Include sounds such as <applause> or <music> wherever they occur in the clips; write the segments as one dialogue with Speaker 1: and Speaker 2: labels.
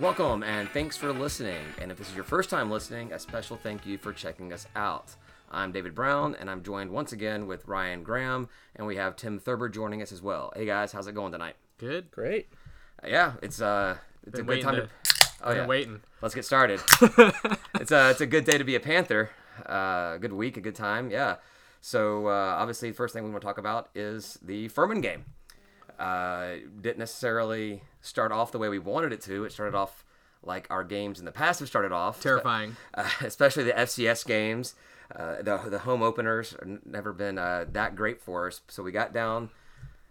Speaker 1: Welcome and thanks for listening. And if this is your first time listening, a special thank you for checking us out. I'm David Brown and I'm joined once again with Ryan Graham and we have Tim Thurber joining us as well. Hey guys, how's it going tonight?
Speaker 2: Good.
Speaker 3: Great.
Speaker 1: Yeah, it's uh it's
Speaker 2: Been
Speaker 1: a good
Speaker 2: waiting
Speaker 1: time to,
Speaker 2: to-
Speaker 1: Oh
Speaker 2: Been
Speaker 1: yeah.
Speaker 2: waiting.
Speaker 1: Let's get started. it's a it's a good day to be a Panther. Uh, good week, a good time. Yeah. So uh, obviously, first thing we want to talk about is the Furman game. Uh, didn't necessarily start off the way we wanted it to. It started off like our games in the past have started off.
Speaker 2: Terrifying.
Speaker 1: Uh, <laughs> especially the FCS games. Uh, the the home openers have n- never been uh, that great for us. So we got down.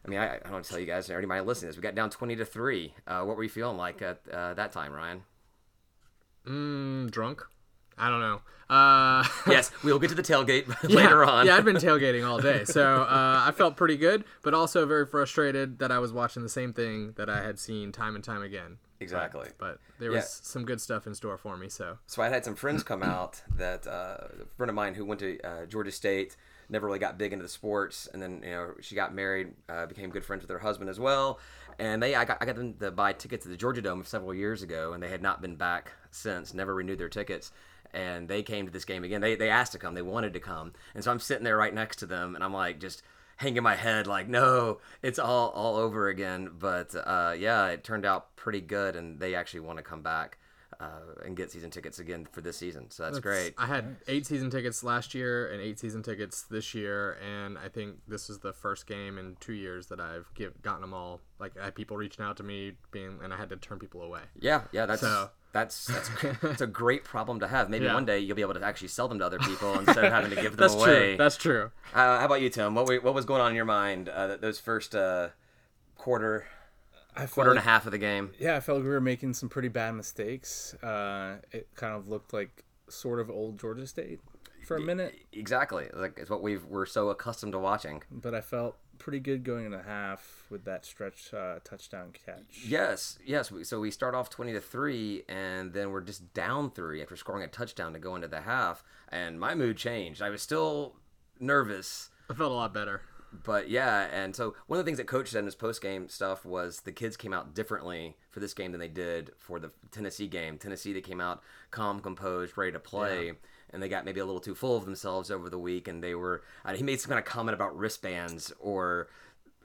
Speaker 1: I mean, I, I don't want to tell you guys, and anybody listening, to this we got down twenty to three. Uh, what were you feeling like at uh, that time, Ryan?
Speaker 2: Mm, drunk. I don't know. Uh, <laughs>
Speaker 1: yes, we'll get to the tailgate <laughs>
Speaker 2: yeah,
Speaker 1: later on.
Speaker 2: yeah, I've been tailgating all day, so uh, I felt pretty good, but also very frustrated that I was watching the same thing that I had seen time and time again.
Speaker 1: exactly.
Speaker 2: But there
Speaker 1: Yeah.
Speaker 2: was some good stuff in store for me. So
Speaker 1: So I had some friends come out that uh, a friend of mine who went to uh, Georgia State never really got big into the sports, and then you know she got married, uh, became good friends with her husband as well, and they I got, I got them to buy tickets to the Georgia Dome several years ago, and they had not been back since, never renewed their tickets. And they came to this game again. They, they asked to come. They wanted to come. And so I'm sitting there right next to them, and I'm like, just hanging my head like no it's all all over again but uh, yeah it turned out pretty good and they actually want to come back uh, and get season tickets again for this season so that's, great
Speaker 2: I had eight season tickets last year and eight season tickets this year, and I think this is the first game in two years that I've give, gotten them all. Like I had people reaching out to me, being, and I had to turn people away.
Speaker 1: yeah yeah that's
Speaker 2: So-
Speaker 1: that's
Speaker 2: <laughs>
Speaker 1: that's it's a great problem to have maybe
Speaker 2: Yeah.
Speaker 1: one day you'll be able to actually sell them to other
Speaker 2: <laughs>
Speaker 1: people instead of having to give them
Speaker 2: That's
Speaker 1: away
Speaker 2: true. That's true.
Speaker 1: uh, how about you tim what, were, what was going on in your mind uh, th- those first uh, quarter
Speaker 3: I felt
Speaker 1: quarter and a
Speaker 3: like-
Speaker 1: half of the game
Speaker 3: Yeah, I felt like we were making some pretty bad mistakes. Uh, it kind of looked like sort of old Georgia State for a minute,
Speaker 1: exactly like it's what we've we're so accustomed to watching
Speaker 3: but I felt pretty good going into half with that stretch uh, touchdown catch.
Speaker 1: Yes, yes. We- So we start off twenty to three, and then we're just down three after scoring a touchdown to go into the half. And my mood changed. I was still nervous,
Speaker 2: I felt a lot better.
Speaker 1: but yeah. And so one of the things that coach said in his post game stuff was the kids came out differently for this game than they did for the Tennessee game. Tennessee they came out calm, composed, ready to play. And they got maybe a little too full of themselves over the week, and they were. Uh, he made some kind of comment about wristbands or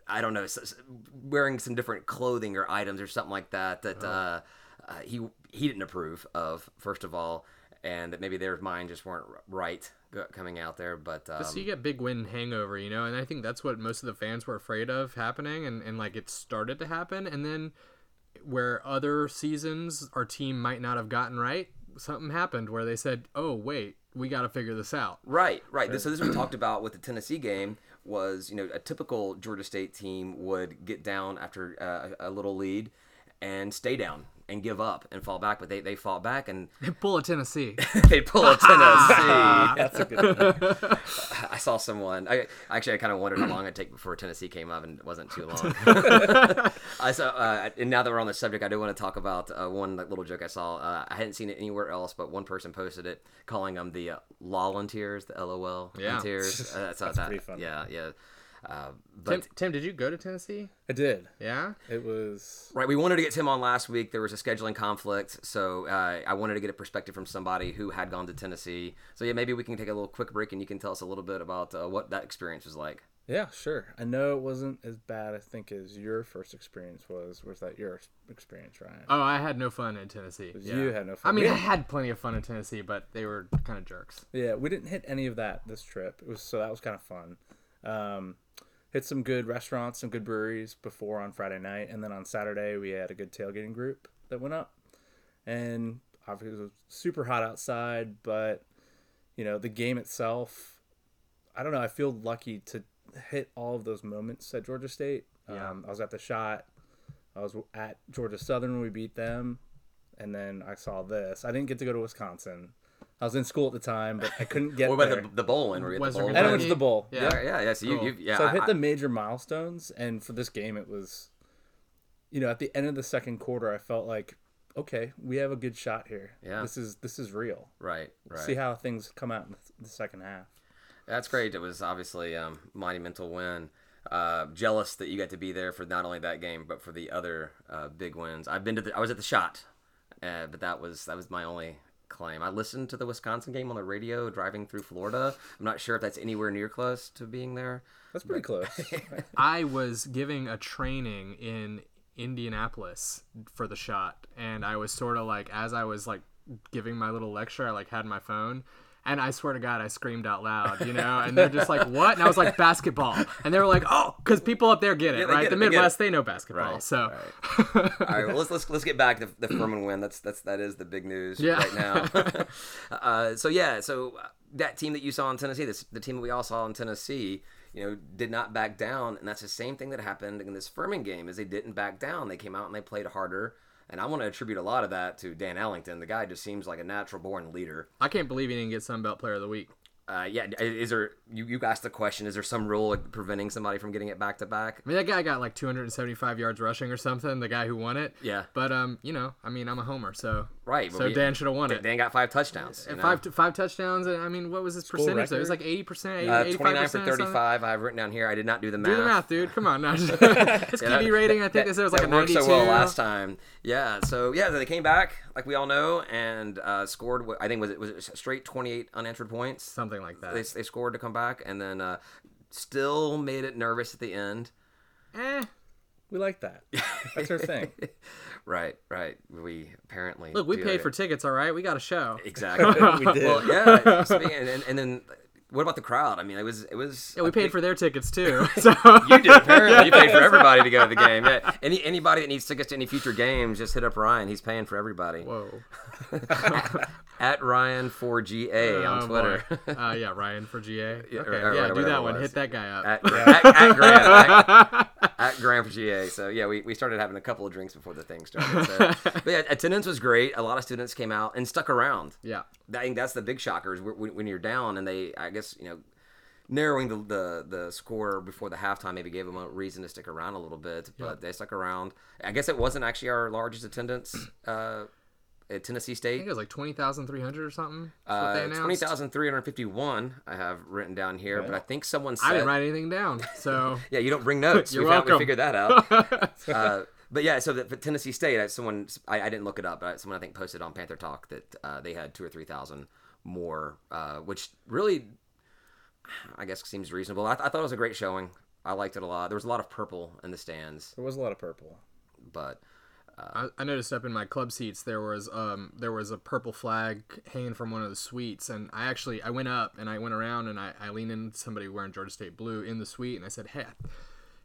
Speaker 1: I don't know, s- s- wearing some different clothing or items or something like that that uh, uh, he he didn't approve of first of all, and that maybe their mind just weren't r- right go- coming out there. But um,
Speaker 2: So you get big win hangover, you know, and I think that's what most of the fans were afraid of happening, and, and like it started to happen, and then where other seasons our team might not have gotten right, something happened where they said, "Oh wait, we got to figure this out." <laughs>
Speaker 1: Right, right. This- So this we talked about with the Tennessee game was you know a typical Georgia State team would get down after uh, a a little lead and stay down and give up and fall back, but they they fought back and
Speaker 2: Pull a Tennessee.
Speaker 1: <laughs> they pull a
Speaker 3: <laughs>
Speaker 1: Tennessee.
Speaker 3: That's a good one.
Speaker 1: <laughs> I saw someone. I actually I kind of wondered how long it'd take before Tennessee came up, and it wasn't too
Speaker 3: <laughs>
Speaker 1: long. <laughs> I saw, uh, and now that we're on the subject, I do want to talk about uh, one like, little joke I saw. Uh, I hadn't seen it anywhere else, but one person posted it, calling them the uh, volunteers, the LOL
Speaker 2: Yeah. <laughs>
Speaker 1: volunteers. Uh, that's that's that,
Speaker 3: pretty funny.
Speaker 1: Yeah, yeah. Uh, but
Speaker 2: <laughs> Tim, Tim, did you go to Tennessee?
Speaker 3: I did.
Speaker 2: Yeah.
Speaker 3: It was
Speaker 1: Right, we wanted to get Tim on last week. There was a scheduling conflict, so uh, I wanted to get a perspective from somebody who had gone to Tennessee. So yeah, maybe we can take a little quick break, and you can tell us a little bit about uh, what that experience was like.
Speaker 3: yeah, sure. I know it wasn't as bad I think as your first experience was. Was that your experience, Ryan?
Speaker 2: Oh, I had no fun in Tennessee. Yeah.
Speaker 3: You had no
Speaker 2: I
Speaker 3: fun.
Speaker 2: mean,
Speaker 3: We
Speaker 2: I had plenty of fun in Tennessee, but they were kind of jerks.
Speaker 3: Yeah, we didn't hit any of that this trip. It was so that was kind of fun. Um, hit some good restaurants, some good breweries before on Friday night, and then on Saturday we had a good tailgating group that went up. And obviously it was super hot outside, but you know the game itself. I don't know. I feel lucky to hit all of those moments at Georgia State.
Speaker 2: Yeah.
Speaker 3: Um, I was at the shot. I was at Georgia Southern when we beat them, and then I saw this. I didn't get to go to Wisconsin. I was in school at the time, but
Speaker 1: <laughs>
Speaker 3: I couldn't get
Speaker 1: What about
Speaker 3: there.
Speaker 1: the, the bowl win? Were you at the
Speaker 2: Western
Speaker 1: bowl
Speaker 3: And I
Speaker 1: win?
Speaker 3: went to the bowl.
Speaker 2: Yeah.
Speaker 1: Yeah, yeah, yeah. So you,
Speaker 2: Cool.
Speaker 1: you yeah.
Speaker 3: So I
Speaker 1: I-
Speaker 3: hit
Speaker 1: I-
Speaker 3: the major milestones, and for this game, it was, you know, at the end of the second quarter, I felt like, okay, we have a good shot here.
Speaker 1: Yeah.
Speaker 3: This is this is real.
Speaker 1: right, right.
Speaker 3: See how things come out in the- the second half.
Speaker 1: That's great. It was obviously um, monumental win. Uh, jealous that you got to be there for not only that game but for the other uh, big wins. I've been to the. I was at the shot Uh, but that was that was my only claim. I listened to the Wisconsin game on the radio driving through Florida. I'm not sure if that's anywhere near close to being there.
Speaker 3: That's pretty close.
Speaker 1: <laughs>
Speaker 2: I was giving a training in Indianapolis for the shot, and I was sort of like, as I was like giving my little lecture, I like had my phone. And I swear to God, I screamed out loud, you know, and they're just like, what? And I was like, basketball. And they were like, oh, because people up there get it,
Speaker 1: Yeah, they
Speaker 2: right?
Speaker 1: get
Speaker 2: the
Speaker 1: it, they get
Speaker 2: Midwest, they, know basketball.
Speaker 1: Right,
Speaker 2: so,
Speaker 1: All right, well let's let's let's get back to the Furman win. That's that's that is the big news
Speaker 2: Yeah.
Speaker 1: right
Speaker 2: <laughs>
Speaker 1: now. <laughs> uh, so yeah, so uh, that team that you saw in Tennessee, this the team that we all saw in Tennessee, you know, did not back down, and that's the same thing that happened in this Furman game is they didn't back down. They came out and they played harder. And I want to attribute a lot of that to Dan Ellington. The guy just seems like a natural born leader.
Speaker 2: I can't believe he didn't get Sunbelt Player of the Week.
Speaker 1: Uh, yeah, i- is there you, you asked the question? Is there some rule like, preventing somebody from getting it back to back?
Speaker 2: I mean, that guy got like 275 yards rushing or something. The guy who won it.
Speaker 1: Yeah.
Speaker 2: But um, you know, I mean, I'm a homer, so
Speaker 1: Right, but
Speaker 2: So
Speaker 1: we-
Speaker 2: Dan should have won it.
Speaker 1: Dan got five touchdowns. you
Speaker 2: And
Speaker 1: know?
Speaker 2: five five touchdowns. And I mean, what was his percentage? though? It was like
Speaker 3: record?
Speaker 2: 80 percent,
Speaker 1: Uh,
Speaker 2: 85
Speaker 1: 29 for
Speaker 2: percent.
Speaker 1: 35. I've written down here. I did not do the math.
Speaker 2: Do the
Speaker 1: <laughs>
Speaker 2: math, dude. Come on, now. his QB rating, I think they said it was like a
Speaker 1: that worked
Speaker 2: 92.
Speaker 1: so well last time. Yeah. So yeah, they came back like we all know and uh, scored. what- I think was it was it a straight 28 unanswered points.
Speaker 2: Something like that.
Speaker 1: They, they scored to come back and then uh, still made it nervous at the end.
Speaker 2: Eh.
Speaker 3: we like that. That's our thing.
Speaker 1: Right. Right. We apparently
Speaker 2: Look, we
Speaker 1: do
Speaker 2: paid
Speaker 1: that.
Speaker 2: for tickets, all right? We got a show.
Speaker 1: exactly.
Speaker 3: <laughs>
Speaker 2: <laughs>
Speaker 3: We did.
Speaker 1: Well, yeah. speaking- and, and, and then what about the crowd? I mean, it was it was.
Speaker 2: Yeah, we paid for their
Speaker 1: <laughs>
Speaker 2: tickets too. <laughs> So
Speaker 1: You did apparently. You
Speaker 2: <laughs>
Speaker 1: paid for everybody to go to the game. Yeah. Any anybody that needs tickets to any future games, just hit up Ryan. He's paying for everybody.
Speaker 2: Whoa.
Speaker 1: At Ryan4GA
Speaker 2: Oh,
Speaker 1: on Twitter.
Speaker 2: boy. <laughs> uh, yeah, Ryan
Speaker 1: <laughs>
Speaker 2: for GA. Okay,
Speaker 1: right, right,
Speaker 2: yeah, do
Speaker 1: whatever it
Speaker 2: that one.
Speaker 1: was.
Speaker 2: Hit that guy
Speaker 1: <laughs>
Speaker 2: up.
Speaker 1: At, at, at Graham. At, at Graham for GA. So, yeah, we, we started having a couple of drinks before the thing started.
Speaker 2: <laughs>
Speaker 1: So. But yeah, attendance was great. A lot of students came out and stuck around.
Speaker 2: yeah.
Speaker 1: I think that's the big shocker is when, when you're down and they, I guess, you know, narrowing the, the, the score before the halftime maybe gave them a reason to stick around a little bit, but they stuck around. I guess it wasn't actually our largest attendance uh, at Tennessee
Speaker 2: I
Speaker 1: State.
Speaker 2: think it was like 20,300 or something. That's what they
Speaker 1: Uh,
Speaker 2: announced.
Speaker 1: Twenty thousand three hundred fifty-one. I have written down here, but I think someone said.
Speaker 2: I didn't write anything down. So
Speaker 1: <laughs> Yeah, you don't bring
Speaker 2: <laughs>
Speaker 1: notes.
Speaker 2: You're
Speaker 1: we, found- we
Speaker 2: welcome.
Speaker 1: figured that out.
Speaker 2: <laughs>
Speaker 1: uh, but yeah, so the, for Tennessee State, I, someone I, I didn't look it up, but someone I think posted on Panther Talk that uh, they had two or three thousand more, uh, which really, I guess, seems reasonable. I, I thought it was a great showing. I liked it a lot. There was a lot of purple in the stands,
Speaker 3: There was a lot of purple.
Speaker 1: but
Speaker 2: I, I noticed up in my club seats there was um there was a purple flag hanging from one of the suites and I actually I went up and I went around and I, I leaned in somebody wearing Georgia State blue in the suite and I said hey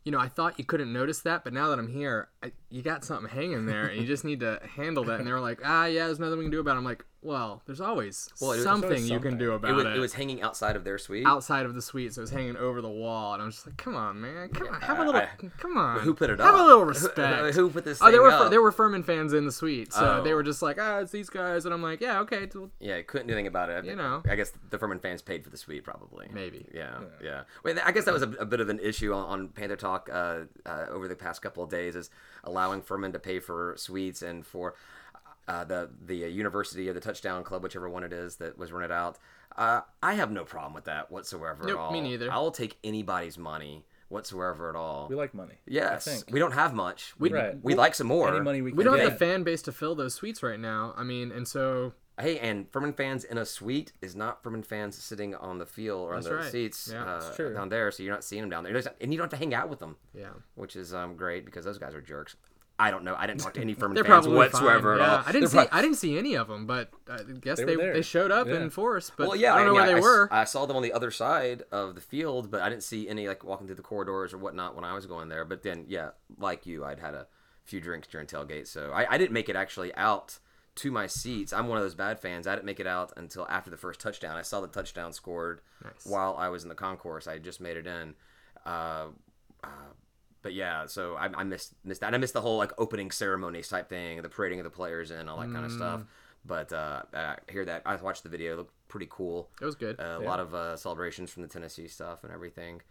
Speaker 2: you know I thought you couldn't notice that but now that I'm here I, you got something hanging there and you just need to handle that and they were like ah yeah there's nothing we can do about it I'm like well there's always
Speaker 1: it was-
Speaker 2: something
Speaker 3: there's
Speaker 2: you can
Speaker 3: something.
Speaker 2: do
Speaker 1: it
Speaker 2: about
Speaker 1: was, it was hanging outside of their suite.
Speaker 2: outside of the suite, so it was hanging over the wall, and I was just like, "Come on, man, come on, have a little,
Speaker 1: I-
Speaker 2: come on."
Speaker 1: who put it
Speaker 2: Have
Speaker 1: up?
Speaker 2: a little
Speaker 1: Who-
Speaker 2: respect.
Speaker 1: who put this
Speaker 2: Oh, there
Speaker 1: thing
Speaker 2: were
Speaker 1: up?
Speaker 2: there were Furman fans in the suite, so
Speaker 1: Oh.
Speaker 2: they were just like, "Ah, it's these guys," and I'm like, "Yeah, okay, t- well,
Speaker 1: Yeah, couldn't do anything about it.
Speaker 2: You know.
Speaker 1: I guess the Furman fans paid for the suite, probably.
Speaker 2: Maybe.
Speaker 1: Yeah, yeah. Well, I guess that was a, a bit of an issue on, on Panther Talk uh, uh, over the past couple of days is allowing Furman to pay for suites and for uh, the the uh, university or the touchdown club, whichever one it is that was rented out. Uh, I have no problem with that whatsoever. at
Speaker 2: Nope,
Speaker 1: all.
Speaker 2: me neither.
Speaker 1: I will take anybody's money whatsoever at all.
Speaker 3: We like money. I
Speaker 1: yes,
Speaker 3: think.
Speaker 1: we don't have much. We
Speaker 3: Right.
Speaker 1: we like some more.
Speaker 3: Any money we can
Speaker 2: we don't
Speaker 3: get.
Speaker 2: have the fan base to fill those suites right now." I mean, and so
Speaker 1: Hey, and Furman fans in a suite is not Furman fans sitting on the field or on the
Speaker 2: right.
Speaker 1: seats
Speaker 2: Yeah,
Speaker 1: uh,
Speaker 2: that's
Speaker 3: true.
Speaker 1: down there, so you're not seeing them down there, There's- and you don't have to hang out with them,
Speaker 2: yeah,
Speaker 1: which is um, great because those guys are jerks. I don't know. I didn't talk
Speaker 2: <laughs>
Speaker 1: to any Furman
Speaker 2: they're
Speaker 1: fans
Speaker 2: probably
Speaker 1: whatsoever
Speaker 2: fine.
Speaker 1: at
Speaker 2: yeah.
Speaker 1: all.
Speaker 2: I didn't
Speaker 1: They're
Speaker 2: see I didn't see any of them, but I guess
Speaker 3: They
Speaker 2: they
Speaker 3: were
Speaker 2: they,
Speaker 3: there.
Speaker 2: showed up
Speaker 3: Yeah.
Speaker 2: in force, but
Speaker 1: Well, yeah,
Speaker 2: I don't know
Speaker 1: mean,
Speaker 2: where
Speaker 1: I
Speaker 2: they
Speaker 1: s-
Speaker 2: were.
Speaker 1: I saw them on the other side of the field, but I didn't see any like walking through the corridors or whatnot when I was going there. But then, yeah, like you, I'd had a few drinks during tailgate, so I, I didn't make it actually out to my seats. I'm one of those bad fans. I didn't make it out until after the first touchdown. I saw the touchdown scored while I was in the concourse. I had just made it in. Uh, uh, but yeah, so I, I missed missed that. And I missed the whole like opening ceremonies type thing, the parading of the players and all that kind of stuff. But uh, I hear that I watched the video; it looked pretty cool.
Speaker 2: it was good.
Speaker 1: Uh, a lot of uh, celebrations from the Tennessee stuff and everything.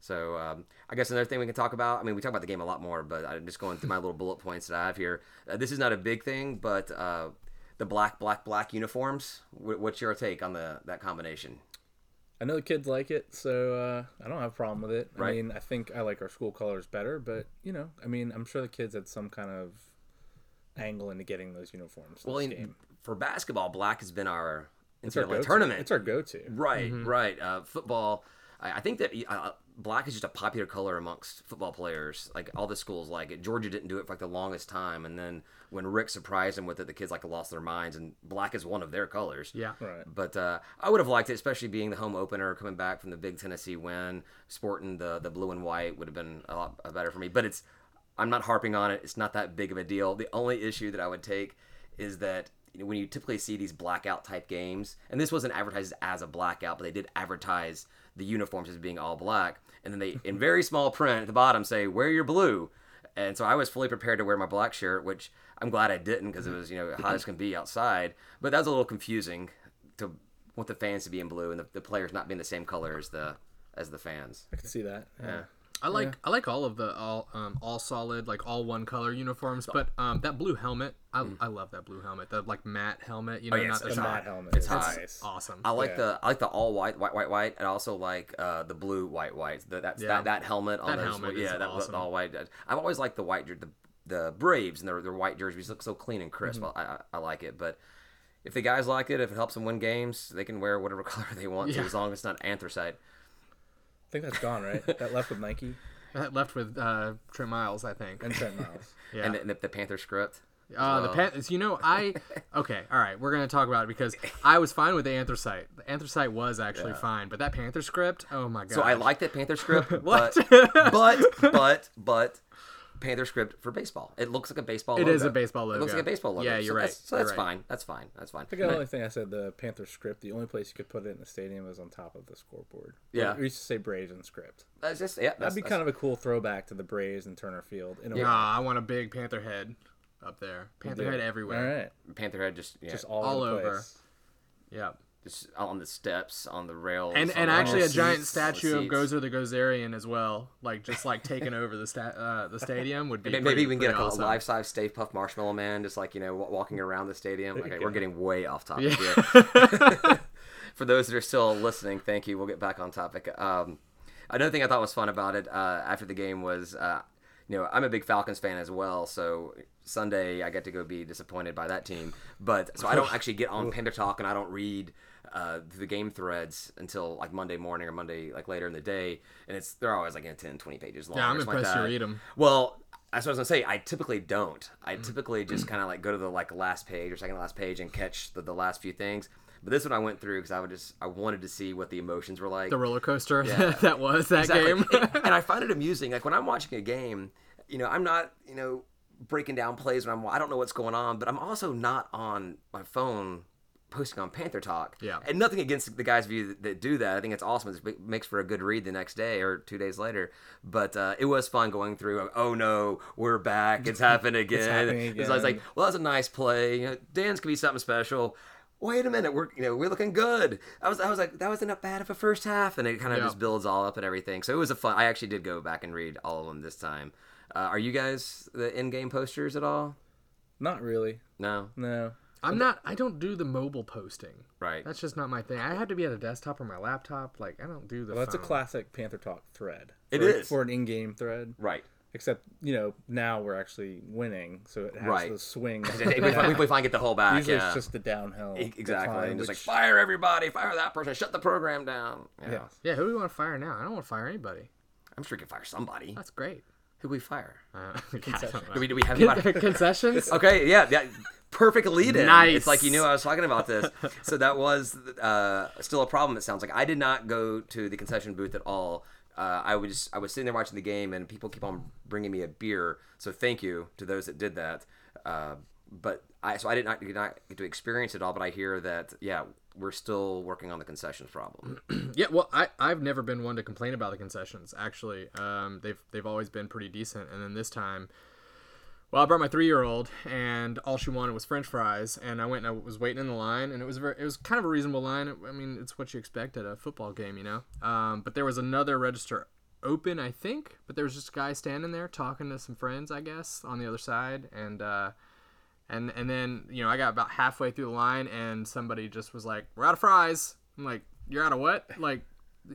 Speaker 1: So um, I guess another thing we can talk about. I mean, we talk about the game a lot more, but I'm just going through my little bullet points that I have here. Uh, this is not a big thing, but uh, the black, black, black uniforms. Wh- what's your take on the that combination?
Speaker 3: I know the kids like it, so uh, I don't have a problem with it. I
Speaker 1: Right.
Speaker 3: mean, I think I like our school colors better, but you know, I mean, I'm sure the kids had some kind of angle into getting those uniforms.
Speaker 1: Well,
Speaker 3: this
Speaker 1: in-
Speaker 3: game.
Speaker 1: for basketball, black has been our
Speaker 3: It's our
Speaker 1: NCAA
Speaker 3: go-to.
Speaker 1: tournament.
Speaker 3: It's our Mm-hmm. go-to.
Speaker 1: Right, right. Uh, football. I, I think that uh, black is just a popular color amongst football players. Like all the schools like it. Georgia didn't do it for like the longest time, and then when Rick surprised them with it, the kids like lost their minds. And black is one of their colors.
Speaker 2: Yeah.
Speaker 3: Right.
Speaker 1: But uh, I would have liked it, especially being the home opener, coming back from the Big Tennessee win, sporting the the blue and white would have been a lot uh, better for me. But it's I'm not harping on it. It's not that big of a deal. The only issue that I would take is that you know, when you typically see these blackout type games, and this wasn't advertised as a blackout, but they did advertise the uniforms as being all black, and then they in very small print at the bottom say wear your blue. And so I was fully prepared to wear my black shirt, which I'm glad I didn't because it
Speaker 2: Mm-hmm.
Speaker 1: was, you know, hot as can be outside. But that was a little confusing to want the fans to be in blue and the, the players not being the same color as the as the fans.
Speaker 3: I can see that. Yeah.
Speaker 2: I like I like all of the all um, all solid like all one color uniforms, but um, that blue helmet I,
Speaker 1: Mm.
Speaker 2: I love that blue helmet that like matte helmet you know
Speaker 1: yeah, it's-
Speaker 2: not the
Speaker 1: it's
Speaker 3: The
Speaker 2: shot.
Speaker 3: matte helmet. It's
Speaker 1: hot.
Speaker 3: Nice.
Speaker 2: awesome
Speaker 1: I like
Speaker 3: Yeah.
Speaker 1: the I like the all white white white white and I also like uh, the blue white white the, that,
Speaker 2: Yeah.
Speaker 1: that that helmet on
Speaker 2: That
Speaker 1: those,
Speaker 2: helmet
Speaker 1: yeah
Speaker 2: is
Speaker 1: that that
Speaker 2: awesome.
Speaker 1: all white I've always liked the white jer- the the Braves and their their white jerseys look so clean and crisp
Speaker 2: Mm-hmm.
Speaker 1: I, I I like it but if the guys like it if it helps them win games they can wear whatever <laughs> color they want
Speaker 2: Yeah.
Speaker 1: to as long as it's not anthracite
Speaker 3: I think that's
Speaker 1: <laughs>
Speaker 3: gone, right? that left with Nike
Speaker 2: That <laughs> left with uh, Trent Miles I think
Speaker 3: and Trent Miles.
Speaker 2: yeah
Speaker 1: and, and if the Panther script
Speaker 2: Uh, the Panthers. You know,
Speaker 1: <laughs>
Speaker 2: I okay. All right, we're gonna talk about it because I was fine with the anthracite. The anthracite was actually fine, but that Panther script. Oh my god.
Speaker 1: So I like that Panther
Speaker 2: <laughs>
Speaker 1: script,
Speaker 2: What?
Speaker 1: but, but but but Panther script for baseball. It looks like a baseball.
Speaker 2: It
Speaker 1: logo.
Speaker 2: is a baseball
Speaker 1: It looks
Speaker 2: logo.
Speaker 1: like a baseball logo.
Speaker 2: Yeah,
Speaker 1: So
Speaker 2: you're
Speaker 1: that's-
Speaker 2: right.
Speaker 1: so
Speaker 2: You're
Speaker 1: that's
Speaker 2: right.
Speaker 1: fine. That's fine. That's fine.
Speaker 3: I think the only thing I said the Panther script. The only place you could put it in the stadium was on top of the scoreboard.
Speaker 1: Yeah.
Speaker 3: we used to say Braves and script.
Speaker 1: That's just yeah.
Speaker 3: That'd be kind of a cool throwback to the Braves and Turner Field. In a
Speaker 2: Nah,
Speaker 3: way.
Speaker 2: I want a big Panther head up there. Panther head everywhere.
Speaker 3: All right,
Speaker 1: of Panther head just yeah,
Speaker 3: just
Speaker 1: just,
Speaker 3: all,
Speaker 2: All
Speaker 3: over. the
Speaker 2: over.
Speaker 3: place.
Speaker 2: Yeah.
Speaker 1: on the steps, on the rails,
Speaker 2: And
Speaker 1: on
Speaker 2: and
Speaker 1: the-
Speaker 2: actually
Speaker 1: on
Speaker 2: a
Speaker 1: the
Speaker 2: giant
Speaker 1: seats, on the
Speaker 2: statue of
Speaker 1: seats.
Speaker 2: Gozer the Gozerian as well, like just like taking over the sta- uh, the stadium would be
Speaker 1: Maybe
Speaker 2: pretty-
Speaker 1: we can get
Speaker 2: pretty
Speaker 1: like, a
Speaker 2: awesome.
Speaker 1: live size Stay Puff Marshmallow Man, just like you know, wa- walking around the stadium. Okay, we're getting way off topic here.
Speaker 2: <laughs>
Speaker 1: <laughs> For those that are still listening, thank you. We'll get back on topic. Um, another thing I thought was fun about it uh, after the game was, uh, you know, I'm a big Falcons fan as well, so Sunday I get to go be disappointed by that team. But so I
Speaker 2: <laughs>
Speaker 1: don't actually get on Panda Talk and I don't read uh, the game threads until like Monday morning or Monday like later in the day, and it's they're always like you know, 10, 20 pages long.
Speaker 2: Yeah, I'm
Speaker 1: or something like
Speaker 2: impressed you
Speaker 1: that.
Speaker 2: read 'em.
Speaker 1: Well, that's what I was gonna say. I typically don't. I typically just kind of like go to the like last page or second to last page and catch the, the last few things. But this one I went through because I would just I wanted to see what the emotions were like.
Speaker 2: the roller coaster <laughs> that was that
Speaker 1: <laughs>
Speaker 2: game.
Speaker 1: Exactly.
Speaker 2: <laughs>
Speaker 1: and, and I find it amusing. Like when I'm watching a game, you know, I'm not, you know, breaking down plays when I'm I don't know what's going on, but I'm also not on my phone posting on Panther Talk.
Speaker 2: Yeah.
Speaker 1: And nothing against the guys of you that, that do that. I think it's awesome. It makes for a good read the next day or two days later. But uh, it was fun going through. like, oh no, we're back.
Speaker 2: <laughs>
Speaker 1: It's happened again.
Speaker 3: happening
Speaker 1: It's like- it's like,
Speaker 3: again.
Speaker 1: well, that's a nice play. You know, Dan's could be something special. Wait a minute, we're you know we're looking good. I was I was like that wasn't that bad of a first half, and it kind of
Speaker 2: Yeah.
Speaker 1: just builds all up and everything. So it was a fun. I actually did go back and read all of them this time. Uh, are you guys the in-game posters at all?
Speaker 3: Not really.
Speaker 1: No,
Speaker 3: No.
Speaker 2: I'm not. I don't do the mobile posting.
Speaker 1: right.
Speaker 2: That's just not my thing. I had to be at a desktop or my laptop. Like I don't do the.
Speaker 3: Well, that's a
Speaker 2: phone.
Speaker 3: classic Panther Talk thread.
Speaker 1: It
Speaker 3: It is
Speaker 1: is.
Speaker 3: for an in-game thread.
Speaker 1: Right. <laughs>
Speaker 3: Except you know now we're actually winning, so it has
Speaker 1: Right. <laughs>
Speaker 3: the swing.
Speaker 1: we, finally, we finally get the whole back.
Speaker 3: Usually
Speaker 1: yeah.
Speaker 3: it's just the downhill.
Speaker 1: E- exactly.
Speaker 3: decline,
Speaker 1: and just like
Speaker 3: which-
Speaker 1: fire everybody, fire that person, shut the program down. Yeah.
Speaker 3: yeah.
Speaker 2: Yeah, who do we want to fire now? I don't want to fire anybody.
Speaker 1: I'm sure we can fire somebody.
Speaker 2: That's great.
Speaker 1: Who we fire?
Speaker 2: Uh, <laughs> concessions.
Speaker 1: Do we, do we
Speaker 3: <laughs>
Speaker 1: have
Speaker 2: <laughs>
Speaker 1: anybody?
Speaker 2: concessions?
Speaker 1: Okay, yeah, yeah. Perfect lead in.
Speaker 2: Nice.
Speaker 1: It's like you knew I was talking about this. so that was uh, still a problem. It sounds like I did not go to the concession booth at all. Uh, I was I was sitting there watching the game, and people keep on bringing me a beer. So thank you to those that did that. Uh, but I so I did not did not get to experience it all. But I hear that yeah, we're still working on the concessions problem.
Speaker 2: Yeah, well, I I've never been one to complain about the concessions. Actually, um, they've they've always been pretty decent. And then this time, well, I brought my three year old, and all she wanted was French fries. And I went and I was waiting in the line, and it was very, it was kind of a reasonable line. I mean, it's what you expect at a football game, you know. Um, but there was another register open, I think, but there was just a guy standing there talking to some friends, I guess, on the other side, and. Uh, and and then you know I got about halfway through the line and somebody just was like, "We're out of fries." I'm like, "You're out of what?" Like,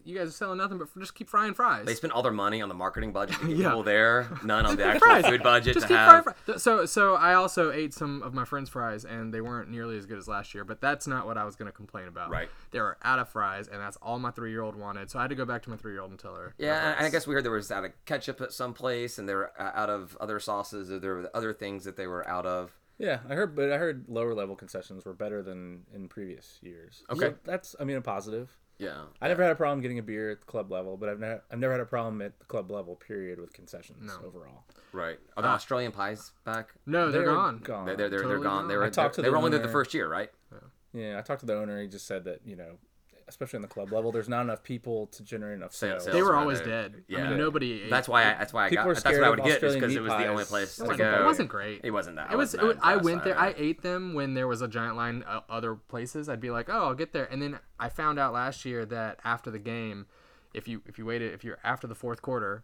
Speaker 2: you guys are selling nothing but just keep frying fries.
Speaker 1: They spent all their money on the marketing budget to get
Speaker 2: Yeah.
Speaker 1: people there, none on the
Speaker 2: Fries.
Speaker 1: actual food budget
Speaker 2: Just
Speaker 1: to
Speaker 2: keep
Speaker 1: have.
Speaker 2: frying fries. So, so I also ate some of my friends' fries, and they weren't nearly as good as last year. But that's not what I was going to complain about.
Speaker 1: Right.
Speaker 2: They were out of fries, and that's all my three-year-old wanted. So I had to go back to my three-year-old and tell her.
Speaker 1: Yeah, and I guess we heard there was out of ketchup at some place, and they were uh, out of other sauces, or there were other things that they were out of.
Speaker 3: Yeah, I heard, but I heard lower level concessions were better than in previous years.
Speaker 1: Okay.
Speaker 3: So that's I mean a positive.
Speaker 1: Yeah.
Speaker 3: I never had a problem getting a beer at the club level, but I've never I've never had a problem at the club level period with concessions overall.
Speaker 1: Right. Are the Australian pies back?
Speaker 2: No, they're, gone.
Speaker 1: They're they're they're,
Speaker 2: Totally
Speaker 1: they're gone.
Speaker 2: gone.
Speaker 1: They were
Speaker 3: I talked to
Speaker 1: they
Speaker 3: the
Speaker 1: were only there the
Speaker 3: owner.
Speaker 1: first year, right?
Speaker 3: Yeah, I talked to the owner. He just said that you know, especially in the club level, there's not enough people to generate enough
Speaker 1: Sales,
Speaker 3: sales.
Speaker 1: sales.
Speaker 2: They were
Speaker 1: Right
Speaker 2: always
Speaker 1: there.
Speaker 2: dead.
Speaker 1: Yeah.
Speaker 2: I mean, nobody. Ate.
Speaker 1: That's why I that's why I
Speaker 3: People
Speaker 1: got
Speaker 3: are
Speaker 1: that's what
Speaker 3: scared
Speaker 1: I
Speaker 3: of
Speaker 1: would get is because it
Speaker 3: Australian
Speaker 1: was
Speaker 3: meat
Speaker 1: the only
Speaker 3: pies.
Speaker 1: place
Speaker 3: It
Speaker 1: to
Speaker 2: wasn't-
Speaker 1: go.
Speaker 2: it wasn't great.
Speaker 1: It wasn't that.
Speaker 2: It was.
Speaker 1: I
Speaker 2: It was
Speaker 1: wasn't-
Speaker 2: I
Speaker 1: was
Speaker 2: went there. I
Speaker 1: sorry.
Speaker 2: ate them when there was a giant line uh, other places. I'd be like, oh, I'll get there. And then I found out last year that after the game, if you if you waited, if you're after the fourth quarter,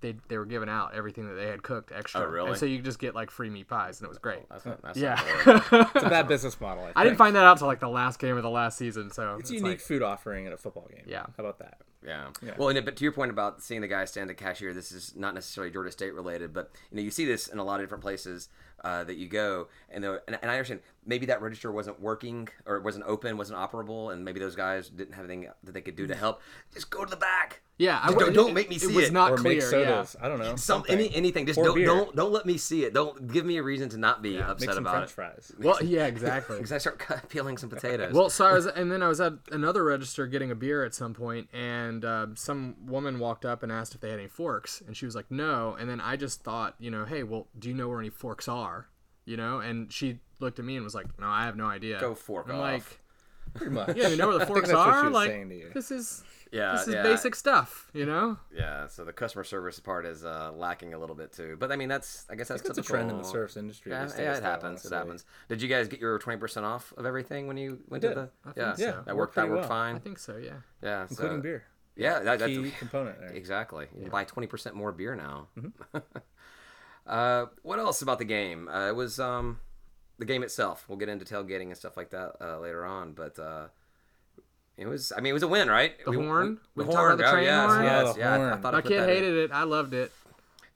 Speaker 2: they they were giving out everything that they had cooked extra.
Speaker 1: Oh, really?
Speaker 2: And so you could just get like free meat pies, and it was great.
Speaker 1: That's not- that's
Speaker 2: Yeah.
Speaker 1: not horrible.
Speaker 2: <laughs>
Speaker 3: It's a bad business model. I, think.
Speaker 2: I didn't find that out till like the last game of the last season. So
Speaker 3: it's a unique food offering at a football game.
Speaker 2: Yeah.
Speaker 3: how about that?
Speaker 1: Yeah. Well, and, but to your point about seeing the guy stand at cashier, this is not necessarily Georgia State related, but you know you see this in a lot of different places uh, that you go, and, though, and and I understand maybe that register wasn't working or it wasn't open, wasn't operable, and maybe those guys didn't have anything that they could do to help. Just go to the back.
Speaker 2: Yeah, I,
Speaker 1: Just don't, don't make me see
Speaker 2: It was not
Speaker 3: Or
Speaker 2: clear.
Speaker 3: make
Speaker 2: yeah.
Speaker 3: sodas. I don't know.
Speaker 1: Some, any, anything. Just
Speaker 3: Or
Speaker 1: don't,
Speaker 3: beer.
Speaker 1: don't don't let me see it. Don't give me a reason to not be
Speaker 3: Make
Speaker 1: upset
Speaker 3: some
Speaker 1: about
Speaker 3: French
Speaker 1: it.
Speaker 3: fries.
Speaker 2: Well,
Speaker 1: <laughs>
Speaker 2: yeah, exactly.
Speaker 1: Because I start cut, peeling some potatoes.
Speaker 2: Well, so I was, and then I was at another register getting a beer at some point, and uh, some woman walked up and asked if they had any forks, and she was like, "No." And then I just thought, you know, hey, well, do you know where any forks are? You know, and she looked at me and was like, "No, I have no idea."
Speaker 1: Go fork
Speaker 2: I'm
Speaker 1: off.
Speaker 2: like,
Speaker 3: Pretty
Speaker 1: <laughs>
Speaker 3: much.
Speaker 2: yeah, you know where the forks
Speaker 3: that's what she
Speaker 2: are?
Speaker 3: was
Speaker 2: Like,
Speaker 3: saying to you.
Speaker 2: this is
Speaker 1: yeah,
Speaker 2: this is
Speaker 1: yeah.
Speaker 2: basic stuff, you know.
Speaker 1: Yeah, so the customer service part is uh, lacking a little bit too. But I mean, that's I guess that's
Speaker 3: It's a
Speaker 1: typical.
Speaker 3: trend in the service industry.
Speaker 1: Yeah,
Speaker 3: these
Speaker 1: yeah,
Speaker 3: days,
Speaker 1: it
Speaker 3: though,
Speaker 1: happens. It
Speaker 3: honestly.
Speaker 1: happens. Did you guys get your twenty percent off of everything when you went to
Speaker 3: did.
Speaker 1: the?
Speaker 2: think
Speaker 1: yeah,
Speaker 2: so. Yeah,
Speaker 1: that
Speaker 3: it
Speaker 1: worked.
Speaker 3: worked
Speaker 1: That
Speaker 3: pretty
Speaker 1: worked
Speaker 3: well.
Speaker 1: fine.
Speaker 2: I think so, yeah.
Speaker 1: Yeah, so,
Speaker 3: Including beer.
Speaker 1: Yeah, that, that's
Speaker 3: Key component
Speaker 1: <laughs>
Speaker 3: there.
Speaker 1: exactly. You can buy twenty percent more beer now. <laughs> uh, what else about the game? Uh, it was um, the game itself. We'll get into tailgating and stuff like that uh, later on, but. Uh, it was. I mean, it was a win, right? The
Speaker 2: horn?
Speaker 1: The
Speaker 2: We talked
Speaker 1: horn.
Speaker 2: about the
Speaker 1: oh,
Speaker 2: train
Speaker 1: yes,
Speaker 2: horn?
Speaker 1: yes,
Speaker 3: Oh, the
Speaker 1: yeah. I- I,
Speaker 3: horn.
Speaker 1: thought I
Speaker 2: My
Speaker 1: put
Speaker 2: kid
Speaker 1: that in.
Speaker 2: hated it. I loved it.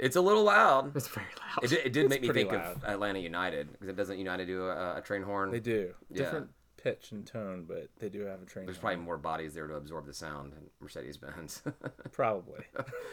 Speaker 1: It's a little loud.
Speaker 2: It's very loud.
Speaker 1: It did, it did make me
Speaker 3: pretty
Speaker 1: think of Atlanta United because it doesn't United do a, a train horn.
Speaker 3: They do.
Speaker 1: Yeah.
Speaker 3: Different pitch and tone, but they do have a train.
Speaker 1: There's
Speaker 3: on.
Speaker 1: probably more bodies there to absorb the sound in Mercedes Benz.
Speaker 3: Probably.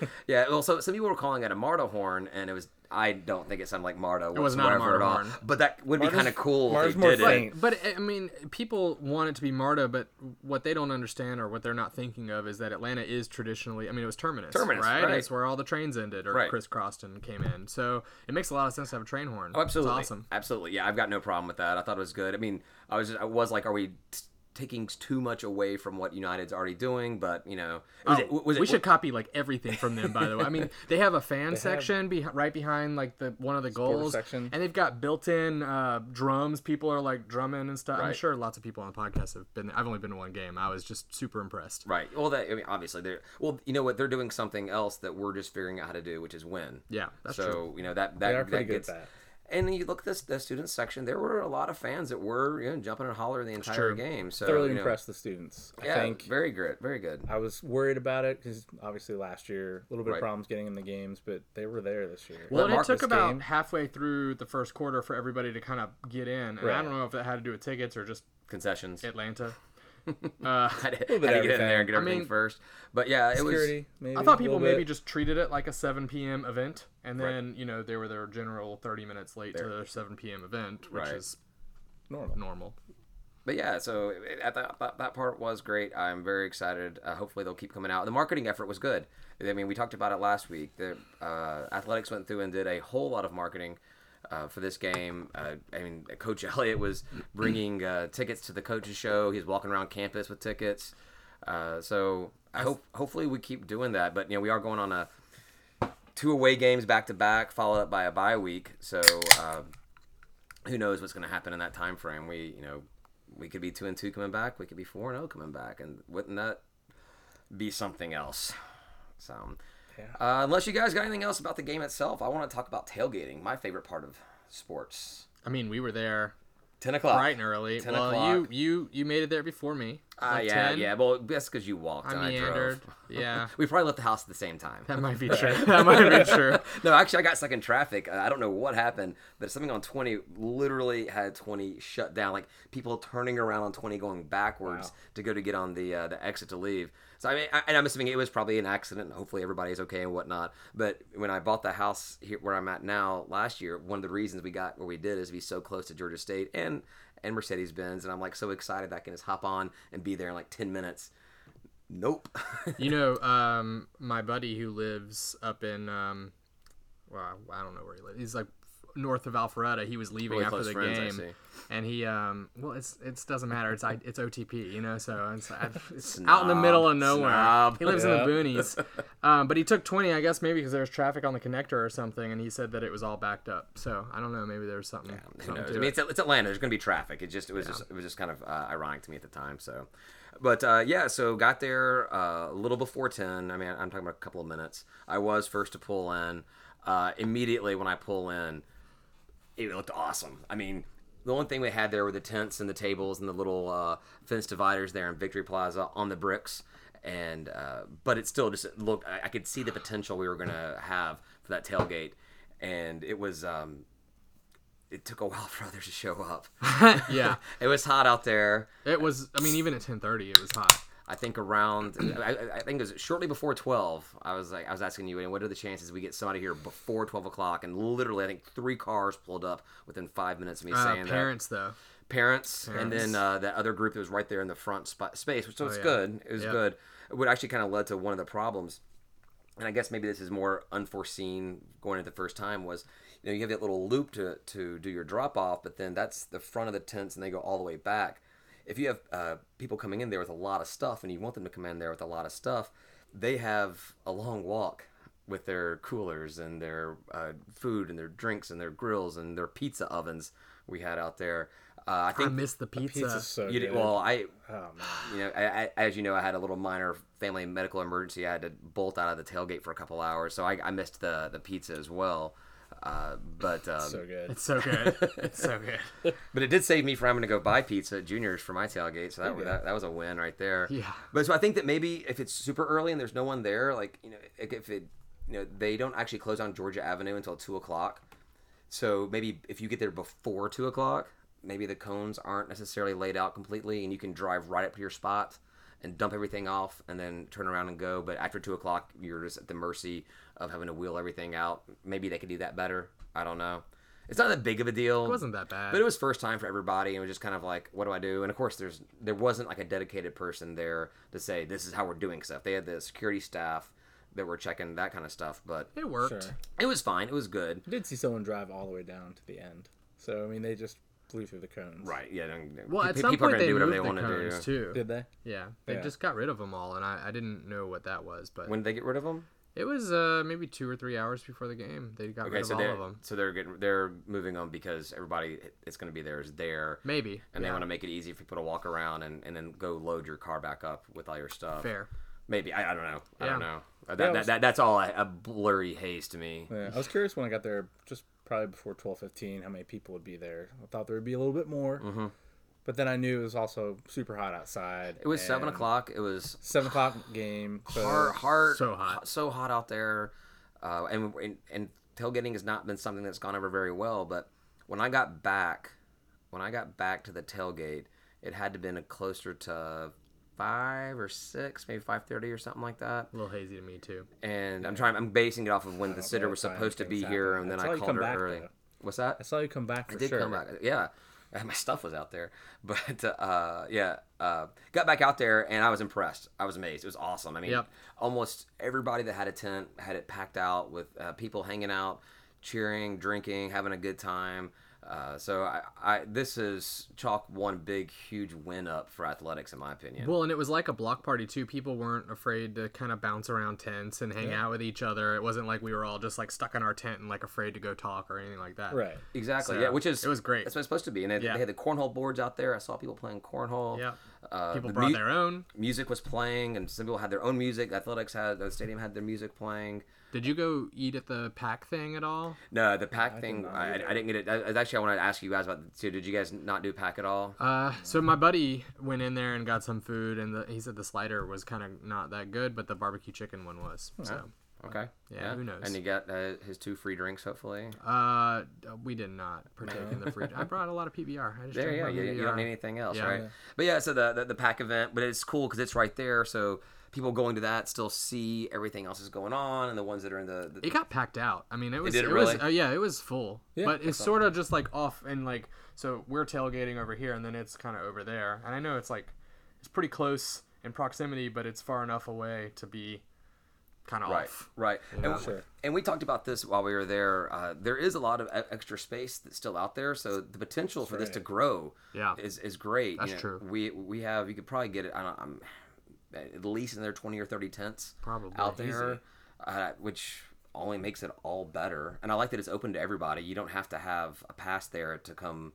Speaker 1: <laughs> yeah, well, so some people were calling it a Marta horn, and it was. I don't think it sounded like Marta whatsoever
Speaker 2: was not a Marta
Speaker 1: at all.
Speaker 2: horn.
Speaker 1: But that would be
Speaker 3: Marta's-
Speaker 1: kind of cool
Speaker 3: Marta's
Speaker 1: if
Speaker 3: more
Speaker 1: they did it.
Speaker 3: faint.
Speaker 2: But I mean, people want it to be Marta, but what they don't understand or what they're not thinking of is that Atlanta is traditionally, I mean, it was terminus,
Speaker 1: Terminus,
Speaker 2: right?
Speaker 1: right.
Speaker 2: It's where all the trains ended or
Speaker 1: Right.
Speaker 2: crisscrossed and came in. So it makes a lot of sense to have a train horn.
Speaker 1: Oh, absolutely,
Speaker 2: It's awesome.
Speaker 1: absolutely. Yeah, I've got no problem with that. I thought it was good. I mean, I was just, I was like, are we t- taking too much away from what United's already doing? But you know,
Speaker 3: Oh,
Speaker 1: was it, was it,
Speaker 2: Oh, we should copy like everything from them. By the way,
Speaker 1: <laughs>
Speaker 2: I mean they have a fan section be- right behind like the one of the goals,
Speaker 3: section.
Speaker 2: and they've got built-in uh, drums. People are like drumming and stuff. I'm
Speaker 1: Right.
Speaker 2: sure lots of people on the podcast have been. I've only been to one game. I was just super impressed.
Speaker 1: Right. Well, that I mean, obviously they're well. You know what? They're doing something else that we're just figuring out how to do, which is win.
Speaker 2: Yeah, that's
Speaker 1: so,
Speaker 2: true.
Speaker 1: you know that that,
Speaker 3: are
Speaker 1: that
Speaker 3: pretty good at
Speaker 1: gets.
Speaker 3: that.
Speaker 1: And you look at this the students section. There were a lot of fans that were you know, jumping and hollering the entire
Speaker 2: true.
Speaker 1: game. So
Speaker 3: Thoroughly
Speaker 1: you know,
Speaker 3: impressed the students. I
Speaker 1: Yeah,
Speaker 3: think
Speaker 1: very good, very good.
Speaker 3: I was worried about it because obviously last year a little bit
Speaker 1: Right.
Speaker 3: of problems getting in the games, but they were there this year.
Speaker 2: Well,
Speaker 1: But
Speaker 2: and it
Speaker 1: Mark
Speaker 2: took
Speaker 1: was
Speaker 2: about
Speaker 3: game.
Speaker 2: halfway through the first quarter for everybody to kind of get in, and I
Speaker 3: Right.
Speaker 2: don't know if that had to do with tickets or just
Speaker 1: Concessions. <laughs>
Speaker 2: Atlanta. uh,
Speaker 1: had to, had
Speaker 3: bit
Speaker 1: to get in
Speaker 3: of
Speaker 1: there
Speaker 3: everything.
Speaker 1: and get
Speaker 2: I
Speaker 1: everything
Speaker 2: mean,
Speaker 1: first. But yeah, it
Speaker 3: Security, maybe.
Speaker 2: I
Speaker 3: a
Speaker 2: thought people
Speaker 3: little bit.
Speaker 2: maybe just treated it like a 7 p.m. event, and then you know they were their general 30 minutes late to their 7 p.m. event, which
Speaker 1: Right.
Speaker 2: is
Speaker 3: normal.
Speaker 2: normal.
Speaker 1: was. But yeah, so it, I thought that, that part was great. I'm very excited. Uh, hopefully they'll keep coming out. The marketing effort was good. I mean, we talked about it last week. The uh, athletics went through and did a whole lot of marketing. uh, for this game. Uh, I mean, Coach <laughs> Elliott was bringing uh, tickets to the coaches show. He's walking around campus with tickets. Uh, so I hope hopefully we keep doing that. But you know, we are going on a two away games back to back, followed up by a bye week. So uh, who knows what's going to happen in that time frame? We you know we could be two and two coming back. We could be four and zero coming back, and wouldn't that be something else? So. Uh, unless you guys got anything else about the game itself, I want to talk about tailgating, my favorite part of sports.
Speaker 2: I mean, we were there
Speaker 1: Ten o'clock.
Speaker 2: bright and early.
Speaker 1: 10
Speaker 2: well,
Speaker 1: o'clock.
Speaker 2: you you you made it there before me.
Speaker 1: Uh,
Speaker 2: Like
Speaker 1: yeah,
Speaker 2: 10?
Speaker 1: yeah. Well, that's because you walked.
Speaker 2: I
Speaker 1: and
Speaker 2: meandered.
Speaker 1: I drove.
Speaker 2: Yeah.
Speaker 1: <laughs> We probably left the house at the same time.
Speaker 2: That might be true. That might be true.
Speaker 1: <laughs> no, actually, I got stuck in traffic. Uh, I don't know what happened, but something on 20 literally had 20 shut down. Like people turning around on 20 going backwards to go to get on the uh, the exit to leave. So I mean, I, and I'm assuming it was probably an accident. and Hopefully everybody's okay and whatnot. But when I bought the house here where I'm at now last year, one of the reasons we got where we did is to be so close to Georgia State and and Mercedes Benz, and I'm like so excited that I can just hop on and be there in like 10 minutes. Nope. <laughs>
Speaker 2: You know, um, my buddy who lives up in, um, well, I don't know where he lives. He's like north of Alpharetta. He was leaving
Speaker 1: Really
Speaker 2: after
Speaker 1: close
Speaker 2: the
Speaker 1: friends, I
Speaker 2: game,
Speaker 1: see.
Speaker 2: and he, um, well, it's it doesn't matter. It's I- it's OTP, you know. So it's,
Speaker 1: <laughs>
Speaker 2: it's out in the middle of nowhere.
Speaker 1: snob.
Speaker 2: He lives
Speaker 3: Yeah.
Speaker 2: in the
Speaker 1: <laughs>
Speaker 2: boonies, um, but he took twenty, I guess, maybe because there was traffic on the connector or something, and he said that it was all backed up. So I don't know. Maybe there was something.
Speaker 1: Who
Speaker 2: something
Speaker 1: knows? I
Speaker 2: to
Speaker 1: mean,
Speaker 2: it.
Speaker 1: it's, it's Atlanta. There's going to be traffic. It just it was just it was just kind of uh, ironic to me at the time. So, but uh, yeah, so got there uh, a little before ten. I mean, I'm talking about a couple of minutes. I was first to pull in. Uh, immediately when I pull in, it looked awesome. I mean, the only thing we had there were the tents and the tables and the little uh, fence dividers there in Victory Plaza on the bricks. And uh, but it still just looked. I, I could see the potential we were gonna have for that tailgate, and it was. Um, it took a <laughs> while for others to show up.
Speaker 2: <laughs> yeah,
Speaker 1: it was hot out there.
Speaker 2: it was. I mean, even at ten thirty, it was hot.
Speaker 1: I think around, I, I- I think it was shortly before twelve. I was like, I was asking you, and what are the chances we get somebody here before twelve o'clock? And literally, I think three cars pulled up within five minutes of me <laughs>
Speaker 2: Uh,
Speaker 1: saying that.
Speaker 2: parents, though.
Speaker 1: parents, and then uh, that other group that was right there in the front spot space. So it's
Speaker 2: Oh, yeah.
Speaker 1: good. It was
Speaker 2: Yeah.
Speaker 1: good. What actually kind of led to one of the problems, and I guess maybe this is more unforeseen going into the first time was, you know, you have that little loop to to do your drop off, but then that's the front of the tents, and they go all the way back. If you have uh, people coming in there with a lot of stuff, and you want them to come in there with a lot of stuff, they have a long walk with their coolers and their uh, food and their drinks and their grills and their pizza ovens we had out there. Uh, I
Speaker 2: I
Speaker 1: think
Speaker 2: missed the pizza.
Speaker 3: Pizza's so
Speaker 1: you
Speaker 3: good.
Speaker 1: did, well, I,
Speaker 3: oh man,
Speaker 1: <sighs> you know, I, I, as you know, I had a little minor family medical emergency. I had to bolt out of the tailgate for a couple hours, so I, I missed the the pizza as well. Uh, but um,
Speaker 3: so good.
Speaker 2: It's so good. It's so
Speaker 1: <laughs>
Speaker 2: good.
Speaker 1: but it did save me from having to go buy pizza at Junior's for my tailgate, so that, that that was a win right there.
Speaker 2: Yeah.
Speaker 1: But so I think that maybe if it's super early and there's no one there, like you know, if if it, you know, they don't actually close on Georgia Avenue until two o'clock. So maybe if you get there before two o'clock, maybe the cones aren't necessarily laid out completely, and you can drive right up to your spot and dump everything off, and then turn around and go. But after two o'clock, you're just at the mercy of having to wheel everything out. Maybe they could do that better. I don't know. It's not that big of a deal.
Speaker 2: It wasn't that bad.
Speaker 1: But it was first time for everybody, and it was just kind of like, what do I do? And of course, there's there wasn't like a dedicated person there to say this is how we're doing stuff. They had the security staff that were checking that kind of stuff, but
Speaker 2: It worked.
Speaker 3: Sure.
Speaker 1: it was fine. It was good.
Speaker 3: I did see someone drive all the way down to the end. So I mean, they just blew through the cones.
Speaker 1: Right? Yeah. don't-
Speaker 2: Well,
Speaker 1: pe-
Speaker 2: at
Speaker 1: pe-
Speaker 2: some point
Speaker 1: gonna
Speaker 2: they moved the
Speaker 1: wanna
Speaker 2: cones too.
Speaker 3: Did they?
Speaker 2: yeah, they
Speaker 3: Yeah.
Speaker 2: just got rid of them all, and I, I didn't know what that was, but
Speaker 1: When did they get rid of them?
Speaker 2: it was uh, maybe two or three hours before the game. They got
Speaker 1: Okay,
Speaker 2: rid of
Speaker 1: so
Speaker 2: all
Speaker 1: they're
Speaker 2: of them.
Speaker 1: so they're getting they're moving them because everybody it's going to be there is there,
Speaker 2: Maybe.
Speaker 1: and they
Speaker 2: yeah.
Speaker 1: want to make it easy for people to walk around and, and then go load your car back up with all your stuff.
Speaker 2: fair.
Speaker 1: Maybe I, I don't know. I
Speaker 2: Yeah.
Speaker 1: don't know. Uh, That,
Speaker 3: Yeah, it
Speaker 1: that,
Speaker 3: was-
Speaker 1: that, that's all a, a blurry haze to me.
Speaker 3: Yeah,
Speaker 1: <laughs>
Speaker 3: I was curious when I got there, just probably before twelve fifteen, how many people would be there. I thought there would be a little bit more, but then I knew it was also super hot outside.
Speaker 1: Mm-hmm. It was seven
Speaker 3: and
Speaker 1: o'clock. It was
Speaker 3: Seven o'clock game. So
Speaker 1: hard, hard
Speaker 2: So hot.
Speaker 1: so hot out there, uh, and, and and tailgating has not been something that's gone over very well. But when I got back, when I got back to the tailgate, it had to been a closer to five or six, maybe five thirty or something like that.
Speaker 2: A little hazy to me too.
Speaker 1: And I'm trying. I'm basing it off of when the
Speaker 3: don't
Speaker 1: sitter
Speaker 3: know
Speaker 1: was
Speaker 3: if I
Speaker 1: supposed to
Speaker 3: think
Speaker 1: be
Speaker 3: it's
Speaker 1: here,
Speaker 3: happened.
Speaker 1: and then I
Speaker 3: I saw you
Speaker 1: called
Speaker 3: come
Speaker 1: her
Speaker 3: back,
Speaker 1: early.
Speaker 3: though.
Speaker 1: What's
Speaker 3: I
Speaker 1: that?
Speaker 3: saw you come back. For
Speaker 1: did
Speaker 3: sure.
Speaker 1: come back. Yeah, <laughs> my stuff was out there, <laughs> but uh, yeah, uh, got back out there and I was impressed. I was amazed. It was awesome. I mean,
Speaker 2: Yep.
Speaker 1: almost everybody that had a tent had it packed out with uh, people hanging out, cheering, drinking, having a good time. Uh, so I, I, this is chalk one big huge win up for athletics in my opinion.
Speaker 2: Well, and it was like a block party too. People weren't afraid to kind of bounce around tents and hang out with each other. It wasn't like we were all just like stuck in our tent and like afraid to go talk or anything like that.
Speaker 3: Right.
Speaker 1: Exactly.
Speaker 2: So,
Speaker 1: yeah, which is
Speaker 2: it was great.
Speaker 1: That's what it's supposed to be. And they,
Speaker 2: Yeah.
Speaker 1: they had the cornhole boards out there. I saw people playing cornhole.
Speaker 2: Yep.
Speaker 1: Uh,
Speaker 2: People
Speaker 1: the
Speaker 2: brought
Speaker 1: mu-
Speaker 2: their own.
Speaker 1: music was playing, and some people had their own music. Athletics had the stadium had their music playing.
Speaker 2: Did you go eat at the pack thing at all?
Speaker 1: No, the pack thing,
Speaker 3: not
Speaker 1: I, I didn't get it. I, I- actually, I wanted to ask you guys about too. Did you guys not do pack at all?
Speaker 2: Uh, so my buddy went in there and got some food, and the, he said the slider was kind of not that good, but the barbecue chicken one was.
Speaker 1: Oh,
Speaker 2: So,
Speaker 1: Okay.
Speaker 2: yeah, who knows?
Speaker 1: And he got uh, his two free drinks, hopefully.
Speaker 2: uh, we did not partake in the free. I brought a lot of PBR. I just
Speaker 1: There,
Speaker 2: drank
Speaker 1: yeah,
Speaker 2: my
Speaker 1: you, you
Speaker 2: PBR.
Speaker 1: don't need anything else,
Speaker 2: Yeah.
Speaker 1: right?
Speaker 2: Yeah.
Speaker 1: But yeah, so the, the the pack event, but it's cool because it's right there, so people going to that still see everything else is going on, and the ones that are in the, the
Speaker 2: It got packed out. I mean, it was
Speaker 1: did
Speaker 2: it,
Speaker 1: it
Speaker 2: was
Speaker 1: really?
Speaker 2: uh, yeah, it was full.
Speaker 3: Yeah,
Speaker 2: but it's sort of just like off and like so we're tailgating over here and then it's kind of over there. And I know it's like it's pretty close in proximity, but it's far enough away to be kind of
Speaker 1: Right,
Speaker 2: off.
Speaker 1: right. And,
Speaker 3: Sure.
Speaker 1: and we talked about this while we were there. Uh, there is a lot of e- extra space that's still out there, so the potential for this to grow
Speaker 2: Yeah.
Speaker 1: is, is great.
Speaker 2: That's
Speaker 1: you know,
Speaker 2: true.
Speaker 1: We we have you could probably get it. I don't, I'm at least in there twenty or thirty tents
Speaker 2: Probably.
Speaker 1: out there, uh, which only makes it all better. And I like that it's open to everybody. You don't have to have a pass there to come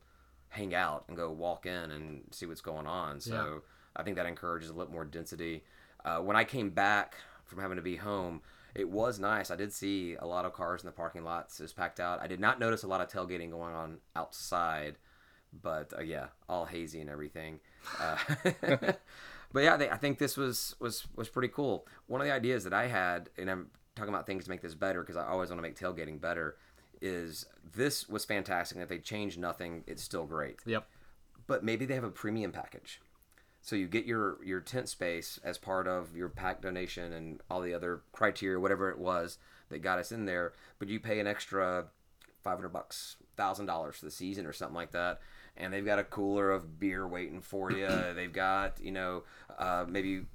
Speaker 1: hang out and go walk in and see what's going on. So
Speaker 2: Yeah.
Speaker 1: I think that encourages a little more density. Uh, when I came back from having to be home, it was nice. I did see a lot of cars in the parking lots. It was packed out. I did not notice a lot of tailgating going on outside, but uh, yeah, all hazy and everything. Uh, <laughs> but yeah, I think, I think this was was was pretty cool. One of the ideas that I had, and I'm talking about things to make this better because I always want to make tailgating better. Is this was fantastic. And if they change nothing, it's still great
Speaker 2: Yep.
Speaker 1: but maybe they have a premium package. So you get your your tent space as part of your pack donation and all the other criteria, whatever it was that got us in there. But you pay an extra five hundred bucks, thousand dollars for the season or something like that. And they've got a cooler of beer waiting for you. they've got you know uh, maybe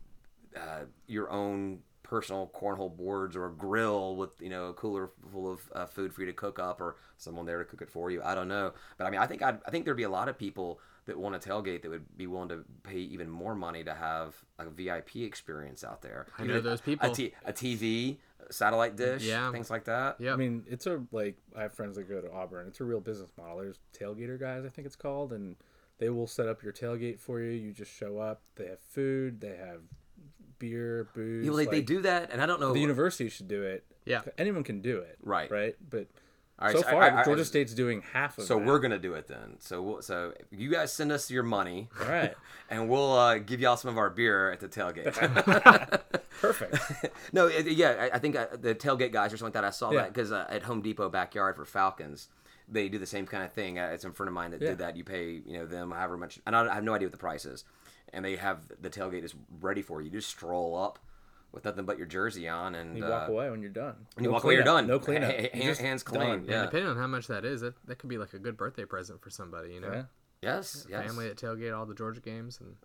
Speaker 1: uh, your own personal cornhole boards or a grill with you know a cooler full of uh, food for you to cook up or someone there to cook it for you. I don't know, but I mean, I think I'd, I think there'd be a lot of people that want to tailgate that would be willing to pay even more money to have a VIP experience out there.
Speaker 2: I
Speaker 1: Even
Speaker 2: know
Speaker 1: a-
Speaker 2: those
Speaker 1: a
Speaker 2: people.
Speaker 1: t- a TV, a satellite dish,
Speaker 2: Yeah.
Speaker 1: things like that.
Speaker 2: Yep.
Speaker 3: I mean, it's a like I have friends that go to Auburn. It's a real business model. There's tailgater guys, I think it's called, and they will set up your tailgate for you. You just show up. They have food. They have beer, booze.
Speaker 1: You know, they, they
Speaker 3: like,
Speaker 1: do that, and I don't know.
Speaker 3: The university should do it.
Speaker 2: Yeah.
Speaker 3: anyone can do it.
Speaker 1: Right.
Speaker 3: Right. But
Speaker 1: right,
Speaker 3: so
Speaker 1: so I-
Speaker 3: far,
Speaker 1: I- I-
Speaker 3: Georgia State's doing half of.
Speaker 1: so
Speaker 3: that.
Speaker 1: we're gonna do it then. So we'll, so you guys send us your money,
Speaker 3: all
Speaker 1: <laughs>
Speaker 3: right.
Speaker 1: and we'll uh, give y'all some of our beer at the <laughs> tailgate.
Speaker 3: Perfect.
Speaker 1: <laughs> no, it, yeah, I, I think uh the tailgate guys or something like that. I saw
Speaker 3: Yeah.
Speaker 1: that because uh, at Home Depot backyard for Falcons, they do the same kind of thing. Uh, it's a friend of mine that
Speaker 3: Yeah.
Speaker 1: did that. You pay, you know, them however much, and I, I have no idea what the price is, and they have the tailgate is ready for you. You just stroll up with nothing but your jersey on, and
Speaker 3: You
Speaker 1: uh,
Speaker 3: walk away when you're done.
Speaker 1: and you
Speaker 3: No
Speaker 1: walk away. You're
Speaker 3: cleanup.
Speaker 1: done. <laughs>
Speaker 3: No cleanup.
Speaker 1: Ha- ha- hand-
Speaker 3: You're just
Speaker 1: hands clean.
Speaker 3: done.
Speaker 1: Yeah.
Speaker 2: Depending on how much that is, that, that could be like a good birthday present for somebody, you know.
Speaker 3: Yeah.
Speaker 1: Yes. Yes.
Speaker 2: Family at tailgate all the Georgia games and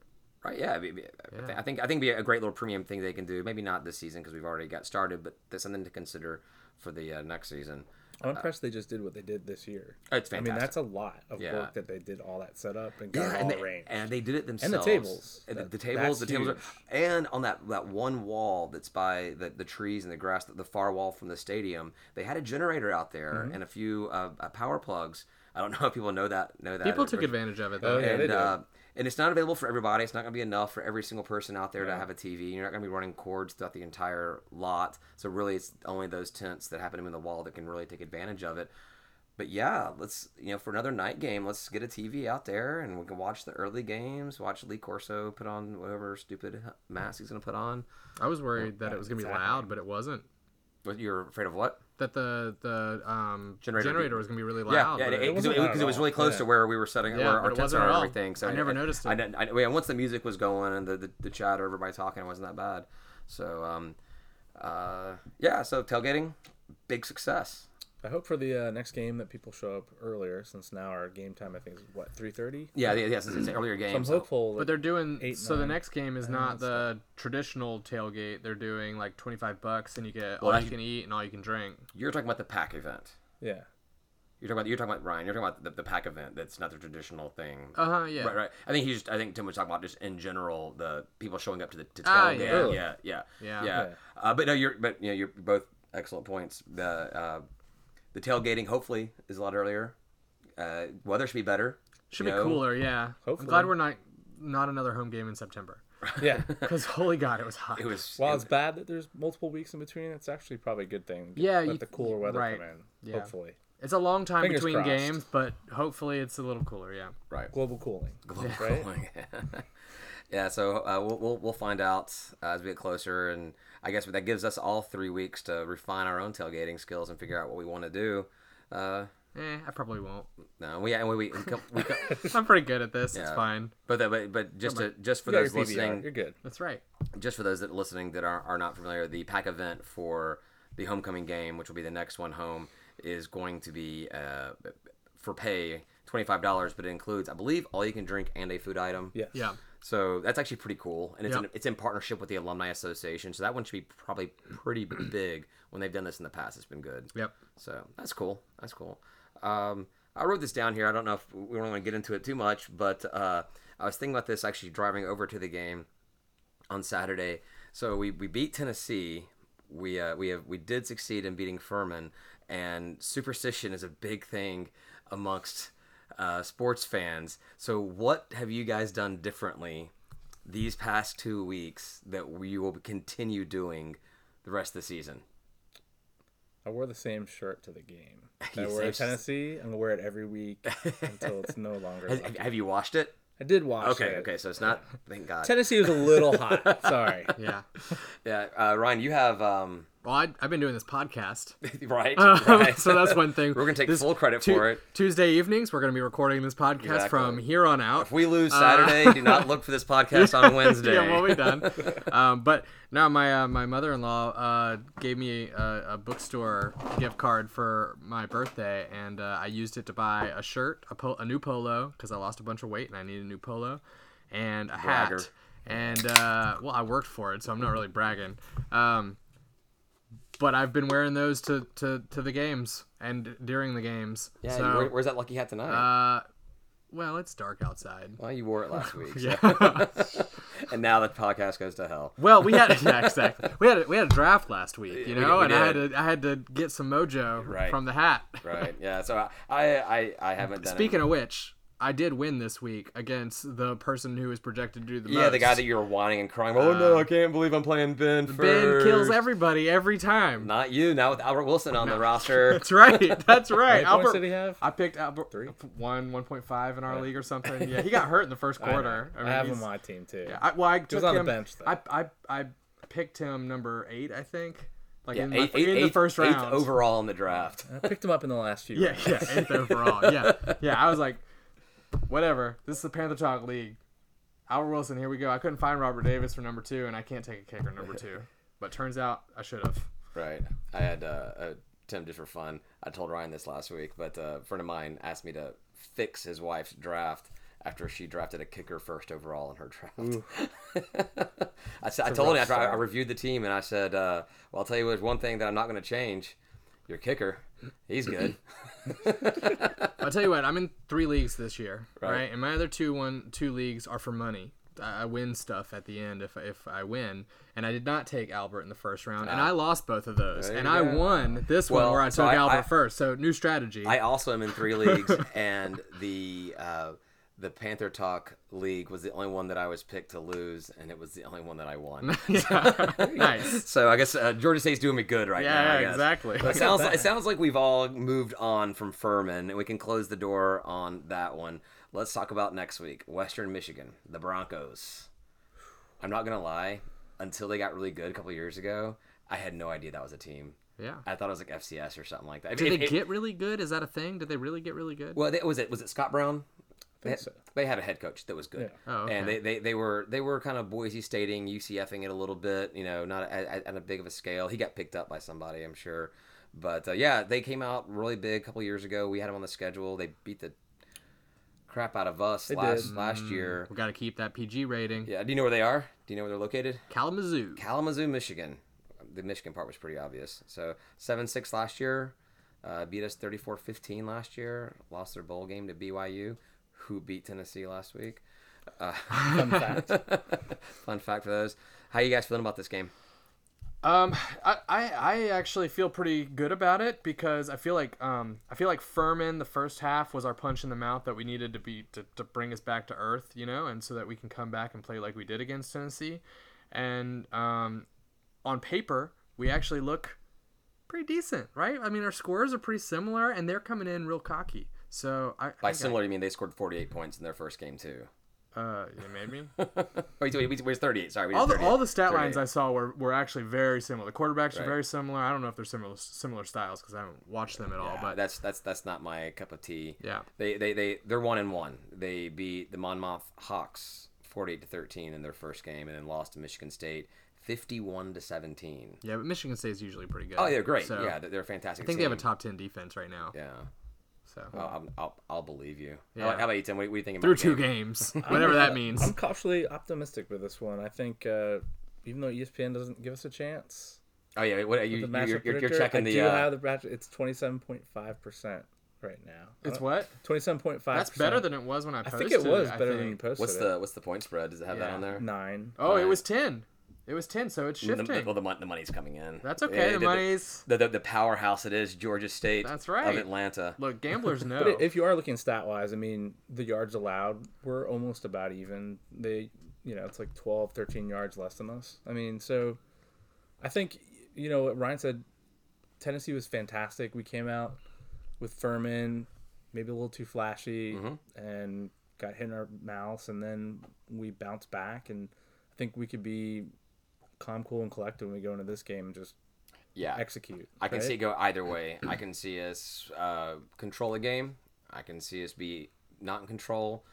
Speaker 1: Right. Yeah. I, mean, I thi- I think I think it'd be a great little premium thing they can do. Maybe not this season because we've already got started, but that's something to consider for the uh, next season.
Speaker 3: I'm impressed they just did what they did this year.
Speaker 1: It's
Speaker 3: I mean,
Speaker 1: fantastic.
Speaker 3: that's a lot of
Speaker 1: Yeah.
Speaker 3: work that they did all that setup and got it all
Speaker 1: and they,
Speaker 3: arranged.
Speaker 1: and they did it themselves.
Speaker 3: tables.
Speaker 1: And The,
Speaker 3: That-
Speaker 1: the tables, the
Speaker 3: that's
Speaker 1: tables, are,
Speaker 3: huge.
Speaker 1: and on that that one wall that's by the, the trees and the grass, the far wall from the stadium, they had a generator out there
Speaker 3: Mm-hmm.
Speaker 1: and a few uh, uh, power plugs. I don't <laughs> know if people know that know that
Speaker 2: people took
Speaker 1: Or-
Speaker 2: advantage of it though.
Speaker 3: Oh, yeah.
Speaker 1: and
Speaker 3: they do.
Speaker 1: uh, and it's not available for everybody. It's not going to be enough for every single person out there to have a TV. You're not going to be running cords throughout the entire lot. So really, it's only those tents that happen in the wall that can really take advantage of it. But yeah, let's you know for another night game, let's get a TV out there and we can watch the early games. Watch Lee Corso put on whatever stupid mask he's going to put on.
Speaker 2: I was worried that it was gonna be
Speaker 3: exactly.
Speaker 2: loud, but it wasn't.
Speaker 1: But you're afraid of what?
Speaker 2: That the the um, generator,
Speaker 1: Generator would be-
Speaker 2: was gonna be really
Speaker 1: Yeah,
Speaker 2: loud.
Speaker 1: yeah,
Speaker 2: but
Speaker 1: because it,
Speaker 2: it-
Speaker 1: because
Speaker 3: wasn't
Speaker 1: it,
Speaker 3: loud at
Speaker 1: 'cause it was
Speaker 3: all.
Speaker 1: really close
Speaker 3: Yeah.
Speaker 1: to where we were setting
Speaker 2: Yeah,
Speaker 1: where
Speaker 2: but
Speaker 1: our
Speaker 2: it
Speaker 1: tents
Speaker 2: wasn't
Speaker 1: are
Speaker 2: at
Speaker 1: and
Speaker 2: all.
Speaker 1: everything. So
Speaker 2: I never noticed
Speaker 1: I,
Speaker 2: it.
Speaker 1: didn't- I, well, once the music was going and the the, the chat, or everybody talking, it wasn't that bad. So, um, uh, yeah. So tailgating, big success.
Speaker 3: I hope for the uh, next game that people show up earlier, since now our game time I think is what three thirty.
Speaker 1: Yeah, yeah. yeah since it's an earlier
Speaker 3: I'm
Speaker 1: games.
Speaker 3: hopeful.
Speaker 2: But
Speaker 3: That,
Speaker 2: they're doing
Speaker 3: Eight,
Speaker 2: so. The
Speaker 3: nine,
Speaker 2: next game is not the traditional tailgate. They're doing like twenty five bucks, and you get all
Speaker 1: Well,
Speaker 2: you
Speaker 1: that-
Speaker 2: can eat and all you can drink.
Speaker 1: you're talking about the pack event.
Speaker 3: yeah,
Speaker 1: You're talking about you're talking about Ryan. You're talking about the, the pack event. That's not the traditional thing.
Speaker 2: Uh huh. Yeah.
Speaker 1: Right, right. I think he's. I think Tim was talking about just in general the people showing up to the to tailgate.
Speaker 2: Ah, yeah.
Speaker 1: yeah,
Speaker 2: Really?
Speaker 1: yeah, yeah,
Speaker 2: Yeah.
Speaker 3: Yeah.
Speaker 1: Uh, but no, you're. But you know, you're both excellent points. The uh, the tailgating hopefully is a lot earlier. Uh, weather should be better.
Speaker 2: Should
Speaker 1: you
Speaker 2: be
Speaker 1: know?
Speaker 2: cooler. Yeah. I'm
Speaker 3: Hopefully.
Speaker 2: glad we're not not another home game in September.
Speaker 3: Yeah.
Speaker 2: Because <laughs> holy God, it was hot.
Speaker 1: It was
Speaker 3: While
Speaker 1: it-
Speaker 3: it's bad that there's multiple weeks in between, it's actually probably a good thing.
Speaker 2: Yeah,
Speaker 3: Let
Speaker 2: you-
Speaker 3: the cooler weather
Speaker 2: right.
Speaker 3: come in.
Speaker 2: Yeah.
Speaker 3: Hopefully.
Speaker 2: It's a long time
Speaker 3: Fingers
Speaker 2: between
Speaker 3: crossed.
Speaker 2: games, but hopefully it's a little cooler. Yeah.
Speaker 1: right.
Speaker 3: Global cooling.
Speaker 1: <laughs> Global
Speaker 3: right?
Speaker 1: cooling. yeah, so uh, we'll, we'll we'll find out uh, as we get closer, and I guess that gives us all three weeks to refine our own tailgating skills and figure out what we want to do. Uh,
Speaker 2: Eh, I probably won't.
Speaker 1: no, we and we, we, we, we
Speaker 2: I'm pretty good at this. It's
Speaker 1: Yeah.
Speaker 2: fine.
Speaker 1: but that but, but just to, just for
Speaker 3: You got
Speaker 1: those
Speaker 3: your PBR. You're
Speaker 1: listening,
Speaker 3: good.
Speaker 2: That's right.
Speaker 1: just for those that listening that are, are not familiar, the pack event for the homecoming game, which will be the next one home, is going to be uh, for pay twenty five dollars, but it includes I believe all you can drink and a food item.
Speaker 3: Yes.
Speaker 2: Yeah.
Speaker 1: So that's actually pretty cool, and it's
Speaker 2: Yep.
Speaker 1: in, it's in partnership with the alumni association. So that one should be probably pretty big when they've done this in the past. It's been good.
Speaker 2: Yep.
Speaker 1: So that's cool. That's cool. Um, I wrote this down here. I don't know if we want to get into it too much, but uh, I was thinking about this actually driving over to the game on Saturday. So we, we beat Tennessee. We uh, we have we did succeed in beating Furman, and superstition is a big thing amongst uh, sports fans. So what have you guys done differently these past two weeks that we will continue doing the rest of the season?
Speaker 3: I wore the same shirt to the game. I
Speaker 1: You
Speaker 3: wore it
Speaker 1: same-
Speaker 3: to Tennessee. I'm gonna wear it every week until it's no longer.
Speaker 1: Has,
Speaker 3: allowed.
Speaker 1: have you watched it?
Speaker 3: I did watch.
Speaker 1: Okay,
Speaker 3: it.
Speaker 1: okay, so it's not. Thank God.
Speaker 3: Tennessee was a little hot. Sorry.
Speaker 2: Yeah.
Speaker 1: <laughs> Yeah, uh, Ryan, you have um, <laughs>
Speaker 2: Well, I, I've been doing this podcast.
Speaker 1: right,
Speaker 2: <laughs> Um,
Speaker 1: <laughs> right.
Speaker 2: so that's one thing.
Speaker 1: We're gonna take
Speaker 2: This
Speaker 1: full credit
Speaker 2: Tu-
Speaker 1: for it.
Speaker 2: Tuesday evenings, we're going to be recording this podcast
Speaker 1: Exactly.
Speaker 2: from here on out.
Speaker 1: If we lose Saturday, do not look for
Speaker 2: <laughs>
Speaker 1: this podcast on Wednesday.
Speaker 2: Uh, yeah, well, we done.
Speaker 1: <laughs>
Speaker 2: um, but no, my uh, my mother in law uh, gave me a, a bookstore gift card for my birthday, and uh, I used it to buy a shirt, a, pol- a new polo, because I lost a bunch of weight and I need a new polo, and a hat.
Speaker 1: Bragger.
Speaker 2: And uh, well, I worked for it, so I'm not really bragging. Um, but I've been wearing those to, to, to the games and during the games.
Speaker 1: Yeah,
Speaker 2: so,
Speaker 1: where, where's that lucky hat tonight?
Speaker 2: uh, well, it's dark
Speaker 1: <laughs>
Speaker 2: outside.
Speaker 1: well, you wore it
Speaker 2: <laughs>
Speaker 1: last week, so-
Speaker 2: Yeah.
Speaker 1: and now the podcast goes to hell.
Speaker 2: Well, we had <laughs> yeah, exactly. We had a, we had a draft last week, you
Speaker 1: we
Speaker 2: know,
Speaker 1: did-
Speaker 2: and
Speaker 1: we
Speaker 2: I had
Speaker 1: did.
Speaker 2: to I had to get some mojo
Speaker 1: Right.
Speaker 2: from the hat.
Speaker 1: Right? Yeah. So I, I, I, I haven't done.
Speaker 2: Speaking of which, I did win this week against the person who is projected to do the
Speaker 1: yeah,
Speaker 2: most.
Speaker 1: the guy that you were whining and crying. Oh no, I can't believe I'm playing Ben.
Speaker 2: Uh, Ben kills
Speaker 1: first."
Speaker 2: everybody every time. <laughs>
Speaker 1: Not you. Now with Albert Wilson on the roster.
Speaker 2: That's right. That's right.
Speaker 3: <laughs> How many points
Speaker 2: Albert.
Speaker 3: did he have?
Speaker 2: I picked Albert
Speaker 3: Three?
Speaker 2: one, one point five in our league or
Speaker 3: <laughs>
Speaker 2: something. Yeah, he got hurt in the first quarter.
Speaker 3: I have him
Speaker 2: he's-
Speaker 3: on my team too.
Speaker 2: Yeah, I, well, I took
Speaker 3: on the
Speaker 2: him.
Speaker 3: bench, though.
Speaker 2: I, I I picked him number eight, I think. Like
Speaker 1: Yeah,
Speaker 2: in, my-
Speaker 1: eighth, eighth,
Speaker 2: in the
Speaker 1: eighth-
Speaker 2: first
Speaker 1: eighth
Speaker 2: round.
Speaker 1: overall in the draft.
Speaker 3: I picked him up in the last few.
Speaker 2: <laughs> Yeah,
Speaker 1: <laughs>
Speaker 2: yeah, eighth overall. Yeah, yeah. I was like, whatever. This is the Panther Talk League. Albert Wilson, here we go. I couldn't find Robert Davis for number two, and I can't take a kicker
Speaker 1: <laughs>
Speaker 2: number two. But turns out I should have.
Speaker 1: Right. I had uh, uh, Tim just for fun. I told Ryan this last week, but uh, a friend of mine asked me to fix his wife's draft after she drafted a kicker first overall in her draft. <laughs> I, said, I told him after I, I reviewed the team and I said, uh, "Well, I'll tell you what, one thing that I'm not going to change: your kicker. He's good.
Speaker 2: I'll tell you what. I'm in three leagues this year, right?
Speaker 1: Right.
Speaker 2: And my other two one two leagues are for money. I I win stuff at the end if, if I win, and I did not take Albert in the first round, and I lost both of those,
Speaker 1: Ah. There
Speaker 2: and
Speaker 1: you
Speaker 2: I
Speaker 1: go.
Speaker 2: won this one
Speaker 1: Well,
Speaker 2: where I took
Speaker 1: so I-
Speaker 2: Albert
Speaker 1: I-
Speaker 2: first. So new
Speaker 1: <laughs>
Speaker 2: strategy.
Speaker 1: I also am in three leagues, and the uh, the Panther Talk League was the only one that I was picked to lose, and it was the only one that I won.
Speaker 2: <laughs> Yeah. nice.
Speaker 1: <laughs> So I guess uh, Georgia State's doing me good right now.
Speaker 2: Yeah,
Speaker 1: I guess.
Speaker 2: exactly.
Speaker 1: It sounds, it sounds like we've all moved on from Furman, and we can close the door on that one. Let's talk about next week Western Michigan, the Broncos. I'm not going to lie, until they got really good a couple years ago, I had no idea that was a team.
Speaker 2: <laughs> Yeah.
Speaker 1: I thought it was like FCS or something like that.
Speaker 2: Did
Speaker 1: It-
Speaker 2: <laughs> they
Speaker 1: it-
Speaker 2: get really good? Is that a thing? Did they really get really good?
Speaker 1: well, they, was it was it Scott Brown? They had,
Speaker 3: so.
Speaker 1: they had a head coach that was good,
Speaker 2: Oh, okay.
Speaker 1: and they, they, they were they were kind of Boise stating UCFing it a little bit, you know, not at, at, at a big of a scale. He got picked up by somebody, I'm sure, but uh, yeah, they came out really big a couple years ago. We had them on the schedule. They beat the crap out of us last
Speaker 3: did.
Speaker 2: Mm.
Speaker 1: last year.
Speaker 2: We got to keep that PG rating.
Speaker 1: Yeah, do you know where they are? Do you know where they're located?
Speaker 2: Kalamazoo.
Speaker 1: Kalamazoo, Michigan. The Michigan part was pretty obvious. So 7 6 last year, uh, beat us 34 15 last year, lost their bowl game to BYU, who beat Tennessee last week. Uh,
Speaker 3: Fun fact.
Speaker 1: <laughs> Fun fact for those. How you guys feeling about this game?
Speaker 2: Um, I, I, I actually feel pretty good about it because I feel like um I feel like Furman the first half was our punch in the mouth that we needed to be to, to bring us back to earth, you know, and so that we can come back and play like we did against Tennessee. And um on paper, we actually look pretty decent, right? I mean our scores are pretty similar and they're coming in real cocky. So I, I
Speaker 1: By
Speaker 2: think I-
Speaker 1: similar, you mean they scored 48 points in their first game too. <laughs>
Speaker 2: uh you maybe
Speaker 1: wait, wait, wait, wait, 38. Sorry, we did
Speaker 2: all the
Speaker 1: 38.
Speaker 2: all the stat lines
Speaker 1: 38.
Speaker 2: I saw were, were actually very similar. The quarterbacks are
Speaker 1: Right.
Speaker 2: very similar. I don't know if they're similar similar styles because I haven't watched them at all,
Speaker 1: Uh,
Speaker 2: but
Speaker 1: that's that's that's not my cup of tea.
Speaker 2: Yeah.
Speaker 1: They they they they're one and one. They beat the Monmouth Hawks 48 to 13 in their first game and then lost to Michigan State 51 to 17.
Speaker 2: Yeah, but Michigan State's usually pretty good.
Speaker 1: Oh, they're great.
Speaker 2: So
Speaker 1: yeah, they're, they're a fantastic.
Speaker 2: I think they have a
Speaker 1: team.
Speaker 2: top ten defense right now.
Speaker 1: Yeah.
Speaker 2: So
Speaker 1: Well, I'll, I'll, I'll believe you. How,
Speaker 2: Yeah.
Speaker 1: about- how about you, Tim? What, what do you think about
Speaker 2: through
Speaker 1: the
Speaker 2: two
Speaker 1: game?
Speaker 2: games, whatever that means.
Speaker 3: I'm cautiously optimistic with this one. I think uh, even though ESPN doesn't give us a chance,
Speaker 1: Oh yeah, what are you, you,
Speaker 3: the matchup
Speaker 1: you're, you're, you're
Speaker 3: predictor,
Speaker 1: checking
Speaker 3: I
Speaker 1: the.
Speaker 3: do
Speaker 1: uh,
Speaker 3: have the match. It's 27.5 percent right now.
Speaker 2: it's what?
Speaker 3: 27.5.
Speaker 2: That's better than it was when I
Speaker 3: I
Speaker 2: posted.
Speaker 3: think it was
Speaker 2: I
Speaker 3: better than you
Speaker 2: think.
Speaker 3: posted.
Speaker 1: what's
Speaker 3: it.
Speaker 1: the what's the point spread? Does it have that
Speaker 2: Yeah.
Speaker 1: on there?
Speaker 3: nine?
Speaker 2: Oh, it
Speaker 1: Alright.
Speaker 2: was ten. It was ten, so it's
Speaker 1: The- the-
Speaker 2: shifting.
Speaker 1: well, the, mon- the money's coming in.
Speaker 2: That's
Speaker 1: Yeah,
Speaker 2: okay.
Speaker 1: the-
Speaker 2: the
Speaker 1: the-
Speaker 2: money's
Speaker 1: The, the, the powerhouse it is, Georgia State.
Speaker 2: That's right.
Speaker 1: Of Atlanta.
Speaker 2: look. Gamblers know.
Speaker 3: But i- if you are looking stat wise, I mean, the yards allowed were almost about even. They, you know, it's like 12, 13 yards less than us. I mean, so I think, you know, what Ryan said, Tennessee was fantastic. We came out with Furman, maybe a little too flashy,
Speaker 1: Mm-hmm.
Speaker 3: and got hit in our mouths, and then we bounced back. And I think we could be calm, cool, and collected when we go into this game and just
Speaker 1: Yeah.
Speaker 3: execute.
Speaker 1: I can
Speaker 3: right?
Speaker 1: see it go either way. I can see us uh, control a game. I can see us be not in control.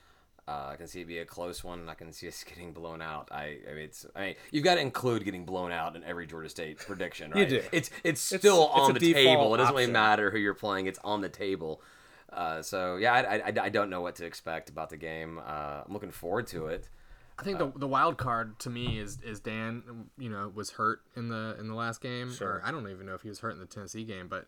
Speaker 1: Uh, I can see it be a close one. and I can see us <laughs> getting blown out. I, I mean, it's. I mean, you've got to include getting blown out in every Georgia
Speaker 3: <laughs>
Speaker 1: State prediction, right?
Speaker 3: do.
Speaker 1: It's it's still
Speaker 3: it's
Speaker 1: on
Speaker 3: a
Speaker 1: the
Speaker 3: default
Speaker 1: table. It doesn't really
Speaker 3: option.
Speaker 1: matter who you're playing. It's on the table. Uh, so yeah, I, I, I- I don't know what to expect about the game. Uh, I'm looking forward to it.
Speaker 2: I think
Speaker 3: Uh,
Speaker 2: the the wild card to me is is Dan. You know, was hurt in the in the last game, or I don't even know if he was hurt in the Tennessee game, but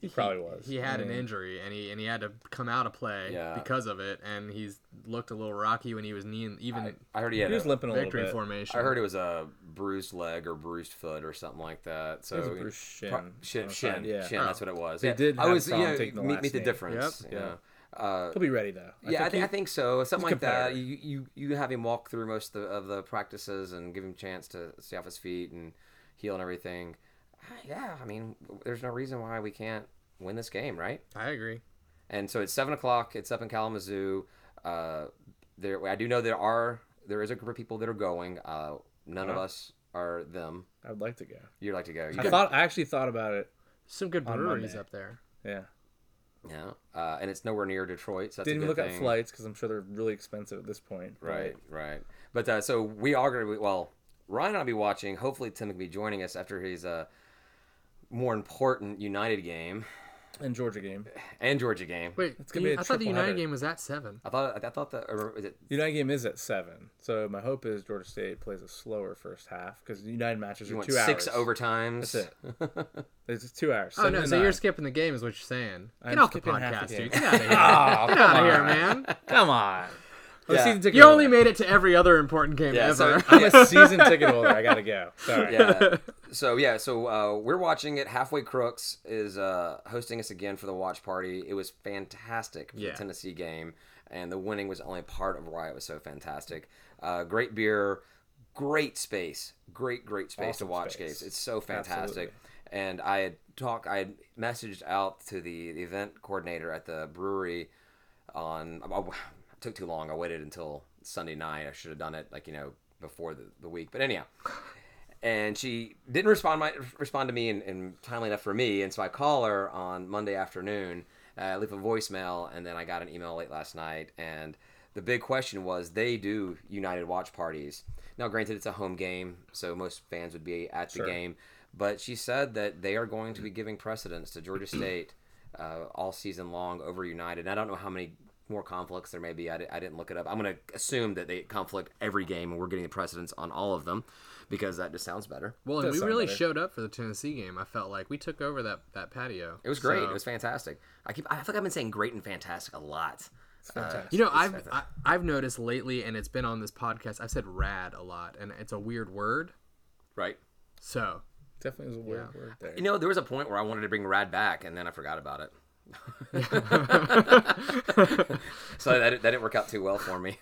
Speaker 3: He probably was.
Speaker 2: He had an injury and he and he had to come out of play
Speaker 1: Yeah.
Speaker 2: because of it, and he's looked a little rocky when he was kneeing even
Speaker 1: I heard he had
Speaker 3: He was
Speaker 1: a-
Speaker 3: limping a little
Speaker 2: victory
Speaker 3: bit.
Speaker 2: formation.
Speaker 1: I heard it was a bruised leg or bruised foot or something like that. So
Speaker 3: was a
Speaker 1: you know,
Speaker 3: bruised shin
Speaker 1: pro- shin,
Speaker 3: on the
Speaker 1: shin,
Speaker 3: side, yeah.
Speaker 1: shin, That's what it was.
Speaker 3: They
Speaker 1: yeah.
Speaker 3: did
Speaker 1: I
Speaker 3: have
Speaker 1: was, you
Speaker 3: Tom
Speaker 1: know,
Speaker 3: take the
Speaker 1: meet,
Speaker 3: last
Speaker 1: meet the
Speaker 3: name.
Speaker 1: difference.
Speaker 2: Yep.
Speaker 1: you
Speaker 3: Yeah.
Speaker 1: know. Uh,
Speaker 3: He'll be ready though.
Speaker 1: yeah, I, thi-
Speaker 3: he-
Speaker 1: I think so. Something
Speaker 3: he's
Speaker 1: like that. You,
Speaker 3: competitive.
Speaker 1: you you have him walk through most of the, of the practices and give him chance to stay off his feet and heal and everything. Ah, Yeah, I mean, there's no reason why we can't win this game, right?
Speaker 2: I agree.
Speaker 1: and so it's seven o'clock. It's up in Kalamazoo. Uh, there, I do know there are there is a group of people that are going. Uh, none of us are them.
Speaker 3: I would like to go.
Speaker 1: You'd like to go? You
Speaker 3: Uh-huh. I thought I actually thought about it.
Speaker 2: Some good
Speaker 3: On
Speaker 2: breweries
Speaker 3: Monday.
Speaker 2: up there.
Speaker 3: Yeah.
Speaker 1: Yeah, uh, and it's nowhere near Detroit. So that's a
Speaker 3: Didn't
Speaker 1: good
Speaker 3: look
Speaker 1: thing.
Speaker 3: at flights because I'm sure they're really expensive at this point. but
Speaker 1: Right, right. But uh, so we are going to be, well, Ryan and I'll be watching. Hopefully, Tim can be joining us after his uh, more important United game
Speaker 3: And Georgia game.
Speaker 1: and Georgia game.
Speaker 2: Wait,
Speaker 3: It's gonna be
Speaker 2: you-
Speaker 3: a
Speaker 2: I thought the
Speaker 3: triple
Speaker 2: United
Speaker 3: header.
Speaker 2: game was at seven.
Speaker 1: I thought I thought that or is it
Speaker 3: United game is at seven, so my hope is Georgia State plays a slower first half because United matches
Speaker 1: you
Speaker 3: are
Speaker 1: went
Speaker 3: two
Speaker 1: six
Speaker 3: hours.
Speaker 1: overtimes.
Speaker 3: That's It's two hours.
Speaker 2: Oh no!
Speaker 3: seven to
Speaker 2: So you're
Speaker 3: nine. <laughs>
Speaker 2: skipping the game, is what you're saying? Get
Speaker 3: I'm
Speaker 2: off the
Speaker 3: skipping half
Speaker 2: podcast,
Speaker 3: the
Speaker 2: dude!
Speaker 3: game.
Speaker 2: <laughs> Get out of
Speaker 3: <laughs>
Speaker 2: here!
Speaker 3: Oh,
Speaker 2: Get out of here, man!
Speaker 3: <laughs> come
Speaker 2: <laughs>
Speaker 3: on! I'm
Speaker 1: Yeah.
Speaker 3: a season ticket
Speaker 2: You only
Speaker 3: holder.
Speaker 2: made it to every other important game
Speaker 1: Yeah, so-
Speaker 2: ever.
Speaker 3: <laughs> I'm
Speaker 2: <laughs>
Speaker 3: a season ticket holder. I gotta go. Sorry.
Speaker 1: yeah. <laughs> So yeah, so uh, we're watching it. Halfway Crooks is uh, hosting us again for the watch party. It was fantastic for
Speaker 2: Yeah.
Speaker 1: the Tennessee game, and the winning was only part of why it was so fantastic. Uh, great beer, great space, great great space
Speaker 3: Awesome
Speaker 1: to watch
Speaker 3: space.
Speaker 1: games. It's so fantastic.
Speaker 3: Absolutely.
Speaker 1: And I had talked, I had messaged out to the, the event coordinator at the brewery on I, I- it took too long. I waited until Sunday night. I should have done it like you know before the, the week. But anyhow, and she didn't respond my, respond to me in, in timely enough for me. And so I call her on Monday afternoon. Uh, I leave a voicemail, and then I got an email late last night. And the big question was, they do United watch parties. Now, granted, it's a home game, so most fans would be at the game. But she said that they are going to be giving precedence to Georgia State uh, all season long over United. And I don't know how many more conflicts there may be. I, di- I didn't look it up. I'm going to assume that they conflict every game, and we're getting the precedence on all of them because that just sounds better.
Speaker 2: well, and
Speaker 3: Does
Speaker 2: we
Speaker 3: sound
Speaker 2: really
Speaker 3: better.
Speaker 2: showed up for the Tennessee game. I felt like we took over that that patio.
Speaker 1: It was great.
Speaker 2: So-
Speaker 1: It was fantastic. I keep. I feel like I've been saying great and fantastic a lot.
Speaker 3: Fantastic.
Speaker 2: You know, I've I, I've noticed lately, and it's been on this podcast. I've said "rad" a lot, and it's a weird word.
Speaker 1: Right.
Speaker 2: So
Speaker 3: Definitely was a weird word there.
Speaker 1: You know, there was a point where I wanted to bring Rad back, and then I forgot about it. so that, that didn't work out too well for me.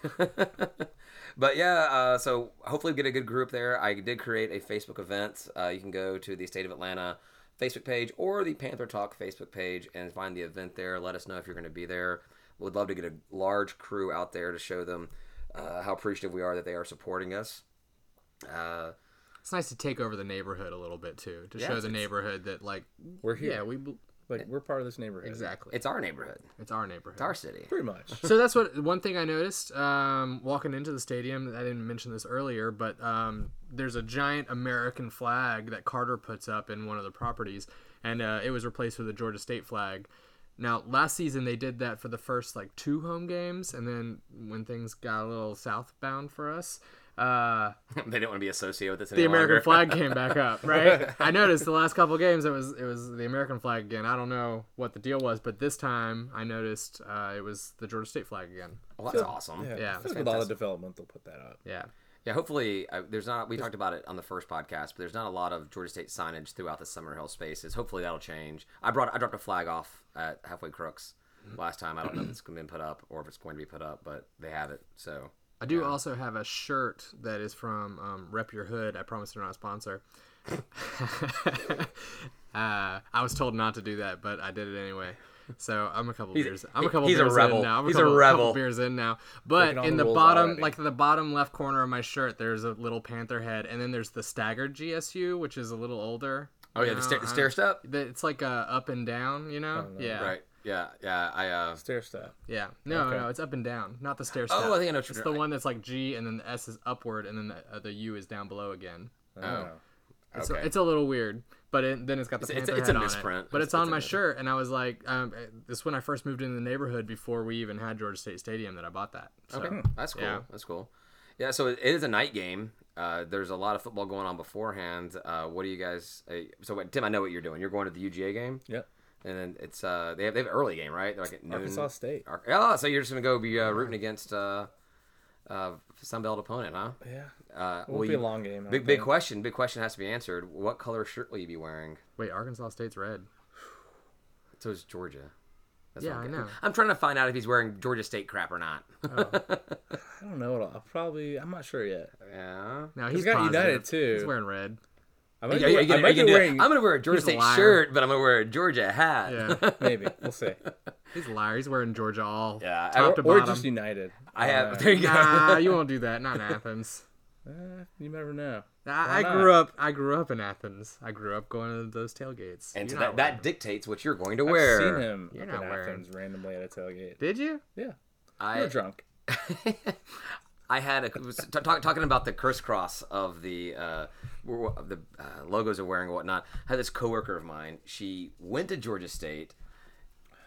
Speaker 1: <laughs> but yeah, uh, so hopefully we get a good group there. I did create a Facebook event. Uh, you can go to the State of Atlanta Facebook page or the Panther Talk Facebook page and find the event there. Let us know if you're going to be there. We'd love to get a large crew out there to show them uh, how appreciative we are that they are supporting us. Uh,
Speaker 2: It's nice to take over the neighborhood a little bit too, to
Speaker 1: Yeah,
Speaker 2: show the
Speaker 1: it's-
Speaker 2: neighborhood that like
Speaker 3: We're here.
Speaker 2: Yeah, we bel-
Speaker 3: Like we're part of this neighborhood.
Speaker 2: exactly.
Speaker 1: it's our neighborhood,
Speaker 2: It's our neighborhood.
Speaker 1: it's our city.
Speaker 2: <laughs>
Speaker 3: Pretty much.
Speaker 2: so that's what one thing I noticed um, walking into the stadium. I didn't mention this earlier, but um, there's a giant American flag that Carter puts up in one of the properties, and uh, it was replaced with a Georgia State flag. Now, last season they did that for the first like two home games, and then when things got a little southbound for us, uh,
Speaker 1: <laughs> they don't want to be associated with this
Speaker 2: the American flag came back up, <laughs> right? I noticed the last couple games it was it was the American flag again. I don't know what the deal was, but this time I noticed uh, it was the Georgia State flag again.
Speaker 1: Well, that's awesome.
Speaker 3: Yeah.
Speaker 1: Yeah.
Speaker 3: I feel like with all the development, they'll put that up.
Speaker 2: Yeah.
Speaker 1: hopefully, uh, there's not. We talked about it on the first podcast, but there's not a lot of Georgia State signage throughout the Summer Hill spaces. Hopefully, that'll change. I brought. I dropped a flag off at halfway Crooks
Speaker 2: Mm-hmm.
Speaker 1: last time. I don't know if it's been put up or if it's going to be put up, but they have it. So
Speaker 2: I do also have a shirt that is from um, Rep Your Hood. I promise they're not a sponsor. <laughs> uh, I was told not to do that, but I did it anyway. So I'm a couple beers. I'm a couple
Speaker 1: he's a
Speaker 2: beers
Speaker 1: rebel.
Speaker 2: in now. I'm
Speaker 1: He's a
Speaker 2: couple,
Speaker 1: rebel.
Speaker 2: couple beers in now. But
Speaker 3: Breaking all
Speaker 2: in
Speaker 3: the
Speaker 2: the
Speaker 3: rules
Speaker 2: bottom,
Speaker 3: already.
Speaker 2: like the bottom left corner of my shirt, there's a little panther head, and then there's the staggered GSU, which is a little older.
Speaker 1: Oh yeah,
Speaker 2: now.
Speaker 1: the, stair the
Speaker 2: I-
Speaker 1: stair step.
Speaker 2: the- It's like a up and down, you know? Yeah.
Speaker 1: Oh, Right. Yeah. Yeah. I. Uh,
Speaker 3: Stair step.
Speaker 2: Yeah. No,
Speaker 3: Okay.
Speaker 2: no, it's up and down, not the stair step.
Speaker 1: oh, I think I know. What
Speaker 2: It's
Speaker 1: you're
Speaker 2: the
Speaker 1: doing.
Speaker 2: one that's like G, and then the S is upward, and then the, uh, the U is down below again.
Speaker 3: I
Speaker 1: Oh.
Speaker 3: don't know.
Speaker 2: It's,
Speaker 1: Okay.
Speaker 2: it's a little weird, but it, then it's got the
Speaker 1: It's- it's-
Speaker 2: panther
Speaker 1: it's a
Speaker 2: head on it.
Speaker 1: misprint.
Speaker 2: But
Speaker 1: It's-
Speaker 2: it's, on
Speaker 1: it's a
Speaker 2: my
Speaker 1: mis-
Speaker 2: shirt, and I was like, um, uh, this is when I first moved into the neighborhood before we even had Georgia State Stadium that I bought that. So,
Speaker 1: Okay, that's cool.
Speaker 2: yeah.
Speaker 1: That's cool. Yeah, so it is a night game. Uh, there's a lot of football going on beforehand. Uh, what do you guys? Uh, so what, Tim, I know what you're doing. You're going to the UGA game,
Speaker 3: Yep.
Speaker 1: and then it's uh, they have they have an early game, right? They're like at noon.
Speaker 3: Arkansas State.
Speaker 1: Ar- oh, so you're just gonna go be uh, rooting against uh, uh, some belt opponent, huh?
Speaker 3: Yeah.
Speaker 1: Uh,
Speaker 3: It won't
Speaker 1: will
Speaker 3: be
Speaker 1: you-
Speaker 3: a long game. I
Speaker 1: Big
Speaker 3: don't
Speaker 1: big
Speaker 3: think.
Speaker 1: question. Big question has to be answered. What color shirt will you be wearing?
Speaker 2: Wait, Arkansas State's red.
Speaker 1: So it's Georgia. That's
Speaker 2: Yeah,
Speaker 1: what
Speaker 2: I
Speaker 1: I'm
Speaker 2: know.
Speaker 1: I'm trying to find out if he's wearing Georgia State crap or not.
Speaker 3: Oh. I don't know. I'll probably. I'm not sure yet.
Speaker 1: <laughs> yeah.
Speaker 2: Now
Speaker 3: He's
Speaker 2: he's
Speaker 3: got
Speaker 2: positive.
Speaker 3: United, too.
Speaker 2: He's wearing red.
Speaker 3: I might
Speaker 1: Yeah,
Speaker 3: be,
Speaker 1: yeah,
Speaker 3: I
Speaker 1: you can-
Speaker 3: might
Speaker 1: you
Speaker 3: be
Speaker 1: can do it.
Speaker 3: wearing.
Speaker 1: I'm gonna wear a Georgia
Speaker 2: He's a
Speaker 1: State
Speaker 2: liar.
Speaker 1: shirt, but I'm gonna wear a Georgia hat.
Speaker 2: Yeah,
Speaker 3: <laughs> Maybe we'll see.
Speaker 2: he's a liar. He's wearing Georgia all
Speaker 1: Yeah, I-
Speaker 2: top
Speaker 1: or-
Speaker 2: to
Speaker 3: or
Speaker 2: bottom.
Speaker 3: just United.
Speaker 1: <laughs> I have.
Speaker 3: Uh,
Speaker 1: <laughs> There you go.
Speaker 2: nah, you won't do that. Not in Athens.
Speaker 3: eh, you never know.
Speaker 2: I,
Speaker 3: Why
Speaker 2: I grew up. I grew up in Athens. I grew up going to those tailgates.
Speaker 1: and so
Speaker 2: You're
Speaker 1: that,
Speaker 2: not
Speaker 1: that dictates what you're going to
Speaker 3: I've
Speaker 1: wear.
Speaker 3: seen him
Speaker 2: You're
Speaker 3: up
Speaker 2: not
Speaker 3: in
Speaker 2: wearing-
Speaker 3: Athens randomly at a tailgate.
Speaker 2: Did you?
Speaker 3: Yeah,
Speaker 1: I,
Speaker 3: you're drunk.
Speaker 1: <laughs> I had a was t- talk, talking about the crisscross of the uh, w- of the uh, logos of wearing and whatnot. I had this coworker of mine. She went to Georgia State.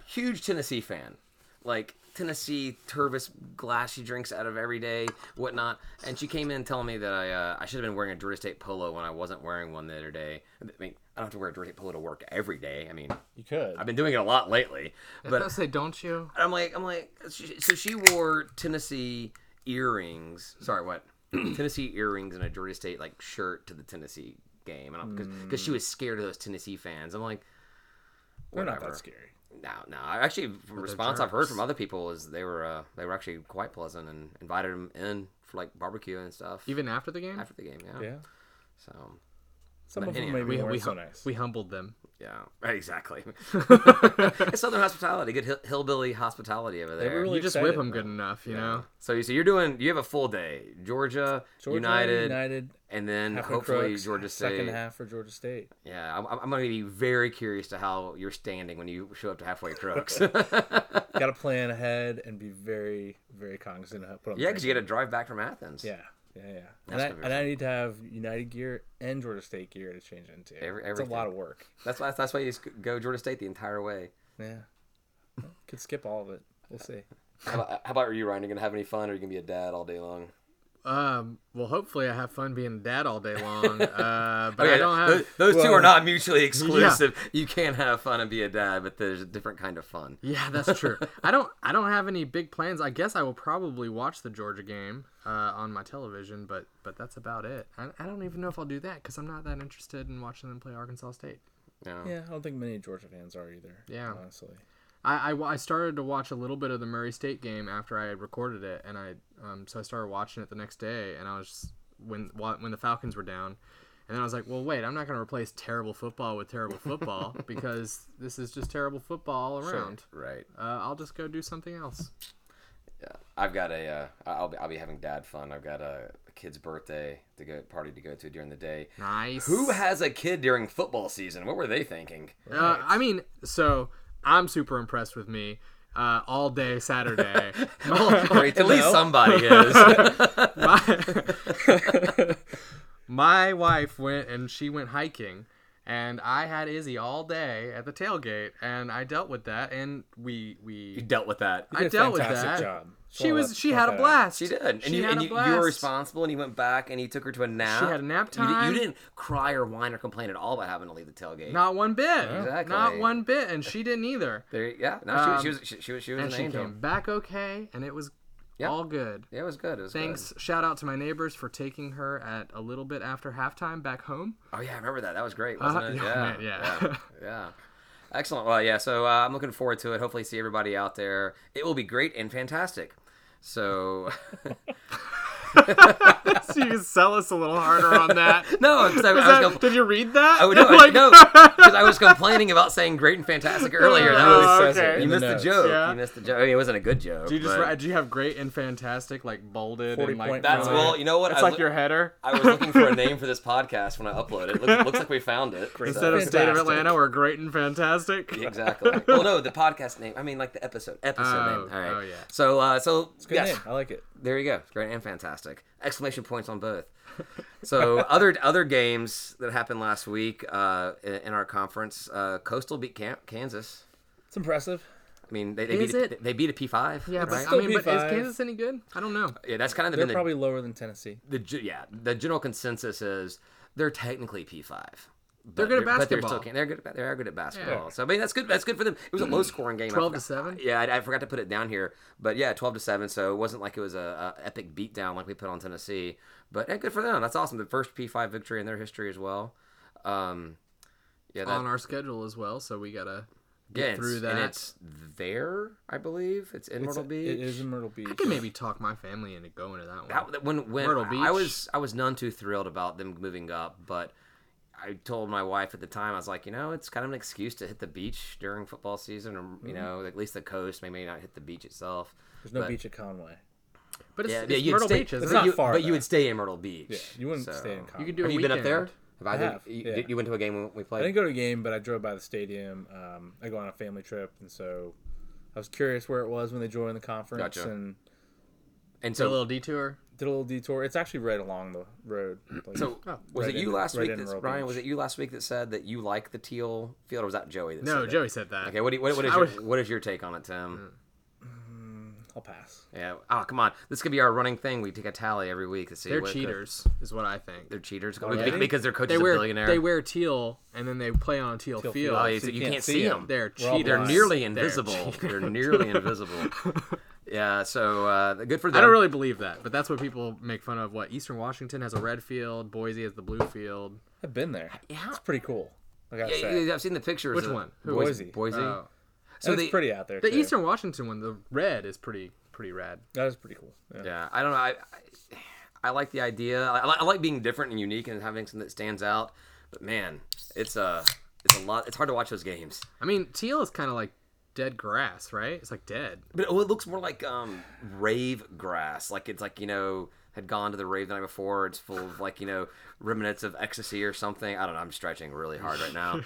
Speaker 1: Huge Tennessee fan, like Tennessee Turvis glass she drinks out of every day, whatnot. And she came in telling me that I uh, I should have been wearing a Georgia State polo when I wasn't wearing one the other day. I mean, I don't have to wear a Georgia State polo to work every day. I mean,
Speaker 3: You could.
Speaker 1: I've been doing it a lot lately, but
Speaker 2: I say, don't you?
Speaker 1: I'm like, I'm like, she- so she wore Tennessee earrings. Sorry,
Speaker 3: <clears throat>
Speaker 1: what? Tennessee earrings and a Georgia State like shirt to the Tennessee game, and because because
Speaker 3: Mm.
Speaker 1: she was scared of those Tennessee fans. I'm like,
Speaker 3: They're not that
Speaker 1: whatever.
Speaker 3: scary.
Speaker 1: no, no. I actually from response I've heard from other people is they were uh, they were actually quite pleasant and invited them in for like barbecue and stuff
Speaker 2: Even after the game,
Speaker 1: after the game. Yeah.
Speaker 3: Yeah,
Speaker 1: So
Speaker 3: some of them
Speaker 1: anyhow,
Speaker 3: maybe
Speaker 2: we
Speaker 3: weren't
Speaker 2: we,
Speaker 3: so
Speaker 2: hum-
Speaker 3: nice.
Speaker 2: we humbled them.
Speaker 1: yeah, <laughs> exactly. it's Southern hospitality, good hill- hillbilly hospitality over there.
Speaker 3: were really
Speaker 2: You just whip
Speaker 3: excited,
Speaker 2: them
Speaker 3: though.
Speaker 2: good enough, you know.
Speaker 1: So you so you're doing you have a full day Georgia,
Speaker 3: Georgia,
Speaker 1: United,
Speaker 3: United,
Speaker 1: and then
Speaker 3: half
Speaker 1: hopefully
Speaker 3: Crooks,
Speaker 1: Georgia
Speaker 3: Second
Speaker 1: State.
Speaker 3: half for Georgia State.
Speaker 1: Yeah, I'm, I'm going to be very curious to how you're standing when you show up to halfway
Speaker 3: <laughs>
Speaker 1: crooks. <laughs>
Speaker 3: Got to plan ahead and be very, very cognizant of how put on.
Speaker 1: yeah, because you got to drive back from Athens.
Speaker 3: Yeah, yeah, yeah. And I,
Speaker 1: gonna be
Speaker 3: and I need to have United gear and Georgia State gear to change into.
Speaker 1: Every-
Speaker 3: it's a
Speaker 1: everything.
Speaker 3: lot of work.
Speaker 1: that's why that's why you sc- go Georgia State the entire way.
Speaker 3: Yeah, could skip all of it. We'll see.
Speaker 1: How about, how about you, Ryan? Are you going to have any fun, or are you going to be a dad all day long?
Speaker 2: Um, well, hopefully, I have fun being a dad all day
Speaker 3: <laughs>
Speaker 2: long. Uh, but I
Speaker 1: Okay,
Speaker 2: don't
Speaker 1: those,
Speaker 2: have.
Speaker 1: those two
Speaker 3: Well-
Speaker 1: are not mutually exclusive. You can have fun and be a dad, but there's a different kind of fun.
Speaker 2: Yeah, that's true. I don't. I don't have any big plans. I guess I will probably watch the Georgia game uh, on my television, but but that's about it. I, I don't even know if I'll do that because I'm not that interested in watching them play Arkansas State.
Speaker 1: Yeah.
Speaker 3: Yeah, I don't think many Georgia fans are either.
Speaker 2: Yeah.
Speaker 3: honestly.
Speaker 2: I, I wa- I started to watch a little bit of the Murray State game after I had recorded it, and I um, so I started watching it the next day, and I was just, when wa- when the Falcons were down, and then I was like, well, wait, I'm not going to replace terrible football with terrible football because this is just terrible football all around.
Speaker 1: Right.
Speaker 2: Uh, I'll just go do something else.
Speaker 1: I've got a. Uh, I'll be. I'll be having dad fun. I've got a, a kid's birthday to go party to go to during the day.
Speaker 2: Nice.
Speaker 1: Who has a kid during football season? What were they thinking?
Speaker 2: Uh, I mean, so I'm super impressed with me uh, all day Saturday. <laughs>
Speaker 1: At least <laughs>
Speaker 3: know.
Speaker 1: somebody is.
Speaker 2: my, <laughs> my wife went and she went hiking, and I had Izzy all day at the tailgate, and I dealt with that, and we
Speaker 1: you
Speaker 2: we
Speaker 1: dealt with that.
Speaker 2: I
Speaker 3: did a
Speaker 2: dealt with
Speaker 3: fantastic
Speaker 2: that.
Speaker 3: job. Just
Speaker 2: She
Speaker 3: wanna
Speaker 2: was
Speaker 3: let-
Speaker 2: she
Speaker 3: let
Speaker 2: had
Speaker 3: that
Speaker 2: a
Speaker 3: out.
Speaker 2: blast.
Speaker 1: She did, and
Speaker 2: She
Speaker 1: you
Speaker 2: had
Speaker 1: and
Speaker 2: a
Speaker 1: you, you were
Speaker 2: blast.
Speaker 1: responsible. And he went back and he took her to a nap.
Speaker 2: had a nap
Speaker 1: You di-
Speaker 2: time.
Speaker 1: You, didn't cry or whine or complain at all about having to leave the tailgate.
Speaker 2: Not one bit.
Speaker 1: Exactly.
Speaker 2: Not one bit, and she didn't either.
Speaker 1: There, yeah. No, she, she was. She, she was. She was
Speaker 2: And
Speaker 1: an
Speaker 2: Um, she
Speaker 1: angel.
Speaker 2: came back okay, and it was
Speaker 1: Yeah.
Speaker 2: all good.
Speaker 1: Yeah, it was good. It was good.
Speaker 2: Thanks. Shout out to my neighbors for taking her at a little bit after halftime back home.
Speaker 1: Oh yeah, I remember that. That was great, wasn't
Speaker 2: Uh,
Speaker 1: it?
Speaker 2: <laughs> yeah, man, yeah.
Speaker 1: yeah. yeah. Excellent. Well, yeah. So uh, I'm looking forward to it. Hopefully, see everybody out there. It will be great and fantastic. So <laughs>
Speaker 2: <laughs> so you can sell us a little harder on
Speaker 1: <laughs>
Speaker 2: that.
Speaker 1: no, 'cause I, I was
Speaker 2: Was that-
Speaker 1: com-
Speaker 2: did you read that? <laughs>
Speaker 1: oh, no, I-
Speaker 2: Like-
Speaker 1: no, 'cause I was complaining about saying great and fantastic earlier. That
Speaker 2: Oh,
Speaker 1: was
Speaker 2: okay.
Speaker 1: you
Speaker 2: In
Speaker 1: missed the joke.
Speaker 2: Yeah.
Speaker 1: You missed the joke. I mean, it wasn't a good joke.
Speaker 2: Do you just
Speaker 1: but-
Speaker 2: write, do you have great and fantastic like bolded and like
Speaker 3: 40.5.
Speaker 1: That's
Speaker 2: really-
Speaker 1: well. You know what?
Speaker 2: That's
Speaker 1: I,
Speaker 2: like
Speaker 1: loo-
Speaker 2: your header.
Speaker 1: I was looking
Speaker 2: <laughs>
Speaker 1: for a name for this podcast when I uploaded. It looks, looks like we found it.
Speaker 2: Instead of State of
Speaker 3: Fantastic.
Speaker 2: Atlanta, we're great and fantastic.
Speaker 1: <laughs>
Speaker 2: <laughs>
Speaker 1: exactly. Well, no, the podcast name. I mean, like the episode episode
Speaker 2: Oh,
Speaker 1: name. All right.
Speaker 2: oh, yeah.
Speaker 1: So, uh, so
Speaker 3: Good
Speaker 1: yes,
Speaker 3: name. I like it.
Speaker 1: there you go. It's great and fantastic. Exclamation points on both. So <laughs> other other games that happened last week uh, in, in our conference, uh, Coastal beat Cam- Kansas.
Speaker 3: It's impressive.
Speaker 1: I mean, they, they
Speaker 2: Is
Speaker 1: beat a-
Speaker 2: it?
Speaker 1: they beat a P five.
Speaker 2: Yeah, but
Speaker 1: right?
Speaker 2: I mean, but is
Speaker 3: P5.
Speaker 2: Kansas any good? I don't know.
Speaker 1: yeah, that's kind of
Speaker 3: They're
Speaker 1: been the,
Speaker 3: probably lower than Tennessee.
Speaker 1: the ge- yeah the general consensus is they're technically P five.
Speaker 2: They're good at
Speaker 1: But they're still
Speaker 2: basketball.
Speaker 1: can- they're good. At, they are good at basketball. So I mean, that's good. That's good for them. It was a low scoring game. I
Speaker 2: 12 to
Speaker 1: forgot-
Speaker 2: 7?
Speaker 1: Yeah, I, I forgot to put it down here, but yeah, twelve to seven. So it wasn't like it was a, a epic beatdown like we put on Tennessee. But eh, good for them. That's awesome. The first P five victory in their history as well. Um, yeah, that,
Speaker 2: On our schedule as well, so we gotta
Speaker 1: yeah,
Speaker 2: get
Speaker 1: it's-
Speaker 2: through
Speaker 1: And
Speaker 2: that.
Speaker 1: it's there, I believe. It's in
Speaker 3: It's
Speaker 1: Myrtle
Speaker 3: a-
Speaker 1: Beach.
Speaker 3: It is in Myrtle Beach.
Speaker 2: I could maybe talk my family into going to that one.
Speaker 1: That, that- when when
Speaker 2: Myrtle
Speaker 1: I, I
Speaker 2: Beach.
Speaker 1: was I was none too thrilled about them moving up, but I told my wife at the time I was like, you know, it's kind of an excuse to hit the beach during football season, or
Speaker 3: Mm-hmm.
Speaker 1: you know, at least the coast. Maybe not hit the beach itself.
Speaker 3: There's no
Speaker 1: but-
Speaker 3: beach at Conway.
Speaker 2: but it's,
Speaker 1: Yeah,
Speaker 2: it's
Speaker 1: yeah, you'd
Speaker 2: Myrtle
Speaker 1: stay,
Speaker 2: Beach, isn't
Speaker 1: but
Speaker 3: not
Speaker 1: you,
Speaker 2: it?
Speaker 3: far,
Speaker 1: But you
Speaker 3: though.
Speaker 1: would stay in Myrtle Beach.
Speaker 3: Yeah, you wouldn't
Speaker 1: so-
Speaker 3: stay in Conway.
Speaker 2: You could do.
Speaker 1: Have
Speaker 2: a
Speaker 1: you been up
Speaker 2: weekend.
Speaker 1: there? Have I,
Speaker 3: I have,
Speaker 1: you,
Speaker 3: yeah.
Speaker 1: you went to a game when we
Speaker 3: I
Speaker 1: played.
Speaker 3: didn't go to a game, but I drove by the stadium. Um, I go on a family trip, and so I was curious where it was when they joined the conference,
Speaker 1: Gotcha.
Speaker 3: and
Speaker 1: and
Speaker 2: Did a
Speaker 1: so,
Speaker 2: little detour.
Speaker 3: did a little detour. It's actually right along the road. like- <laughs>
Speaker 1: so was it
Speaker 3: Right
Speaker 1: you
Speaker 3: in-
Speaker 1: last
Speaker 3: right
Speaker 1: week?
Speaker 3: in
Speaker 1: That,
Speaker 3: Myrtle
Speaker 1: Brian,
Speaker 3: Beach.
Speaker 1: was it you last week that said that you like the teal field, or was that Joey? That
Speaker 2: No,
Speaker 1: said that?
Speaker 2: Joey said that.
Speaker 1: Okay, what, do you, what, what is
Speaker 2: I
Speaker 1: your,
Speaker 2: was-
Speaker 1: what is your take on it, Tim?
Speaker 3: Mm. I'll pass.
Speaker 1: Yeah. Oh, come on. This could be our running thing. We take a tally every week to see.
Speaker 2: They're
Speaker 1: what the-
Speaker 2: cheaters, is what I think.
Speaker 1: they're cheaters
Speaker 3: Already?
Speaker 1: because their coach
Speaker 2: They
Speaker 1: is a
Speaker 2: wear
Speaker 1: billionaire.
Speaker 2: they wear teal, and then they play on teal,
Speaker 3: Teal
Speaker 2: field.
Speaker 3: field.
Speaker 1: oh,
Speaker 3: so
Speaker 1: you,
Speaker 3: you
Speaker 1: you
Speaker 3: can't
Speaker 1: can't,
Speaker 3: see
Speaker 1: see
Speaker 3: them.
Speaker 1: them.
Speaker 2: They're
Speaker 3: We're all
Speaker 2: cheaters.
Speaker 1: They're
Speaker 3: blind.
Speaker 1: nearly
Speaker 2: They're
Speaker 1: invisible.
Speaker 2: cheaters.
Speaker 1: They're
Speaker 2: <laughs>
Speaker 1: nearly invisible. Yeah. So uh, good for them.
Speaker 2: I don't really believe that, but that's what people make fun of. What Eastern Washington has a red field, Boise has the blue field.
Speaker 3: I've been there.
Speaker 1: Yeah.
Speaker 3: It's pretty cool. I gotta
Speaker 1: Yeah,
Speaker 3: say,
Speaker 1: yeah, I've seen the pictures.
Speaker 2: Which
Speaker 1: of
Speaker 2: one? Who?
Speaker 1: Boise.
Speaker 3: Boise.
Speaker 1: Boise.
Speaker 2: Oh.
Speaker 1: so
Speaker 3: it's
Speaker 1: the-
Speaker 3: pretty out there.
Speaker 2: the
Speaker 3: too.
Speaker 2: Eastern Washington one, the red is pretty pretty rad.
Speaker 3: That is pretty cool. Yeah.
Speaker 1: Yeah. I don't know. I, I, I like the idea. I, I li- I like being different and unique and having something that stands out. But man, it's a it's a lot. It's hard to watch those games.
Speaker 2: I mean, teal is kind of like dead grass, right? It's like dead.
Speaker 1: But oh, it looks more like um rave grass. Like it's like you know had gone to the rave the night before. It's full of like you know remnants of ecstasy or something. I don't know. I'm stretching really hard right now.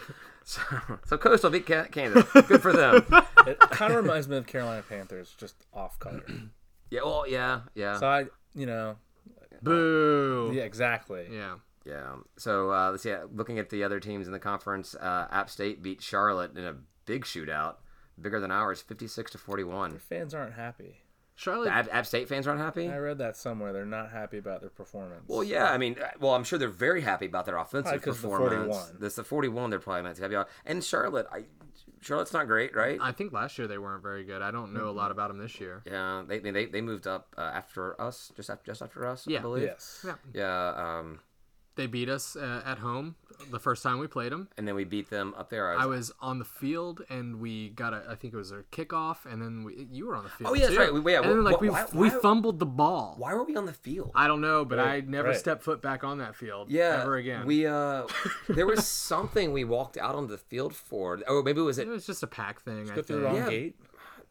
Speaker 1: so, so coastal beat Ca- Kansas. Good for them.
Speaker 3: It kind of reminds me of Carolina Panthers, just
Speaker 1: <clears throat>
Speaker 3: off color.
Speaker 1: yeah. Well. Yeah. Yeah.
Speaker 3: So I, you know,
Speaker 2: Boo.
Speaker 3: yeah, exactly.
Speaker 2: Yeah.
Speaker 1: yeah. So uh, let's see. uh, Looking at the other teams in the conference, uh, App State beat Charlotte in a big shootout, bigger than ours, 56 to 41.
Speaker 3: Fans aren't happy.
Speaker 2: Charlotte.
Speaker 1: The Ab, Ab State fans aren't happy.
Speaker 3: I read that somewhere. They're not happy about their performance.
Speaker 1: Well, yeah, I mean, uh, well, I'm sure they're very happy about their offensive
Speaker 3: Probably 'cause the
Speaker 1: performance.
Speaker 3: 41.
Speaker 1: This the 41 they're probably not happy about. And Charlotte, I, Charlotte's not great, right?
Speaker 2: I think last year they weren't very good. I don't know
Speaker 1: Mm-hmm.
Speaker 2: a lot about them this year.
Speaker 1: yeah, they, they they moved up uh, after us, just after, just after us, I
Speaker 2: Yeah.
Speaker 1: believe.
Speaker 3: yes.
Speaker 2: Yeah.
Speaker 1: Yeah, um,
Speaker 2: They beat us uh, at home the first time we played them.
Speaker 1: and then we beat them up there. I was,
Speaker 2: I was on the field and we got a I think it was a kickoff and then we, you were on the field.
Speaker 1: Oh, yeah, that's
Speaker 2: too.
Speaker 1: right. We- yeah,
Speaker 2: and then,
Speaker 1: wh-
Speaker 2: like
Speaker 1: wh-
Speaker 2: we,
Speaker 1: why-
Speaker 2: we
Speaker 1: why-
Speaker 2: fumbled the ball.
Speaker 1: why were we on the field?
Speaker 2: I don't know, but I
Speaker 3: Right,
Speaker 2: never
Speaker 3: right.
Speaker 2: stepped foot back on that field
Speaker 1: yeah,
Speaker 2: ever again.
Speaker 1: We uh, there was something we walked out onto the field for. Oh, maybe it was it
Speaker 2: it was just a pack thing. I
Speaker 3: Go
Speaker 2: think.
Speaker 3: through the wrong
Speaker 1: Yeah.
Speaker 3: gate.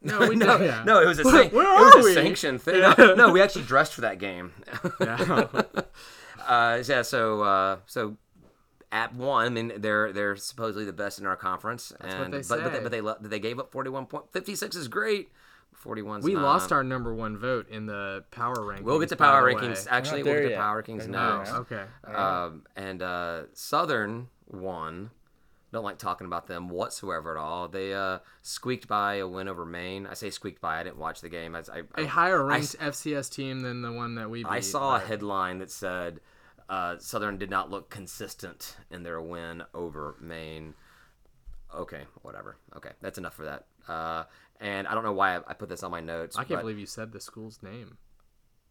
Speaker 2: No,
Speaker 1: <laughs>
Speaker 2: we
Speaker 1: no,
Speaker 2: did- yeah.
Speaker 1: no, it was a,
Speaker 2: <laughs> Where-
Speaker 1: san-
Speaker 2: where
Speaker 1: it was
Speaker 2: are
Speaker 1: a
Speaker 2: we?
Speaker 1: sanctioned thing. No, no, we actually dressed for that game.
Speaker 2: <laughs> Yeah.
Speaker 1: uh, yeah, so uh, so at one, I mean, they're they're supposedly the best in our conference, and
Speaker 2: what they
Speaker 1: but, but they,
Speaker 2: say.
Speaker 1: but they, le- they gave up forty one point fifty six is great. Forty one.
Speaker 2: we lost our number one vote in the power rankings.
Speaker 1: We'll get to
Speaker 2: by
Speaker 1: power
Speaker 2: the way.
Speaker 1: rankings. Actually,
Speaker 3: not
Speaker 1: we'll get
Speaker 3: there
Speaker 1: to
Speaker 3: yet.
Speaker 1: power rankings
Speaker 3: They're not
Speaker 1: now.
Speaker 2: Oh,
Speaker 3: Nice.
Speaker 2: okay.
Speaker 1: Um, and uh, Southern won. Don't like talking about them whatsoever at all. They uh, squeaked by a win over Maine. I say squeaked by. I didn't watch the game. I, I,
Speaker 2: A
Speaker 1: I-
Speaker 2: higher ranked FCS team than the one that we. Beat.
Speaker 1: I saw a headline that said uh, Southern did not look consistent in their win over Maine. Okay, whatever. Okay, that's enough for that. Uh, and I don't know why I, I put this on my notes.
Speaker 2: I can't
Speaker 1: but,
Speaker 2: believe you said the school's name.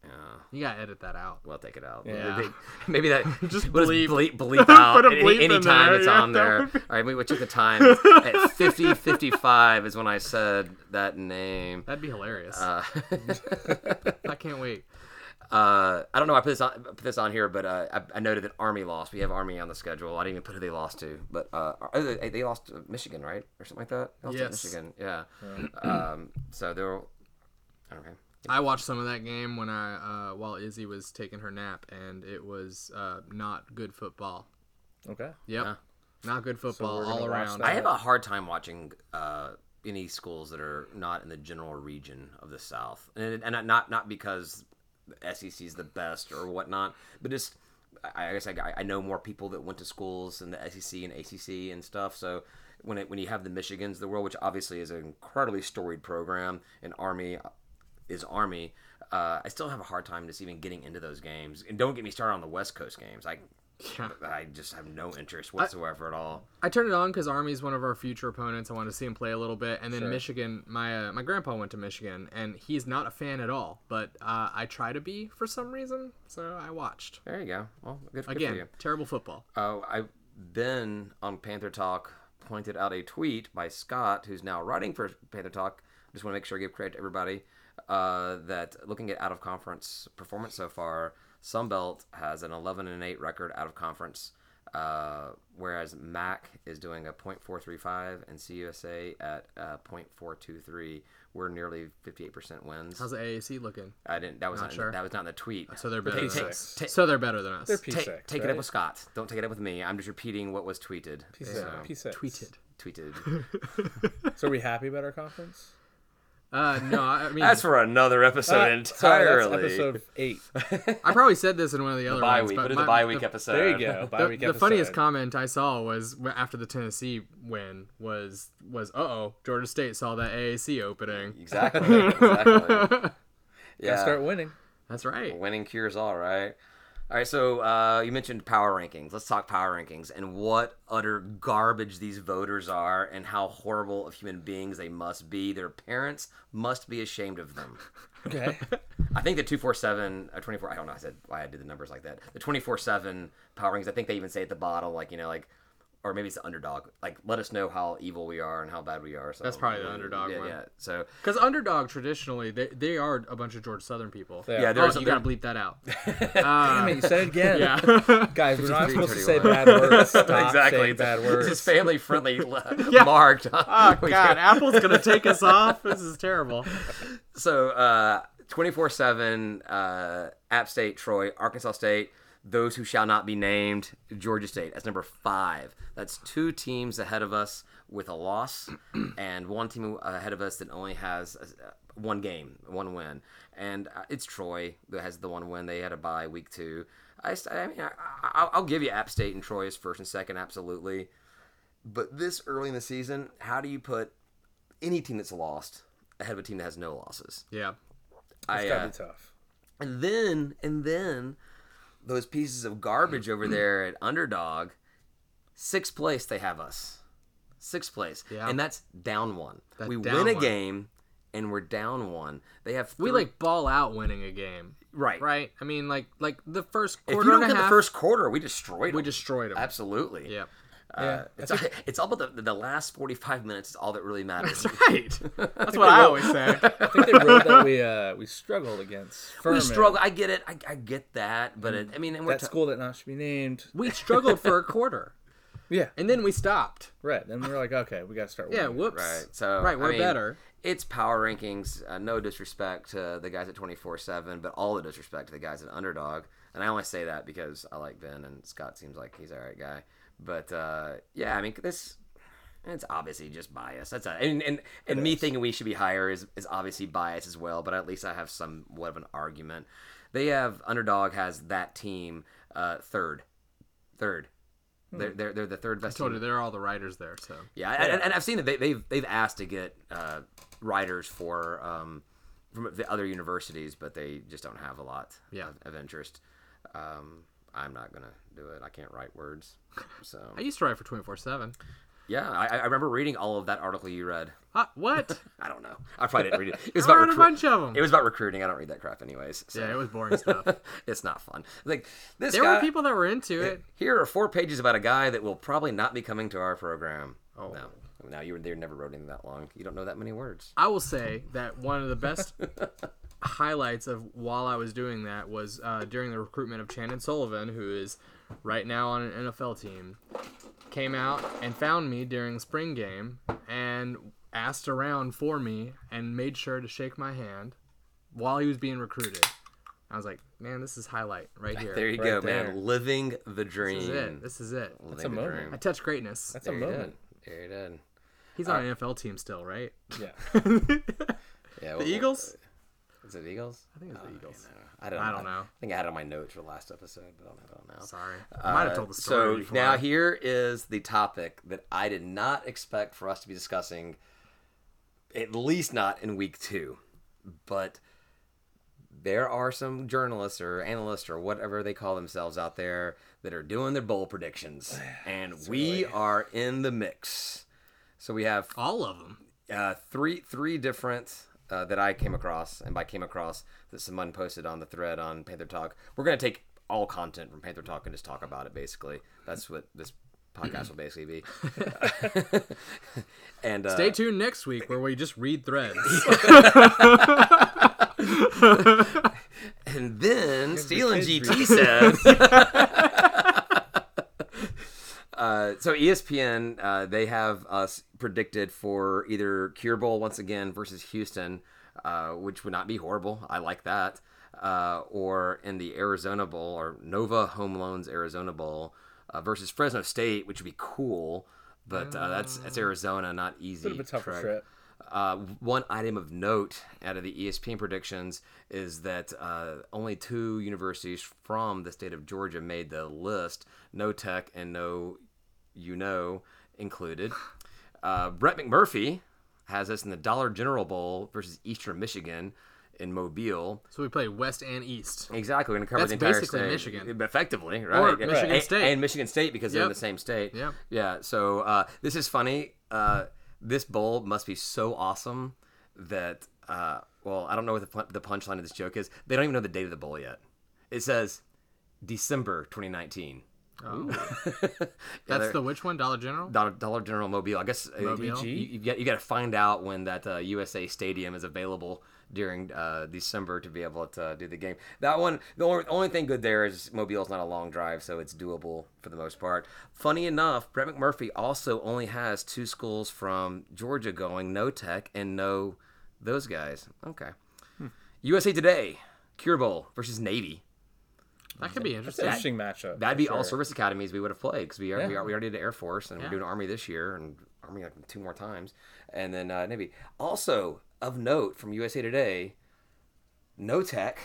Speaker 1: Yeah.
Speaker 2: You gotta edit that out.
Speaker 1: We'll take it out.
Speaker 3: Yeah.
Speaker 1: Maybe, maybe that.
Speaker 2: <laughs> Just
Speaker 1: we'll
Speaker 2: bleep. <laughs>
Speaker 1: bleep, bleep out
Speaker 2: Put a
Speaker 1: any,
Speaker 2: bleep
Speaker 1: any
Speaker 2: in
Speaker 1: time
Speaker 2: there,
Speaker 1: it's
Speaker 2: yeah,
Speaker 1: on
Speaker 2: that
Speaker 1: there.
Speaker 2: would be-
Speaker 1: All right, we we
Speaker 2: <laughs>
Speaker 1: took the time. At 50, 55 is when I said that name.
Speaker 2: That'd be hilarious.
Speaker 1: Uh, <laughs>
Speaker 2: I can't wait.
Speaker 1: uh, I don't know. why I put this on put this on here, but uh, I, I noted that Army lost. We have Army on the schedule. I didn't even put who they lost to, but uh, oh, they, they lost to Michigan, right, or something like that. They lost to
Speaker 2: Yes.
Speaker 1: Michigan. Yeah. Um, so they were. Okay.
Speaker 2: I watched some of that game when I uh, while Izzy was taking her nap, and it was uh, not good football.
Speaker 3: Okay.
Speaker 2: Yep,
Speaker 1: Yeah.
Speaker 2: not good football
Speaker 3: we're gonna
Speaker 2: all
Speaker 3: watch
Speaker 2: around.
Speaker 3: that.
Speaker 1: I have a hard time watching uh, any schools that are not in the general region of the South, and, and not not because the SEC is the best or whatnot, but just I I guess I, I know more people that went to schools in the SEC and ACC and stuff. So when it, when you have the Michigans of the world, which obviously is an incredibly storied program, and Army is Army. Uh, I still have a hard time just even getting into those games, and don't get me started on the West Coast games. I,
Speaker 2: Yeah.
Speaker 1: I just have no interest whatsoever at all.
Speaker 2: I turned it on because Army's one of our future opponents. I wanted to see him play a little bit, and then Michigan. My uh, my grandpa went to Michigan, and he's not a fan at all, but uh, I try to be for some reason, so I watched.
Speaker 1: There you go. Well, good, good for
Speaker 2: Again,
Speaker 1: you.
Speaker 2: terrible football.
Speaker 1: Uh, I Ben on Panther Talk pointed out a tweet by Scott, who's now writing for Panther Talk. Just want to make sure I give credit to everybody uh, that looking at out of conference performance so far, Sunbelt has an 11 and 8 record out of conference, uh, whereas MAC is doing a .435 and CUSA at uh, .423. We're nearly 58% wins.
Speaker 2: How's the AAC looking?
Speaker 1: I didn't. That was not. in the-
Speaker 2: sure.
Speaker 1: That was not in the tweet.
Speaker 2: So they're better.
Speaker 1: Take-
Speaker 2: Than
Speaker 1: take-
Speaker 2: us.
Speaker 1: take-
Speaker 2: So they're better than us.
Speaker 3: They're P6.
Speaker 1: Take, take
Speaker 3: right?
Speaker 1: it up with Scott. Don't take it up with me. I'm just repeating what was tweeted.
Speaker 3: P6.
Speaker 1: So,
Speaker 3: P6.
Speaker 2: Tweeted.
Speaker 1: tweeted.
Speaker 3: So are we happy about
Speaker 1: <laughs>
Speaker 3: our conference?
Speaker 2: Uh, no, I mean
Speaker 1: That's for another episode
Speaker 3: Uh, sorry, that's
Speaker 1: entirely.
Speaker 3: episode
Speaker 1: <laughs>
Speaker 3: eight.
Speaker 2: I probably said this in one of the other
Speaker 1: Bye
Speaker 2: ones,
Speaker 1: week.
Speaker 2: but
Speaker 1: Put in
Speaker 2: my-
Speaker 1: the bye week
Speaker 2: the-
Speaker 1: episode.
Speaker 3: There you go. Bye
Speaker 2: the,
Speaker 3: week
Speaker 2: the funniest
Speaker 3: episode.
Speaker 2: comment I saw was w- after the Tennessee win was was uh oh Georgia State saw that AAC opening.
Speaker 1: <laughs> Exactly. exactly.
Speaker 3: <laughs> Gotta
Speaker 1: Yeah.
Speaker 3: Start winning.
Speaker 2: That's right.
Speaker 1: Winning cures all, right? All right. So uh, you mentioned power rankings. Let's talk power rankings and what utter garbage these voters are, and how horrible of human beings they must be. Their parents must be ashamed of them.
Speaker 3: Okay.
Speaker 1: I think the 247, uh, 24, I don't know I said why I did the numbers like that. The 24 7 power rings, I think they even say at the bottom, like, you know, like, or maybe it's the underdog. Like, let us know how evil we are and how bad we are. So
Speaker 2: That's probably the underdog
Speaker 1: yeah,
Speaker 2: one.
Speaker 1: Yeah. So,
Speaker 2: Because underdog traditionally they, they are a bunch of Georgia Southern people.
Speaker 3: Yeah.
Speaker 1: yeah,
Speaker 2: Oh,
Speaker 1: there's
Speaker 2: you
Speaker 1: there-
Speaker 2: gotta bleep that
Speaker 3: <laughs>
Speaker 2: out.
Speaker 3: <laughs>
Speaker 2: Ah,
Speaker 3: Damn it, you said it again.
Speaker 2: Yeah.
Speaker 3: <laughs> Guys, we're not supposed to say
Speaker 1: 53,
Speaker 2: <laughs>
Speaker 3: bad words. <laughs> Stop
Speaker 1: <laughs> exactly.
Speaker 3: saying
Speaker 1: It's,
Speaker 3: bad
Speaker 1: it's
Speaker 3: words.
Speaker 1: just family friendly <laughs> uh, marked. <laughs>
Speaker 2: oh God, Apple's gonna take us off. This is terrible.
Speaker 1: So, 24 7, uh, App State, Troy, Arkansas State, those who shall not be named, Georgia State. That's number five. That's two teams ahead of us with a loss, and one team ahead of us that only has uh, one game, one win. And uh, it's Troy that has the one win. They had a bye week two. I, s- I mean, I, I, I'll give you App State and Troy as first and second, absolutely. But this early in the season, how do you put any team that's lost ahead of a team that has no losses?
Speaker 2: Yeah.
Speaker 1: I,
Speaker 3: gotta
Speaker 1: uh,
Speaker 3: be tough.
Speaker 1: and then and then those pieces of garbage over
Speaker 2: Mm.
Speaker 1: there at Underdog, sixth place they have us, sixth place,
Speaker 2: Yeah.
Speaker 1: and that's down one.
Speaker 2: That's
Speaker 1: we
Speaker 2: down
Speaker 1: win a
Speaker 2: one.
Speaker 1: game, and we're down one. They have
Speaker 2: We
Speaker 1: three-
Speaker 2: like ball out winning a game,
Speaker 1: right
Speaker 2: right? I mean, like like the first
Speaker 1: If
Speaker 2: quarter
Speaker 1: you don't
Speaker 2: and
Speaker 1: get
Speaker 2: a half,
Speaker 1: the first quarter, we destroyed.
Speaker 2: we
Speaker 1: them.
Speaker 2: destroyed them.
Speaker 1: absolutely. <laughs>
Speaker 2: Yeah,
Speaker 1: Uh,
Speaker 3: Yeah,
Speaker 1: it's, <laughs> it's all about the, the last 45 minutes is all that really matters.
Speaker 2: that's right. That's what I always say.
Speaker 1: <laughs>
Speaker 3: I think they wrote that we uh, we struggled against. Furman,
Speaker 1: we struggle. I get it. I, I get that. But
Speaker 2: Mm-hmm.
Speaker 1: it, I mean, and we're
Speaker 3: That
Speaker 1: t-
Speaker 3: school that not should be named.
Speaker 2: We struggled for a quarter,
Speaker 3: Yeah,
Speaker 2: and then we stopped.
Speaker 3: right. Then we we're like, okay, we gotta start.
Speaker 2: Yeah,
Speaker 3: winning.
Speaker 2: whoops.
Speaker 1: right. So
Speaker 2: right,
Speaker 1: I
Speaker 2: we're
Speaker 1: mean,
Speaker 2: better.
Speaker 1: It's power rankings. Uh, no disrespect to the guys at 24 seven, but all the disrespect to the guys at Underdog. And I only say that because I like Ben and Scott seems like he's all right guy. But uh, yeah, I mean this. It's obviously just bias. That's a, and and, and me thinking we should be higher is, is obviously bias as well. But at least I have somewhat of an argument. They have underdog has that team uh, third, third.
Speaker 2: Hmm.
Speaker 1: They're, they're they're the third best.
Speaker 2: Told
Speaker 1: team.
Speaker 2: you, there are all the writers there, so
Speaker 1: Yeah, and- And, and I've seen that they, they've they've asked to get uh, writers for um, from the other universities, but they just don't have a lot
Speaker 2: Yeah.
Speaker 1: of, of interest. Um, I'm not gonna do it. I can't write words, so
Speaker 2: I used to write for twenty four seven.
Speaker 1: yeah. I, I remember reading all of that article you read. <laughs>
Speaker 2: What?
Speaker 1: I don't know. I probably didn't read
Speaker 2: <laughs>
Speaker 1: it. It was
Speaker 2: I
Speaker 1: about
Speaker 2: read a
Speaker 1: recruit-
Speaker 2: bunch of 'em.
Speaker 1: It was about recruiting. I don't read that crap anyways. So.
Speaker 2: yeah, it was
Speaker 1: <laughs>
Speaker 2: boring stuff.
Speaker 1: it's not fun. Like this
Speaker 2: There
Speaker 1: guy.
Speaker 2: were people that were into it.
Speaker 1: Here are four pages about a guy that will probably not be coming to our program.
Speaker 2: Oh.
Speaker 1: no. Now you were there never wrote in that long. You don't know that many words.
Speaker 2: I will say that one of the best highlights of while I was doing that was uh, during the recruitment of Shannon Sullivan, who is right now on an NFL team, came out and found me during the spring game and asked around for me and made sure to shake my hand while he was being recruited. I was like, man, this is highlight right here.
Speaker 1: There you
Speaker 3: Right
Speaker 1: go,
Speaker 3: there.
Speaker 1: man. Living the dream.
Speaker 2: This is it. This is it.
Speaker 1: Living
Speaker 3: a
Speaker 1: the
Speaker 3: moment.
Speaker 1: dream.
Speaker 2: I touch greatness.
Speaker 3: that's a
Speaker 1: There you did.
Speaker 3: moment.
Speaker 1: There you did.
Speaker 2: He's on an NFL team still, right?
Speaker 1: <laughs>
Speaker 3: Yeah,
Speaker 1: Yeah,
Speaker 2: The Eagles?
Speaker 1: uh, Is it Eagles? I
Speaker 2: think it's the Eagles.
Speaker 1: I don't.
Speaker 2: I
Speaker 1: know.
Speaker 2: don't know.
Speaker 1: I think I had it on my notes for the last episode, but I don't have it on now.
Speaker 2: Sorry. I might have
Speaker 1: Uh,
Speaker 2: told the story.
Speaker 1: So
Speaker 2: before.
Speaker 1: now here is the topic that I did not expect for us to be discussing, at least not in week two, but there are some journalists or analysts or whatever they call themselves out there that are doing their bowl
Speaker 2: <sighs>
Speaker 1: predictions, and we are in the mix. So we have
Speaker 2: all of them.
Speaker 1: uh, three three different uh, that I came across, and by came across that someone posted on the thread on Panther Talk. We're gonna take all content from Panther Talk and just talk about it. Basically, that's what this podcast will basically be. <laughs> and uh,
Speaker 2: Stay tuned next week where we just read threads.
Speaker 1: <laughs> and then Stealing GT
Speaker 3: <laughs>
Speaker 1: says. <laughs> Uh, so ESPN, uh, they have us predicted for either Cure Bowl once again versus Houston, uh, which would not be horrible. I like that. Uh, or in the Arizona Bowl or Nova Home Loans Arizona Bowl uh, versus Fresno State, which would be cool. But uh, that's that's Arizona, not easy.
Speaker 3: Mm. bit of a tougher
Speaker 1: track.
Speaker 3: trip.
Speaker 1: Uh, one item of note out of the E ESPN predictions is that uh, only two universities from the state of Georgia made the list. No Tech and no You Know included. Uh, Brett McMurphy has us in the Dollar General Bowl versus Eastern Michigan in Mobile.
Speaker 2: so we play West and East.
Speaker 1: Exactly, we're going to cover
Speaker 2: That's
Speaker 1: the entire
Speaker 2: basically
Speaker 1: state.
Speaker 2: Michigan.
Speaker 1: effectively, right?
Speaker 2: Or Michigan
Speaker 1: And-
Speaker 2: State.
Speaker 1: and Michigan State because they're in
Speaker 2: Yep.
Speaker 1: the same state.
Speaker 2: Yep.
Speaker 1: Yeah. So uh, this is funny. Uh, this bowl must be so awesome that uh, well, I don't know what the pun- the punchline of this joke is. They don't even know the date of the bowl yet. It says December 2019.
Speaker 2: Oh.
Speaker 1: <laughs>
Speaker 2: That's the which one? Dollar General?
Speaker 1: Dollar, Dollar General Mobile. I guess uh, you,
Speaker 2: Mobile?
Speaker 1: you, got, you got to find out when that uh, USA Stadium is available during uh, December to be able to uh, do the game. That one, the only, only thing good there is Mobile's not a long drive, so it's doable for the most part. Funny enough, Brett McMurphy also only has two schools from Georgia going, no Tech and no those guys. Okay. USA Today, Cure Bowl versus Navy.
Speaker 2: That could be
Speaker 3: It's an
Speaker 2: interesting.
Speaker 3: interesting matchup.
Speaker 1: That'd
Speaker 3: for
Speaker 1: be
Speaker 3: sure.
Speaker 1: all service academies we would have played because we, are we,
Speaker 3: Yeah.
Speaker 1: are, we already did Air Force and
Speaker 2: Yeah.
Speaker 1: we're doing Army this year and Army like two more times. And then uh, Navy. Also, of note from USA Today, no tech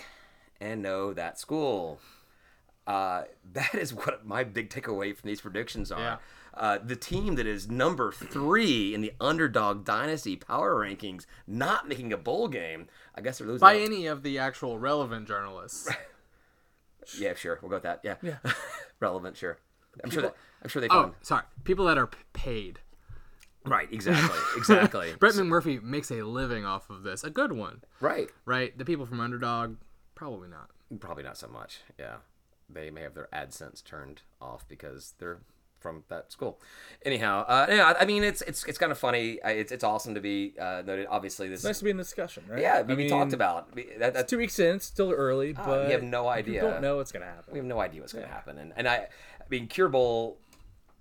Speaker 1: and no that school. Uh, <laughs> that is what my big takeaway from these predictions are.
Speaker 2: Yeah.
Speaker 1: Uh, the team that is number three in the underdog dynasty power rankings, not making a bowl game. I guess they're losing.
Speaker 2: by
Speaker 1: out-
Speaker 2: any of the actual relevant journalists.
Speaker 1: yeah, sure. We'll go with that. Yeah. <laughs> Relevant, sure. I'm sure. That, I'm sure they
Speaker 2: Oh,
Speaker 1: found.
Speaker 2: sorry, people that are p- paid.
Speaker 1: <laughs> Right. Exactly. Exactly.
Speaker 2: Bretman Murphy makes a living off of this, a good one,
Speaker 1: right.
Speaker 2: right? The people from Underdog, probably not.
Speaker 1: Probably not so much. Yeah. They may have their AdSense turned off because they're from that school. Anyhow, uh, yeah, I- I mean, it's it's it's kind of funny. I- It's it's awesome to be uh, noted. Obviously, this.
Speaker 3: Nice to be in discussion, right?
Speaker 1: Yeah,
Speaker 3: I
Speaker 1: we, we
Speaker 3: mean,
Speaker 1: talked about we- that. That's,
Speaker 3: Uh, two weeks in. It's still early, but
Speaker 1: Ah, we have no
Speaker 3: You
Speaker 1: idea.
Speaker 3: don't know what's gonna
Speaker 1: We
Speaker 3: happen.
Speaker 1: have no idea what's going to happen, and and I, I mean, Cure Bowl,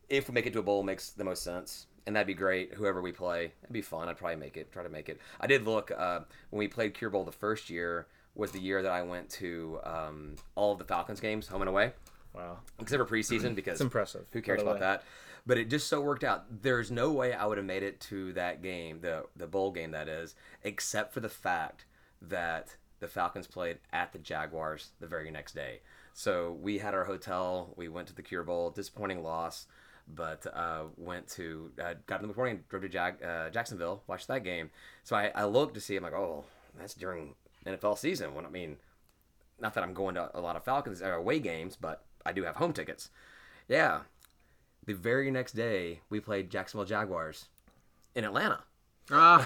Speaker 1: if we make it to a bowl, makes the most sense, and that'd be great. Whoever we play, it'd be fun. I'd probably make it. Try to make it. I did look uh, when we played Cure Bowl the first year was the year that I went to um, all of the Falcons games, home and away
Speaker 3: Wow,
Speaker 1: except for preseason because it's
Speaker 3: Mm-hmm. impressive,
Speaker 1: Who
Speaker 3: by
Speaker 1: cares
Speaker 3: the
Speaker 1: about
Speaker 3: way.
Speaker 1: that? But it just so worked out. There's no way I would have made it to that game, the the bowl game that is, except for the fact that the Falcons played at the Jaguars the very next day. So we had our hotel. We went to the Cure Bowl. Disappointing loss, but uh, went to uh, got in the morning, drove to Jag, uh, Jacksonville, watched that game. So I, I looked to see. I'm like, oh, that's during NFL season. When I mean, not that I'm going to a lot of Falcons or away games, but I do have home tickets. Yeah. The very next day, we played Jacksonville Jaguars in Atlanta. <laughs>
Speaker 2: Ah,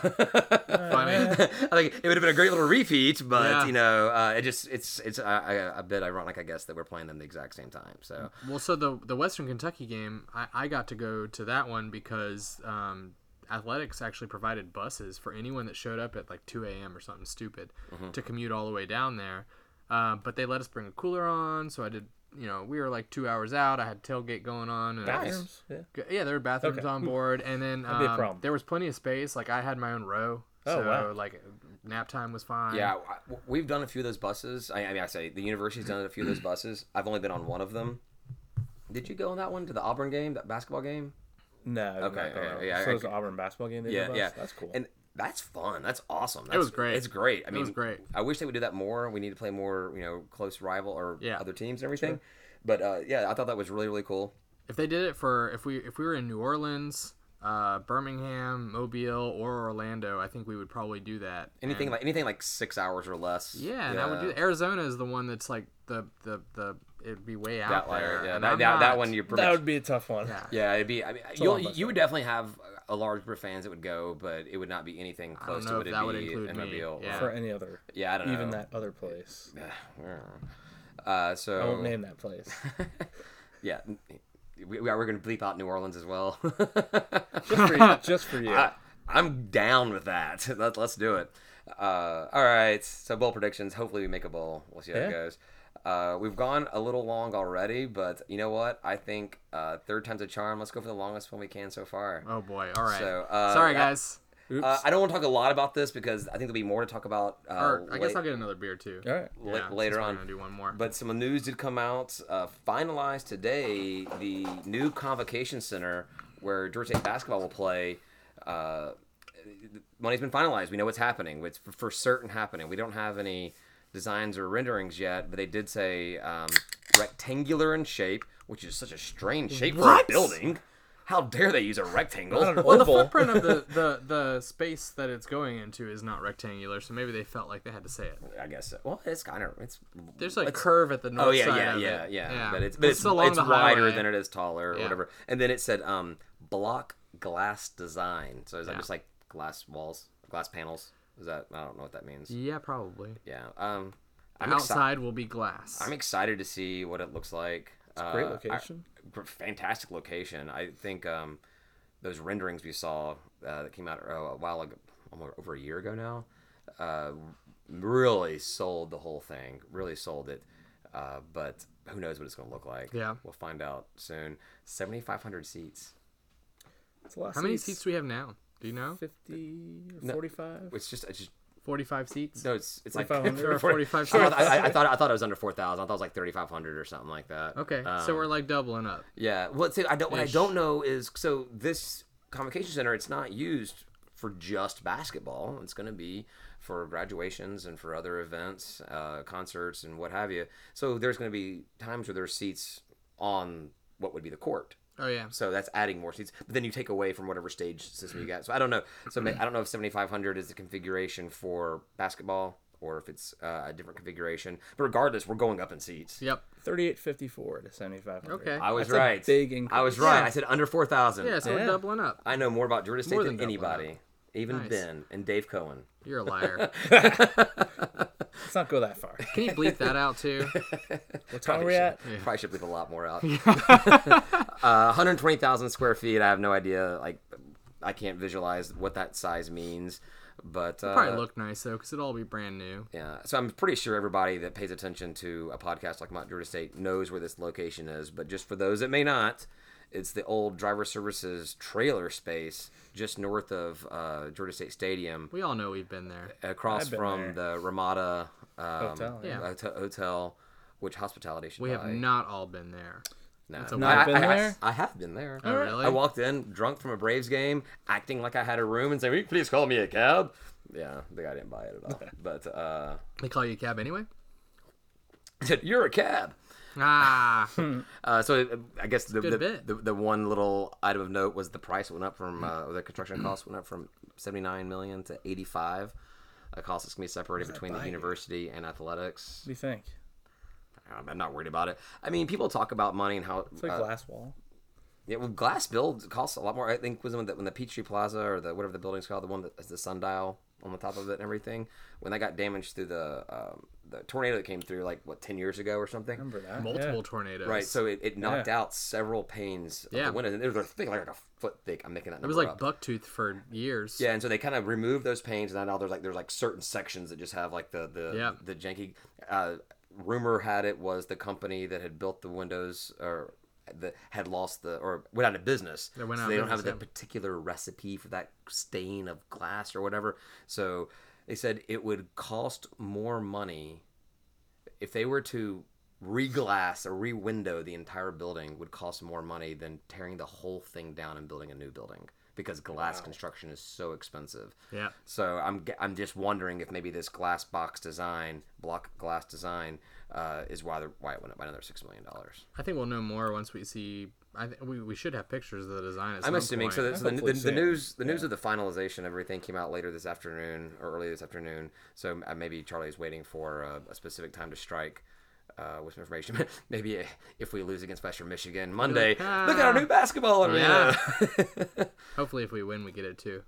Speaker 2: funny.
Speaker 1: I think it would have been a great little repeat, but
Speaker 2: Yeah.
Speaker 1: you know, uh, it just it's it's a, a, a bit ironic, I guess, that we're playing them the exact same time. So
Speaker 2: Well, so the the Western Kentucky game, I, I got to go to that one because um, athletics actually provided buses for anyone that showed up at like 2 a.m. or something stupid
Speaker 3: Mm-hmm.
Speaker 2: to commute all the way down there. Uh, but they let us bring a cooler on, so I did. You know, we were like two hours out. I had tailgate going on. And I was-
Speaker 3: Bathrooms? Yeah.
Speaker 2: G- Yeah, there were bathrooms
Speaker 3: Okay.
Speaker 2: on board, and then
Speaker 3: be a
Speaker 2: um,
Speaker 3: problem.
Speaker 2: there was plenty of space. Like I had my own row,
Speaker 3: Oh,
Speaker 2: so
Speaker 3: wow.
Speaker 2: like nap time was fine.
Speaker 1: yeah, I- we've done a few of those buses. I, I mean, I say the university's done a few of those buses. I've only been on one of them. Did you go on that one to the Auburn game, that basketball game?
Speaker 3: No.
Speaker 1: Okay,
Speaker 3: not that
Speaker 1: okay,
Speaker 3: early.
Speaker 1: yeah,
Speaker 3: So
Speaker 1: I-
Speaker 3: it was an Auburn basketball game. They did
Speaker 1: yeah,
Speaker 3: with
Speaker 1: yeah,
Speaker 3: us? That's cool.
Speaker 1: And that's fun. That's awesome. That's,
Speaker 2: was great.
Speaker 1: It's great. I mean,
Speaker 2: was great.
Speaker 1: I wish they would do that more. We need to play more, you know, close rival or
Speaker 2: Yeah.
Speaker 1: other teams and everything. But uh, yeah, I thought that was really really cool.
Speaker 2: If they did it for if we if we were in New Orleans, uh, Birmingham, Mobile, or Orlando, I think we would probably do that.
Speaker 1: Anything
Speaker 2: And-
Speaker 1: like anything like six hours or less.
Speaker 2: yeah, and I would do. Arizona is the one that's like the the the it'd be way out
Speaker 1: outlier.
Speaker 2: there.
Speaker 1: Yeah,
Speaker 2: and
Speaker 1: that,
Speaker 2: I'm
Speaker 1: that,
Speaker 2: not-
Speaker 1: that one you're pretty
Speaker 3: that
Speaker 1: much-
Speaker 3: would be a tough one.
Speaker 2: Yeah.
Speaker 1: Yeah, it'd be. I mean,
Speaker 3: a
Speaker 1: you'll,
Speaker 3: long bus
Speaker 1: you would definitely have a large group of fans that would go, but it would not be anything close
Speaker 2: know
Speaker 1: to what it'd
Speaker 2: if that would
Speaker 1: be
Speaker 2: include
Speaker 1: in
Speaker 2: me.
Speaker 1: Mobile.
Speaker 2: Yeah.
Speaker 3: For any other,
Speaker 1: yeah, Uh, I don't
Speaker 3: even
Speaker 1: know.
Speaker 3: that other place.
Speaker 1: <sighs> Uh,
Speaker 3: I won't
Speaker 1: so
Speaker 3: name that place.
Speaker 1: <laughs> yeah, we, we are, we're gonna bleep out New Orleans as well. <laughs>
Speaker 2: <laughs>
Speaker 3: Just for you. Just for you.
Speaker 1: I, I'm down with that. <laughs> Let, let's do it. Uh, all right. So bowl predictions. Hopefully we make a bowl. We'll see how it
Speaker 3: Yeah.
Speaker 1: goes. Uh, we've gone a little long already, but you know what? I think uh, third time's a charm. Let's go for the longest one we can so far.
Speaker 2: Oh boy! All right.
Speaker 1: So, uh,
Speaker 2: Sorry,
Speaker 1: that-
Speaker 2: guys.
Speaker 3: Oops.
Speaker 1: Uh, I don't want to talk a lot about this because I think there'll be more to talk about. Uh,
Speaker 2: Or I guess
Speaker 1: late-
Speaker 2: I'll get another beer too.
Speaker 3: All right.
Speaker 1: la-
Speaker 2: Yeah, since
Speaker 1: later
Speaker 2: we're
Speaker 1: on.
Speaker 2: gonna do one more.
Speaker 1: But some news did come out. Uh, finalized today, the new convocation center where Georgia State basketball will play. Uh, money's been finalized. We know what's happening. It's for, for certain happening. We don't have any designs or renderings yet, but they did say um, rectangular in shape, which is such a strange shape for a
Speaker 2: What?
Speaker 1: building. How dare they use a rectangle?
Speaker 3: Not an
Speaker 2: Well, the
Speaker 3: oval.
Speaker 2: footprint
Speaker 1: <laughs>
Speaker 2: of the, the, the space that it's going into is not rectangular, so maybe they felt like they had to say it.
Speaker 1: I guess. So. Well, it's kind of it's
Speaker 2: There's like curve at the north
Speaker 1: Oh yeah,
Speaker 2: side
Speaker 1: yeah,
Speaker 2: of
Speaker 1: yeah,
Speaker 2: it.
Speaker 1: yeah, But it's but it's,
Speaker 2: along
Speaker 1: it's
Speaker 2: the
Speaker 1: wider
Speaker 2: highway.
Speaker 1: than it is taller or
Speaker 2: Yeah.
Speaker 1: whatever. And then it said um block glass design. So is that just like glass walls, glass panels? Is that I don't know what that means.
Speaker 2: Yeah, probably.
Speaker 1: Yeah. Um, I'm excited.
Speaker 2: Outside will be glass.
Speaker 1: I'm excited to see what it looks like. Uh,
Speaker 3: Great
Speaker 1: I-
Speaker 3: location.
Speaker 1: gr- fantastic location. I think um, those renderings we saw uh, that came out uh, a while ago, almost over a year ago now, uh, really sold the whole thing. Really sold it. Uh, but who knows what it's going to look like?
Speaker 2: Yeah.
Speaker 1: we'll find out soon. Seventy five hundred seats.
Speaker 3: It's a lot of
Speaker 2: How many seats do we have now? Do you know?
Speaker 3: 50 or 45?
Speaker 1: It's just, it's just
Speaker 2: Forty-five seats.
Speaker 1: no, it's it's like <laughs>
Speaker 3: 4,500?
Speaker 1: 45.
Speaker 2: 45
Speaker 1: I, thought- I, I thought I thought it was under four thousand. I thought it was like thirty five hundred or something like that.
Speaker 2: Okay,
Speaker 1: Um,
Speaker 2: so we're like doubling up.
Speaker 1: Yeah. Well, see, I don't. What I don't know is so this convocation center. It's not used for just basketball. It's going to be for graduations and for other events, uh, concerts, and what have you. So there's going to be times where there's seats on what would be the court.
Speaker 2: Oh yeah.
Speaker 1: So that's adding more seats, but then you take away from whatever stage system you got. So I don't know. So ma- I don't know if 7,500 is the configuration for basketball or if it's uh, a different configuration. But regardless, we're going up in seats.
Speaker 2: Yep.
Speaker 3: 3854 to 7500.
Speaker 2: Okay.
Speaker 1: I was
Speaker 3: That's a
Speaker 1: right.
Speaker 3: big increase.
Speaker 1: I was right.
Speaker 2: Yeah.
Speaker 1: I said under 4,000.
Speaker 2: Yeah, so
Speaker 3: Yeah.
Speaker 2: we're doubling up.
Speaker 1: I know more about Georgia State
Speaker 2: More
Speaker 1: than,
Speaker 2: than doubling
Speaker 1: anybody, even
Speaker 2: Nice.
Speaker 1: Ben and Dave Cohen.
Speaker 2: You're a liar.
Speaker 3: Let's not go that far.
Speaker 1: <laughs>
Speaker 2: Can you bleep that out too?
Speaker 3: What time are we at?
Speaker 1: Probably should leave a lot more out. <laughs> uh, 120,000 square feet. I have no idea. Like, I can't visualize what that size means. But uh,
Speaker 2: Probably look nice though, because it'll all be brand new.
Speaker 1: Yeah, so I'm pretty sure everybody that pays attention to a podcast like Mount Georgia State knows where this location is, but just for those that may not, it's the old driver services trailer space just north of uh, Georgia State Stadium,
Speaker 2: We all know we've been there.
Speaker 1: across
Speaker 3: I've been
Speaker 1: from the Ramada um,
Speaker 3: Hotel,
Speaker 2: yeah.
Speaker 1: hot- hotel, which hospitality I should
Speaker 2: We have
Speaker 1: buy.
Speaker 2: not all been there.
Speaker 1: No.
Speaker 2: a
Speaker 1: I,
Speaker 3: Not been
Speaker 1: I- I-
Speaker 3: there?
Speaker 1: I have been there.
Speaker 2: Oh, really?
Speaker 1: I walked in drunk from a Braves game, acting like I had a room, and said, "Will you please call me a cab?" Yeah, the guy didn't buy it
Speaker 2: <laughs>
Speaker 1: at all, but uh, <laughs>
Speaker 2: They call you a cab anyway.
Speaker 1: said, "You're a cab." <laughs>
Speaker 2: Ah,
Speaker 1: Uh, so uh, I guess the
Speaker 2: good
Speaker 1: the,
Speaker 2: bit.
Speaker 1: the the one little item of note was the price went up from uh, the
Speaker 2: Mm-hmm.
Speaker 1: construction cost went up from seventy nine million to eighty five. A cost that's gonna be separated between the university and athletics.
Speaker 3: What do you think?
Speaker 1: I'm I'm not worried about it. I mean, people talk about money and how
Speaker 3: It's like
Speaker 1: uh,
Speaker 3: glass wall.
Speaker 1: yeah, well, glass build costs a lot more. I think was when the, when the Peachtree Plaza or the whatever the building's called, the one that has the sundial on the top of it and everything, when that got damaged through the um, the tornado that came through like what ten years ago or something.
Speaker 3: Remember that?
Speaker 2: multiple
Speaker 3: Yeah.
Speaker 2: tornadoes.
Speaker 1: Right, so it, it knocked
Speaker 3: Yeah.
Speaker 1: out several panes of
Speaker 2: Yeah.
Speaker 1: the windows, and they were thick, like a foot thick. I'm making that number
Speaker 2: It was like
Speaker 1: up.
Speaker 2: bucktooth for years.
Speaker 1: yeah, and so they kind of removed those panes, and now there's like there's like certain sections that just have like the the
Speaker 2: Yeah.
Speaker 1: the janky. Uh, rumor had it was the company that had built the windows or that had lost the or went out of business.
Speaker 2: They went
Speaker 1: so
Speaker 2: out of
Speaker 1: they don't have
Speaker 2: business,
Speaker 1: the
Speaker 2: yeah.
Speaker 1: particular recipe for that stain of glass or whatever. So they said it would cost more money if they were to reglass or re-window the entire building would cost more money than tearing the whole thing down and building a new building because glass construction is so expensive.
Speaker 2: Yeah.
Speaker 1: So I'm ge- I'm just wondering if maybe this glass box design, block glass design, uh, is why the, why it went up by another six million dollars.
Speaker 2: I think we'll know more once we see. I think we, we should have pictures of the design. At
Speaker 1: I'm
Speaker 2: some
Speaker 1: assuming
Speaker 2: point.
Speaker 1: so. The, so the,
Speaker 3: hopefully
Speaker 1: the, the
Speaker 3: soon.
Speaker 1: news the news of the finalization of everything came out later this afternoon or early this afternoon. So uh, maybe Charlie's waiting for uh, a specific time to strike. Uh, with some information, <laughs> maybe if we lose against Western Michigan Monday, look at our
Speaker 2: "Ah."
Speaker 1: new basketball arena. <laughs> Eh,
Speaker 2: Hopefully, if we win, we get it too.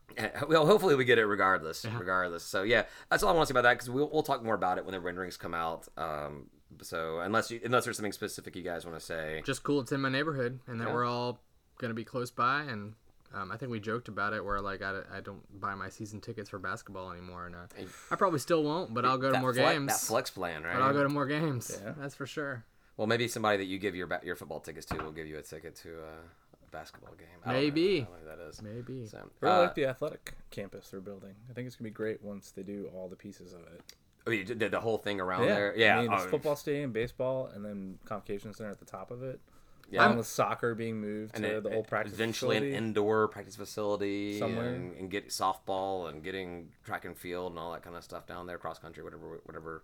Speaker 1: well, hopefully we get it regardless. Regardless, so yeah, that's all I want to say about that because we'll, we'll talk more about it when the renderings come out. Um, so unless you, unless there's something specific you guys want to say,
Speaker 2: Just cool. It's in my neighborhood, and that we're all gonna be close by. And um, I think we joked about it, where like I, I don't buy my season tickets for basketball anymore, and uh, I probably still won't, but I'll go to
Speaker 1: that
Speaker 2: more
Speaker 1: flex,
Speaker 2: games.
Speaker 1: that flex plan, right?
Speaker 2: but I'll go to more games. That's for sure.
Speaker 1: Well, maybe somebody that you give your ba- your football tickets to will give you a ticket to uh, a basketball game. I don't know.
Speaker 2: Maybe.
Speaker 1: I don't know who that is.
Speaker 2: Maybe.
Speaker 1: So,
Speaker 3: Really
Speaker 1: uh,
Speaker 3: like the athletic campus they're building. I think it's gonna be great once they do all the pieces of it.
Speaker 1: I mean, the, the whole thing around there. Yeah.
Speaker 3: I mean, it's
Speaker 1: oh,
Speaker 3: football stadium, baseball, and then convocation center at the top of it.
Speaker 1: Yeah.
Speaker 3: Yeah, and with soccer being moved
Speaker 1: and
Speaker 3: to
Speaker 1: it-
Speaker 3: the old
Speaker 1: it-
Speaker 3: practice
Speaker 1: Eventually,
Speaker 3: facility.
Speaker 1: an indoor practice facility
Speaker 3: Somewhere.
Speaker 1: and, and get softball and getting track and field and all that kind of stuff down there, cross country, whatever, whatever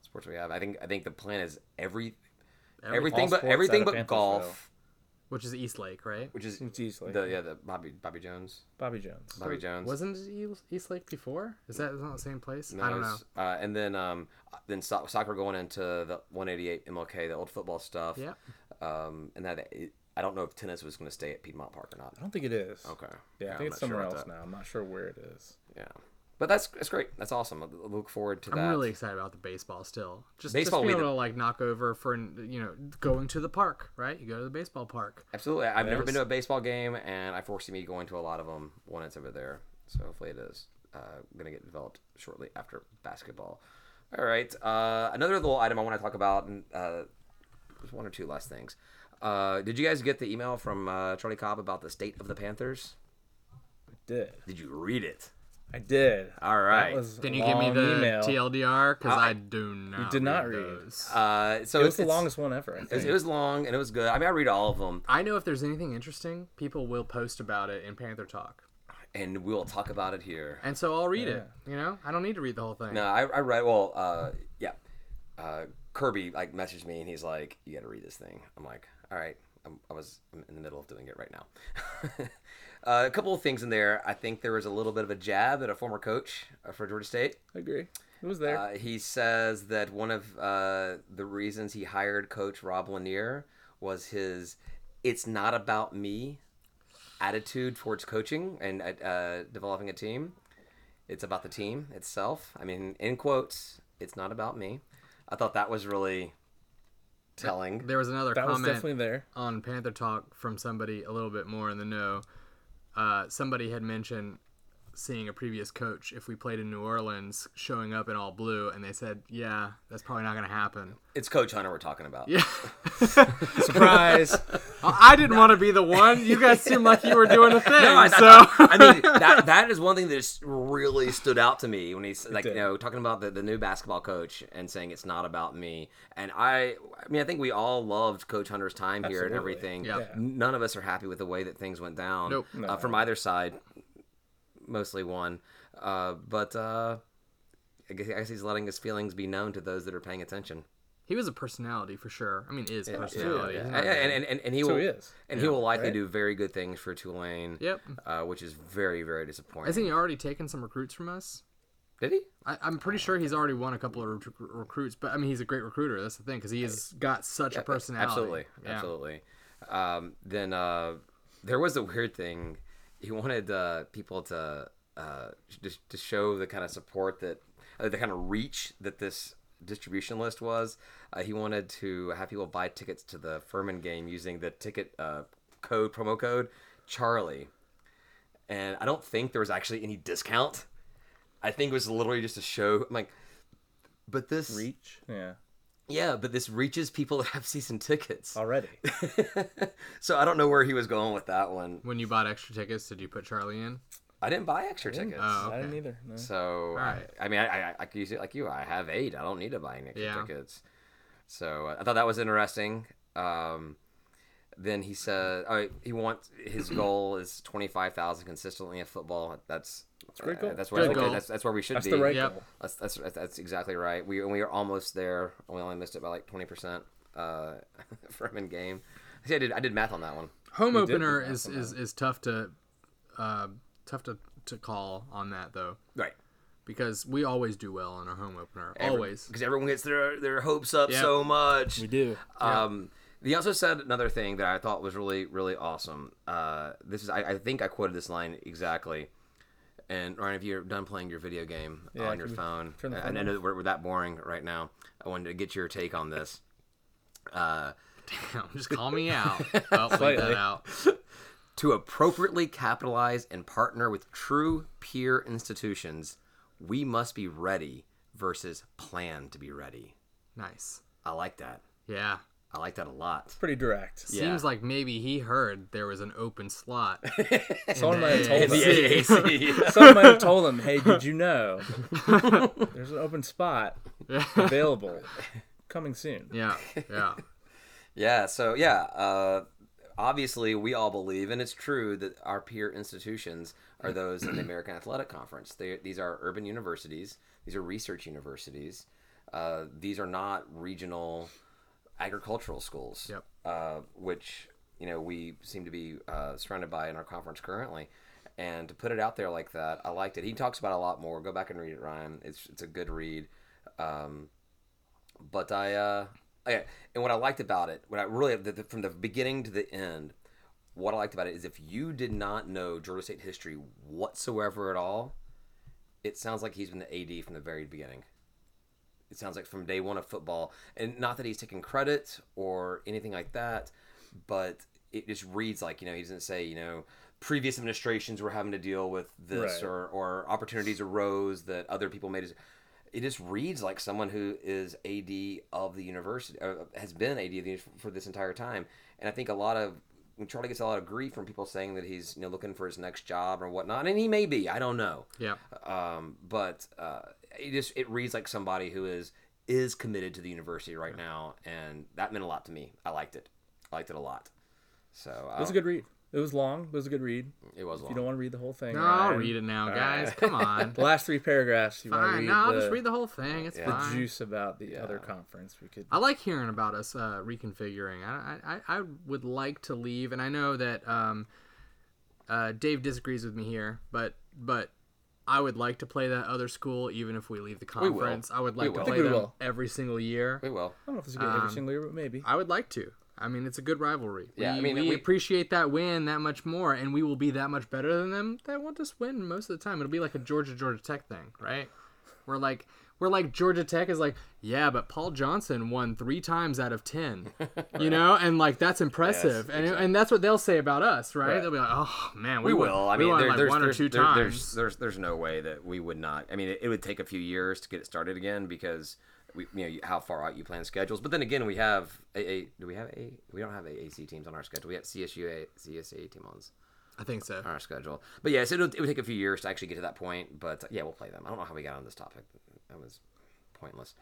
Speaker 1: sports we have. I think I think the plan is every everything
Speaker 3: All
Speaker 1: but
Speaker 3: sports
Speaker 1: everything
Speaker 3: out of
Speaker 1: but
Speaker 3: Pantherville.
Speaker 1: golf,
Speaker 2: Which is East Lake, right?
Speaker 1: which is
Speaker 3: It's easily
Speaker 1: the yeah the Bobby Bobby Jones
Speaker 3: Bobby Jones.
Speaker 1: Bobby Jones.
Speaker 2: Wasn't it East- East Lake before? Is that not the same place?
Speaker 1: No,
Speaker 2: I don't know.
Speaker 1: it's- Uh, and then um, then so- soccer going into the 188 MLK, the old football stuff.
Speaker 2: Yeah.
Speaker 1: Um, and that it, I don't know if tennis was going to stay at Piedmont Park or not.
Speaker 3: I don't think it is.
Speaker 1: Okay.
Speaker 3: Yeah,
Speaker 1: I'm
Speaker 3: I think it's
Speaker 1: not sure
Speaker 3: somewhere
Speaker 1: about
Speaker 3: else
Speaker 1: that.
Speaker 3: now. I'm not sure where it is.
Speaker 1: Yeah. But that's that's great. That's awesome. I look forward to that.
Speaker 2: I'm really excited about the baseball still. Just,
Speaker 1: Baseball
Speaker 2: just
Speaker 1: will
Speaker 2: being
Speaker 1: be
Speaker 2: able to like knock over for you know going to the park, right? You go to the baseball park.
Speaker 1: Absolutely. I've never been to a baseball game, and I foresee me going to a lot of them when it's over there. So hopefully it is uh, going to get developed shortly after basketball. All right. Uh, another little item I want to talk about, and uh, there's one or two last things. Uh, did you guys get the email from uh, Charlie Cobb about the state of the Panthers?
Speaker 3: I did.
Speaker 1: Did you read it?
Speaker 3: I did.
Speaker 1: All right.
Speaker 3: That was
Speaker 2: Then
Speaker 3: a
Speaker 2: you give me
Speaker 3: long
Speaker 2: the
Speaker 3: email.
Speaker 2: TLDR because I, do not.
Speaker 3: did not
Speaker 2: read.
Speaker 3: read.
Speaker 2: those.
Speaker 1: uh, so
Speaker 3: It was
Speaker 1: it's-
Speaker 3: the
Speaker 1: it's-
Speaker 3: longest one ever. I
Speaker 1: It was,
Speaker 3: think.
Speaker 1: it was long and it was good. I mean, I read all of them.
Speaker 2: I know if there's anything interesting, people will post about it in Panther Talk.
Speaker 1: and we'll talk about it here.
Speaker 2: And so I'll read it. You know, I don't need to read the whole thing.
Speaker 1: No, I, I read. Well, uh, yeah. Uh, Kirby like messaged me and he's like, "You got to read this thing." I'm like, "All right." I'm, I was I'm in the middle of doing it right now. <laughs> uh, a couple of things in there. I think there was a little bit of a jab at a former coach uh, for Georgia State.
Speaker 3: I agree. It was there.
Speaker 1: Uh, he says that one of uh, the reasons he hired Coach Rob Lanier was his "it's not about me" attitude towards coaching and uh, developing a team. It's about the team itself. I mean, in quotes, "it's not about me." I thought that was really telling.
Speaker 2: There was another
Speaker 3: that was
Speaker 2: comment
Speaker 3: definitely there.
Speaker 2: on Panther Talk from somebody a little bit more in the know. Uh, somebody had mentioned seeing a previous coach if we played in New Orleans showing up in all blue, and they said, "Yeah, that's probably not going to happen." <laughs>
Speaker 1: It's Coach Hunter we're talking about.
Speaker 2: Yeah,
Speaker 3: Surprise.
Speaker 2: I I didn't want to be the one. You guys seemed like you were doing a thing.
Speaker 1: <laughs> No, I,
Speaker 2: so
Speaker 1: I
Speaker 3: <laughs>
Speaker 1: mean that that is one thing that just really stood out to me when he's like you
Speaker 3: did.
Speaker 1: know talking about the, the new basketball coach and saying it's not about me. And I I mean I think we all loved Coach Hunter's time here and
Speaker 3: Absolutely.
Speaker 1: everything.
Speaker 2: Yeah. Yeah.
Speaker 1: None of us are happy with the way that things went down.
Speaker 2: Nope.
Speaker 1: Uh, from either side, mostly one. Uh, but uh, I guess I guess he's letting his feelings be known to those that are paying attention.
Speaker 2: he was a personality for sure. I mean, is personality.
Speaker 3: Oh,
Speaker 1: Absolutely,
Speaker 2: He's
Speaker 1: And,
Speaker 2: not a man.
Speaker 1: and, and, and he
Speaker 3: So
Speaker 1: will
Speaker 3: he is.
Speaker 1: and he will likely
Speaker 3: right?
Speaker 1: do very good things for Tulane.
Speaker 2: Yep.
Speaker 1: uh, which is very very disappointing.
Speaker 2: Hasn't he already taken some recruits from us?
Speaker 1: Did he?
Speaker 2: I, I'm pretty sure he's already won a couple of rec- recruits, but I mean, he's a great recruiter. That's the thing because he has got such a personality.
Speaker 1: Absolutely,
Speaker 2: Yeah.
Speaker 1: absolutely. Um, then uh, there was a weird thing. He wanted uh, people to uh, just to show the kind of support that uh, the kind of reach that this distribution list was. Uh, he wanted to have people buy tickets to the Furman game using the ticket uh, code promo code Charlie. And I don't think there was actually any discount. I think it was literally just a show. I'm like, but this
Speaker 3: <laughs> Reach. Yeah.
Speaker 1: yeah, but this reaches people that have season tickets. <laughs>
Speaker 3: Already.
Speaker 1: So I don't know where he was going with that one.
Speaker 2: When you bought extra tickets, did you put Charlie in?
Speaker 1: I didn't buy extra tickets.
Speaker 2: Oh.
Speaker 3: I
Speaker 2: Okay.
Speaker 3: didn't either. No.
Speaker 1: So I-
Speaker 2: right.
Speaker 1: I, mean, I, I, I could use it like you. I have eight. I don't need to buy any extra
Speaker 2: Yeah.
Speaker 1: tickets. So uh, I thought that was interesting. Um, then he said oh, he wants
Speaker 3: <clears throat>
Speaker 1: his goal is twenty five thousand consistently in football. That's that's
Speaker 3: a great goal.
Speaker 1: that's where I
Speaker 2: Good
Speaker 1: think
Speaker 2: goal.
Speaker 1: that's, that's where we should
Speaker 3: That's
Speaker 1: be.
Speaker 3: the right
Speaker 2: Yep.
Speaker 3: goal.
Speaker 1: That's, that's that's exactly right. We we are almost there. We only missed it by like twenty percent uh, <laughs> from in game. See, I did I did math on that one.
Speaker 2: Home
Speaker 3: did
Speaker 2: opener
Speaker 3: do that
Speaker 2: is, is is tough to uh, tough to, to call on that though
Speaker 1: Right.
Speaker 2: because we always do well on our home opener.
Speaker 3: <laughs>
Speaker 2: always.
Speaker 1: because everyone gets their their hopes up
Speaker 2: Yeah.
Speaker 1: so much.
Speaker 3: We do.
Speaker 1: Um, he also said another thing that I thought was really really awesome. Uh, this is I, I think I quoted this line exactly. And Ryan, if you're done playing your video game on your
Speaker 3: can we
Speaker 1: phone,
Speaker 3: turn the
Speaker 1: I, I
Speaker 3: phone
Speaker 1: know that we're, we're that boring right now. I wanted to get your take on this.
Speaker 2: Damn, just call me
Speaker 3: <laughs>
Speaker 2: out. Oh, leave that
Speaker 3: Slightly.
Speaker 2: out.
Speaker 1: To appropriately capitalize and partner with true peer institutions, we must be ready versus plan to be ready.
Speaker 2: Nice.
Speaker 1: I like that.
Speaker 2: Yeah.
Speaker 1: I like that a lot.
Speaker 3: Pretty direct.
Speaker 1: Yeah.
Speaker 2: Seems like maybe he heard there was an open slot.
Speaker 3: <laughs> Someone might have told
Speaker 2: In
Speaker 3: him.
Speaker 2: the-
Speaker 3: Someone might have told him, "Hey, did
Speaker 2: <laughs>
Speaker 3: you know there's an open spot available coming soon?"
Speaker 2: yeah. Yeah.
Speaker 1: Yeah, so yeah, uh, obviously we all believe, and it's true that our peer institutions are those in the American Athletic Conference. They, these are urban universities. These are research universities. Uh, these are not regional agricultural schools,
Speaker 2: Yep.
Speaker 1: uh, which you know we seem to be uh, surrounded by in our conference currently. And to put it out there like that, I liked it. He talks about it a lot more. Go back and read it, Ryan. It's it's a good read. Um, but I, uh, I and what I liked about it, what I really the, the, from the beginning to the end, what I liked about it is if you did not know Georgia State history whatsoever at all, it sounds like he's been the AD from the very beginning. It sounds like from day one of football, and not that he's taking credit or anything like that, but it just reads like you know he doesn't say you know previous administrations were having to deal with this
Speaker 3: Right.
Speaker 1: or or opportunities arose that other people made. It it just reads like someone who is AD of the university or has been AD of the university for this entire time, and I think a lot of when Charlie gets a lot of grief from people saying that he's you know looking for his next job or whatnot, and he may be. I don't know
Speaker 3: <laughs>
Speaker 2: Yeah.
Speaker 1: um, but uh, it just it reads like somebody who is is committed to the university right now, and that meant a lot to me. I liked it. I liked it a lot. So
Speaker 3: It was
Speaker 1: I
Speaker 3: a good read. It was long, but it was a good read.
Speaker 1: It was
Speaker 3: If
Speaker 1: long.
Speaker 3: you don't want to read the whole thing,
Speaker 2: No,
Speaker 3: Ryan,
Speaker 2: I'll read it now, guys.
Speaker 3: right.
Speaker 2: Come on.
Speaker 3: <laughs> The last three paragraphs. You want to
Speaker 2: fine.
Speaker 3: read,
Speaker 2: No, I'll
Speaker 3: the,
Speaker 2: just read the whole thing. It's
Speaker 1: Yeah.
Speaker 3: the
Speaker 2: fine.
Speaker 3: juice about the
Speaker 1: Yeah.
Speaker 3: other conference. We could.
Speaker 2: I like hearing about us uh, reconfiguring. I, I- I I would like to leave, and I know that um, uh, Dave disagrees with me here, but but I would like to play that other school even if we leave the
Speaker 1: will.
Speaker 2: conference. I would
Speaker 1: We will.
Speaker 2: like to
Speaker 1: I
Speaker 3: think
Speaker 2: play
Speaker 3: we
Speaker 2: them
Speaker 3: will.
Speaker 2: every single year.
Speaker 1: we will.
Speaker 3: I don't know if it's gonna be every single year, but maybe.
Speaker 2: um, I would like to. I mean, it's a good rivalry.
Speaker 1: Yeah,
Speaker 2: we,
Speaker 1: I mean,
Speaker 2: we,
Speaker 1: we-
Speaker 2: appreciate that win that much more, and we will be that much better than them. That won't just win most of the time. It'll be like a Georgia Georgia Tech thing, right? We're like we're like Georgia Tech is like, yeah, but Paul Johnson won three times out of
Speaker 1: <laughs>
Speaker 2: ten, you know, and like that's impressive, and and that's what they'll say about us, right?
Speaker 3: Right.
Speaker 2: They'll be like, oh man, we,
Speaker 1: We
Speaker 2: won-
Speaker 1: will. I
Speaker 2: we
Speaker 1: mean,
Speaker 2: won
Speaker 1: there,
Speaker 2: like
Speaker 1: there's,
Speaker 2: one
Speaker 1: there's,
Speaker 2: or two
Speaker 1: there-
Speaker 2: times.
Speaker 1: there's there's there's no way that we would not. I mean, it, it would take a few years to get it started again because we, you know, you- how far out you plan schedules. But then again, we have a, do we have a we don't have AAC teams on our schedule. We have CSU a, CSA team on
Speaker 2: I think so.
Speaker 1: on our schedule. But yes, it would, it would take a few years to actually get to that point. But uh, yeah, we'll play them. I don't know how we got on this topic. That was pointless.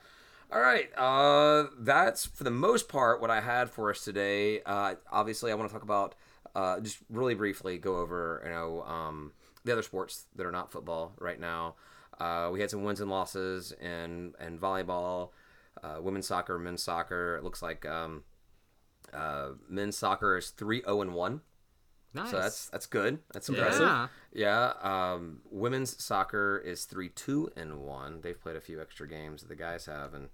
Speaker 1: All right, uh, that's for the most part what I had for us today. Uh, obviously, I want to talk about uh, just really briefly go over you know um, the other sports that are not football right now. Uh, we had some wins and losses in and volleyball, uh, women's soccer, men's soccer. It looks like um, uh, men's soccer is three zero and one.
Speaker 2: Nice.
Speaker 1: So that's that's good. That's
Speaker 2: Yeah.
Speaker 1: impressive. Yeah. Um, women's soccer is three two and one. They've played a few extra games that the guys have and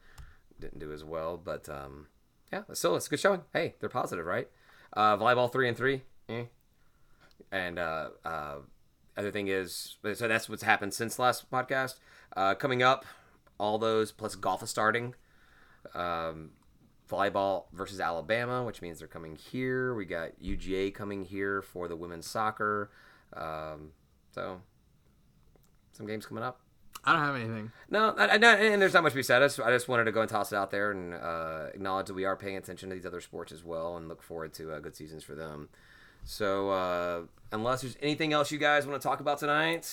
Speaker 1: didn't do as well. But um, yeah, still it's a good showing. Hey, they're positive, right? Uh, volleyball three and three. Eh. And uh, uh, other thing is, so that's what's happened since last podcast. Uh, coming up, all those plus golf is starting Um, volleyball versus Alabama, which means they're coming here. We got UGA coming here for the women's soccer. Um, so some games coming up.
Speaker 2: I don't have anything.
Speaker 1: No, I, I, and there's not much to be said. I just, I just wanted to go and toss it out there and uh, acknowledge that we are paying attention to these other sports as well and look forward to uh, good seasons for them. So uh, unless there's anything else you guys want to talk about tonight,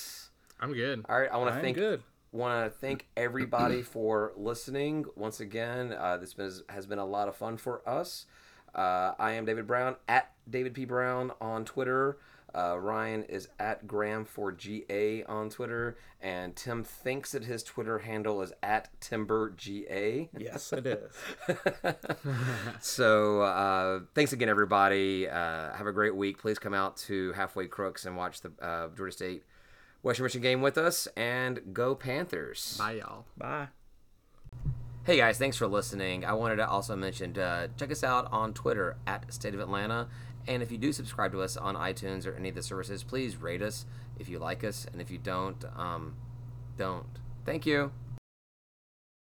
Speaker 2: I'm good.
Speaker 1: all right, I want to
Speaker 3: I'm
Speaker 1: thank
Speaker 2: <laughs>
Speaker 3: good.
Speaker 1: want to thank everybody for listening once again uh, this been, has been a lot of fun for us uh, i am david brown at david p brown on twitter uh, ryan is at graham for ga on twitter and tim thinks that his twitter handle is at timber ga
Speaker 3: Yes, it is.
Speaker 1: so uh, thanks again everybody uh, have a great week please come out to halfway crooks and watch the uh, georgia state western michigan game with us and go panthers
Speaker 2: Bye, y'all.
Speaker 3: Bye.
Speaker 1: Hey guys, thanks for listening. I wanted to also mention uh, check us out on Twitter at State of Atlanta. And if you do subscribe to us on iTunes or any of the services, please rate us if you like us. And if you don't, um, don't. Thank you.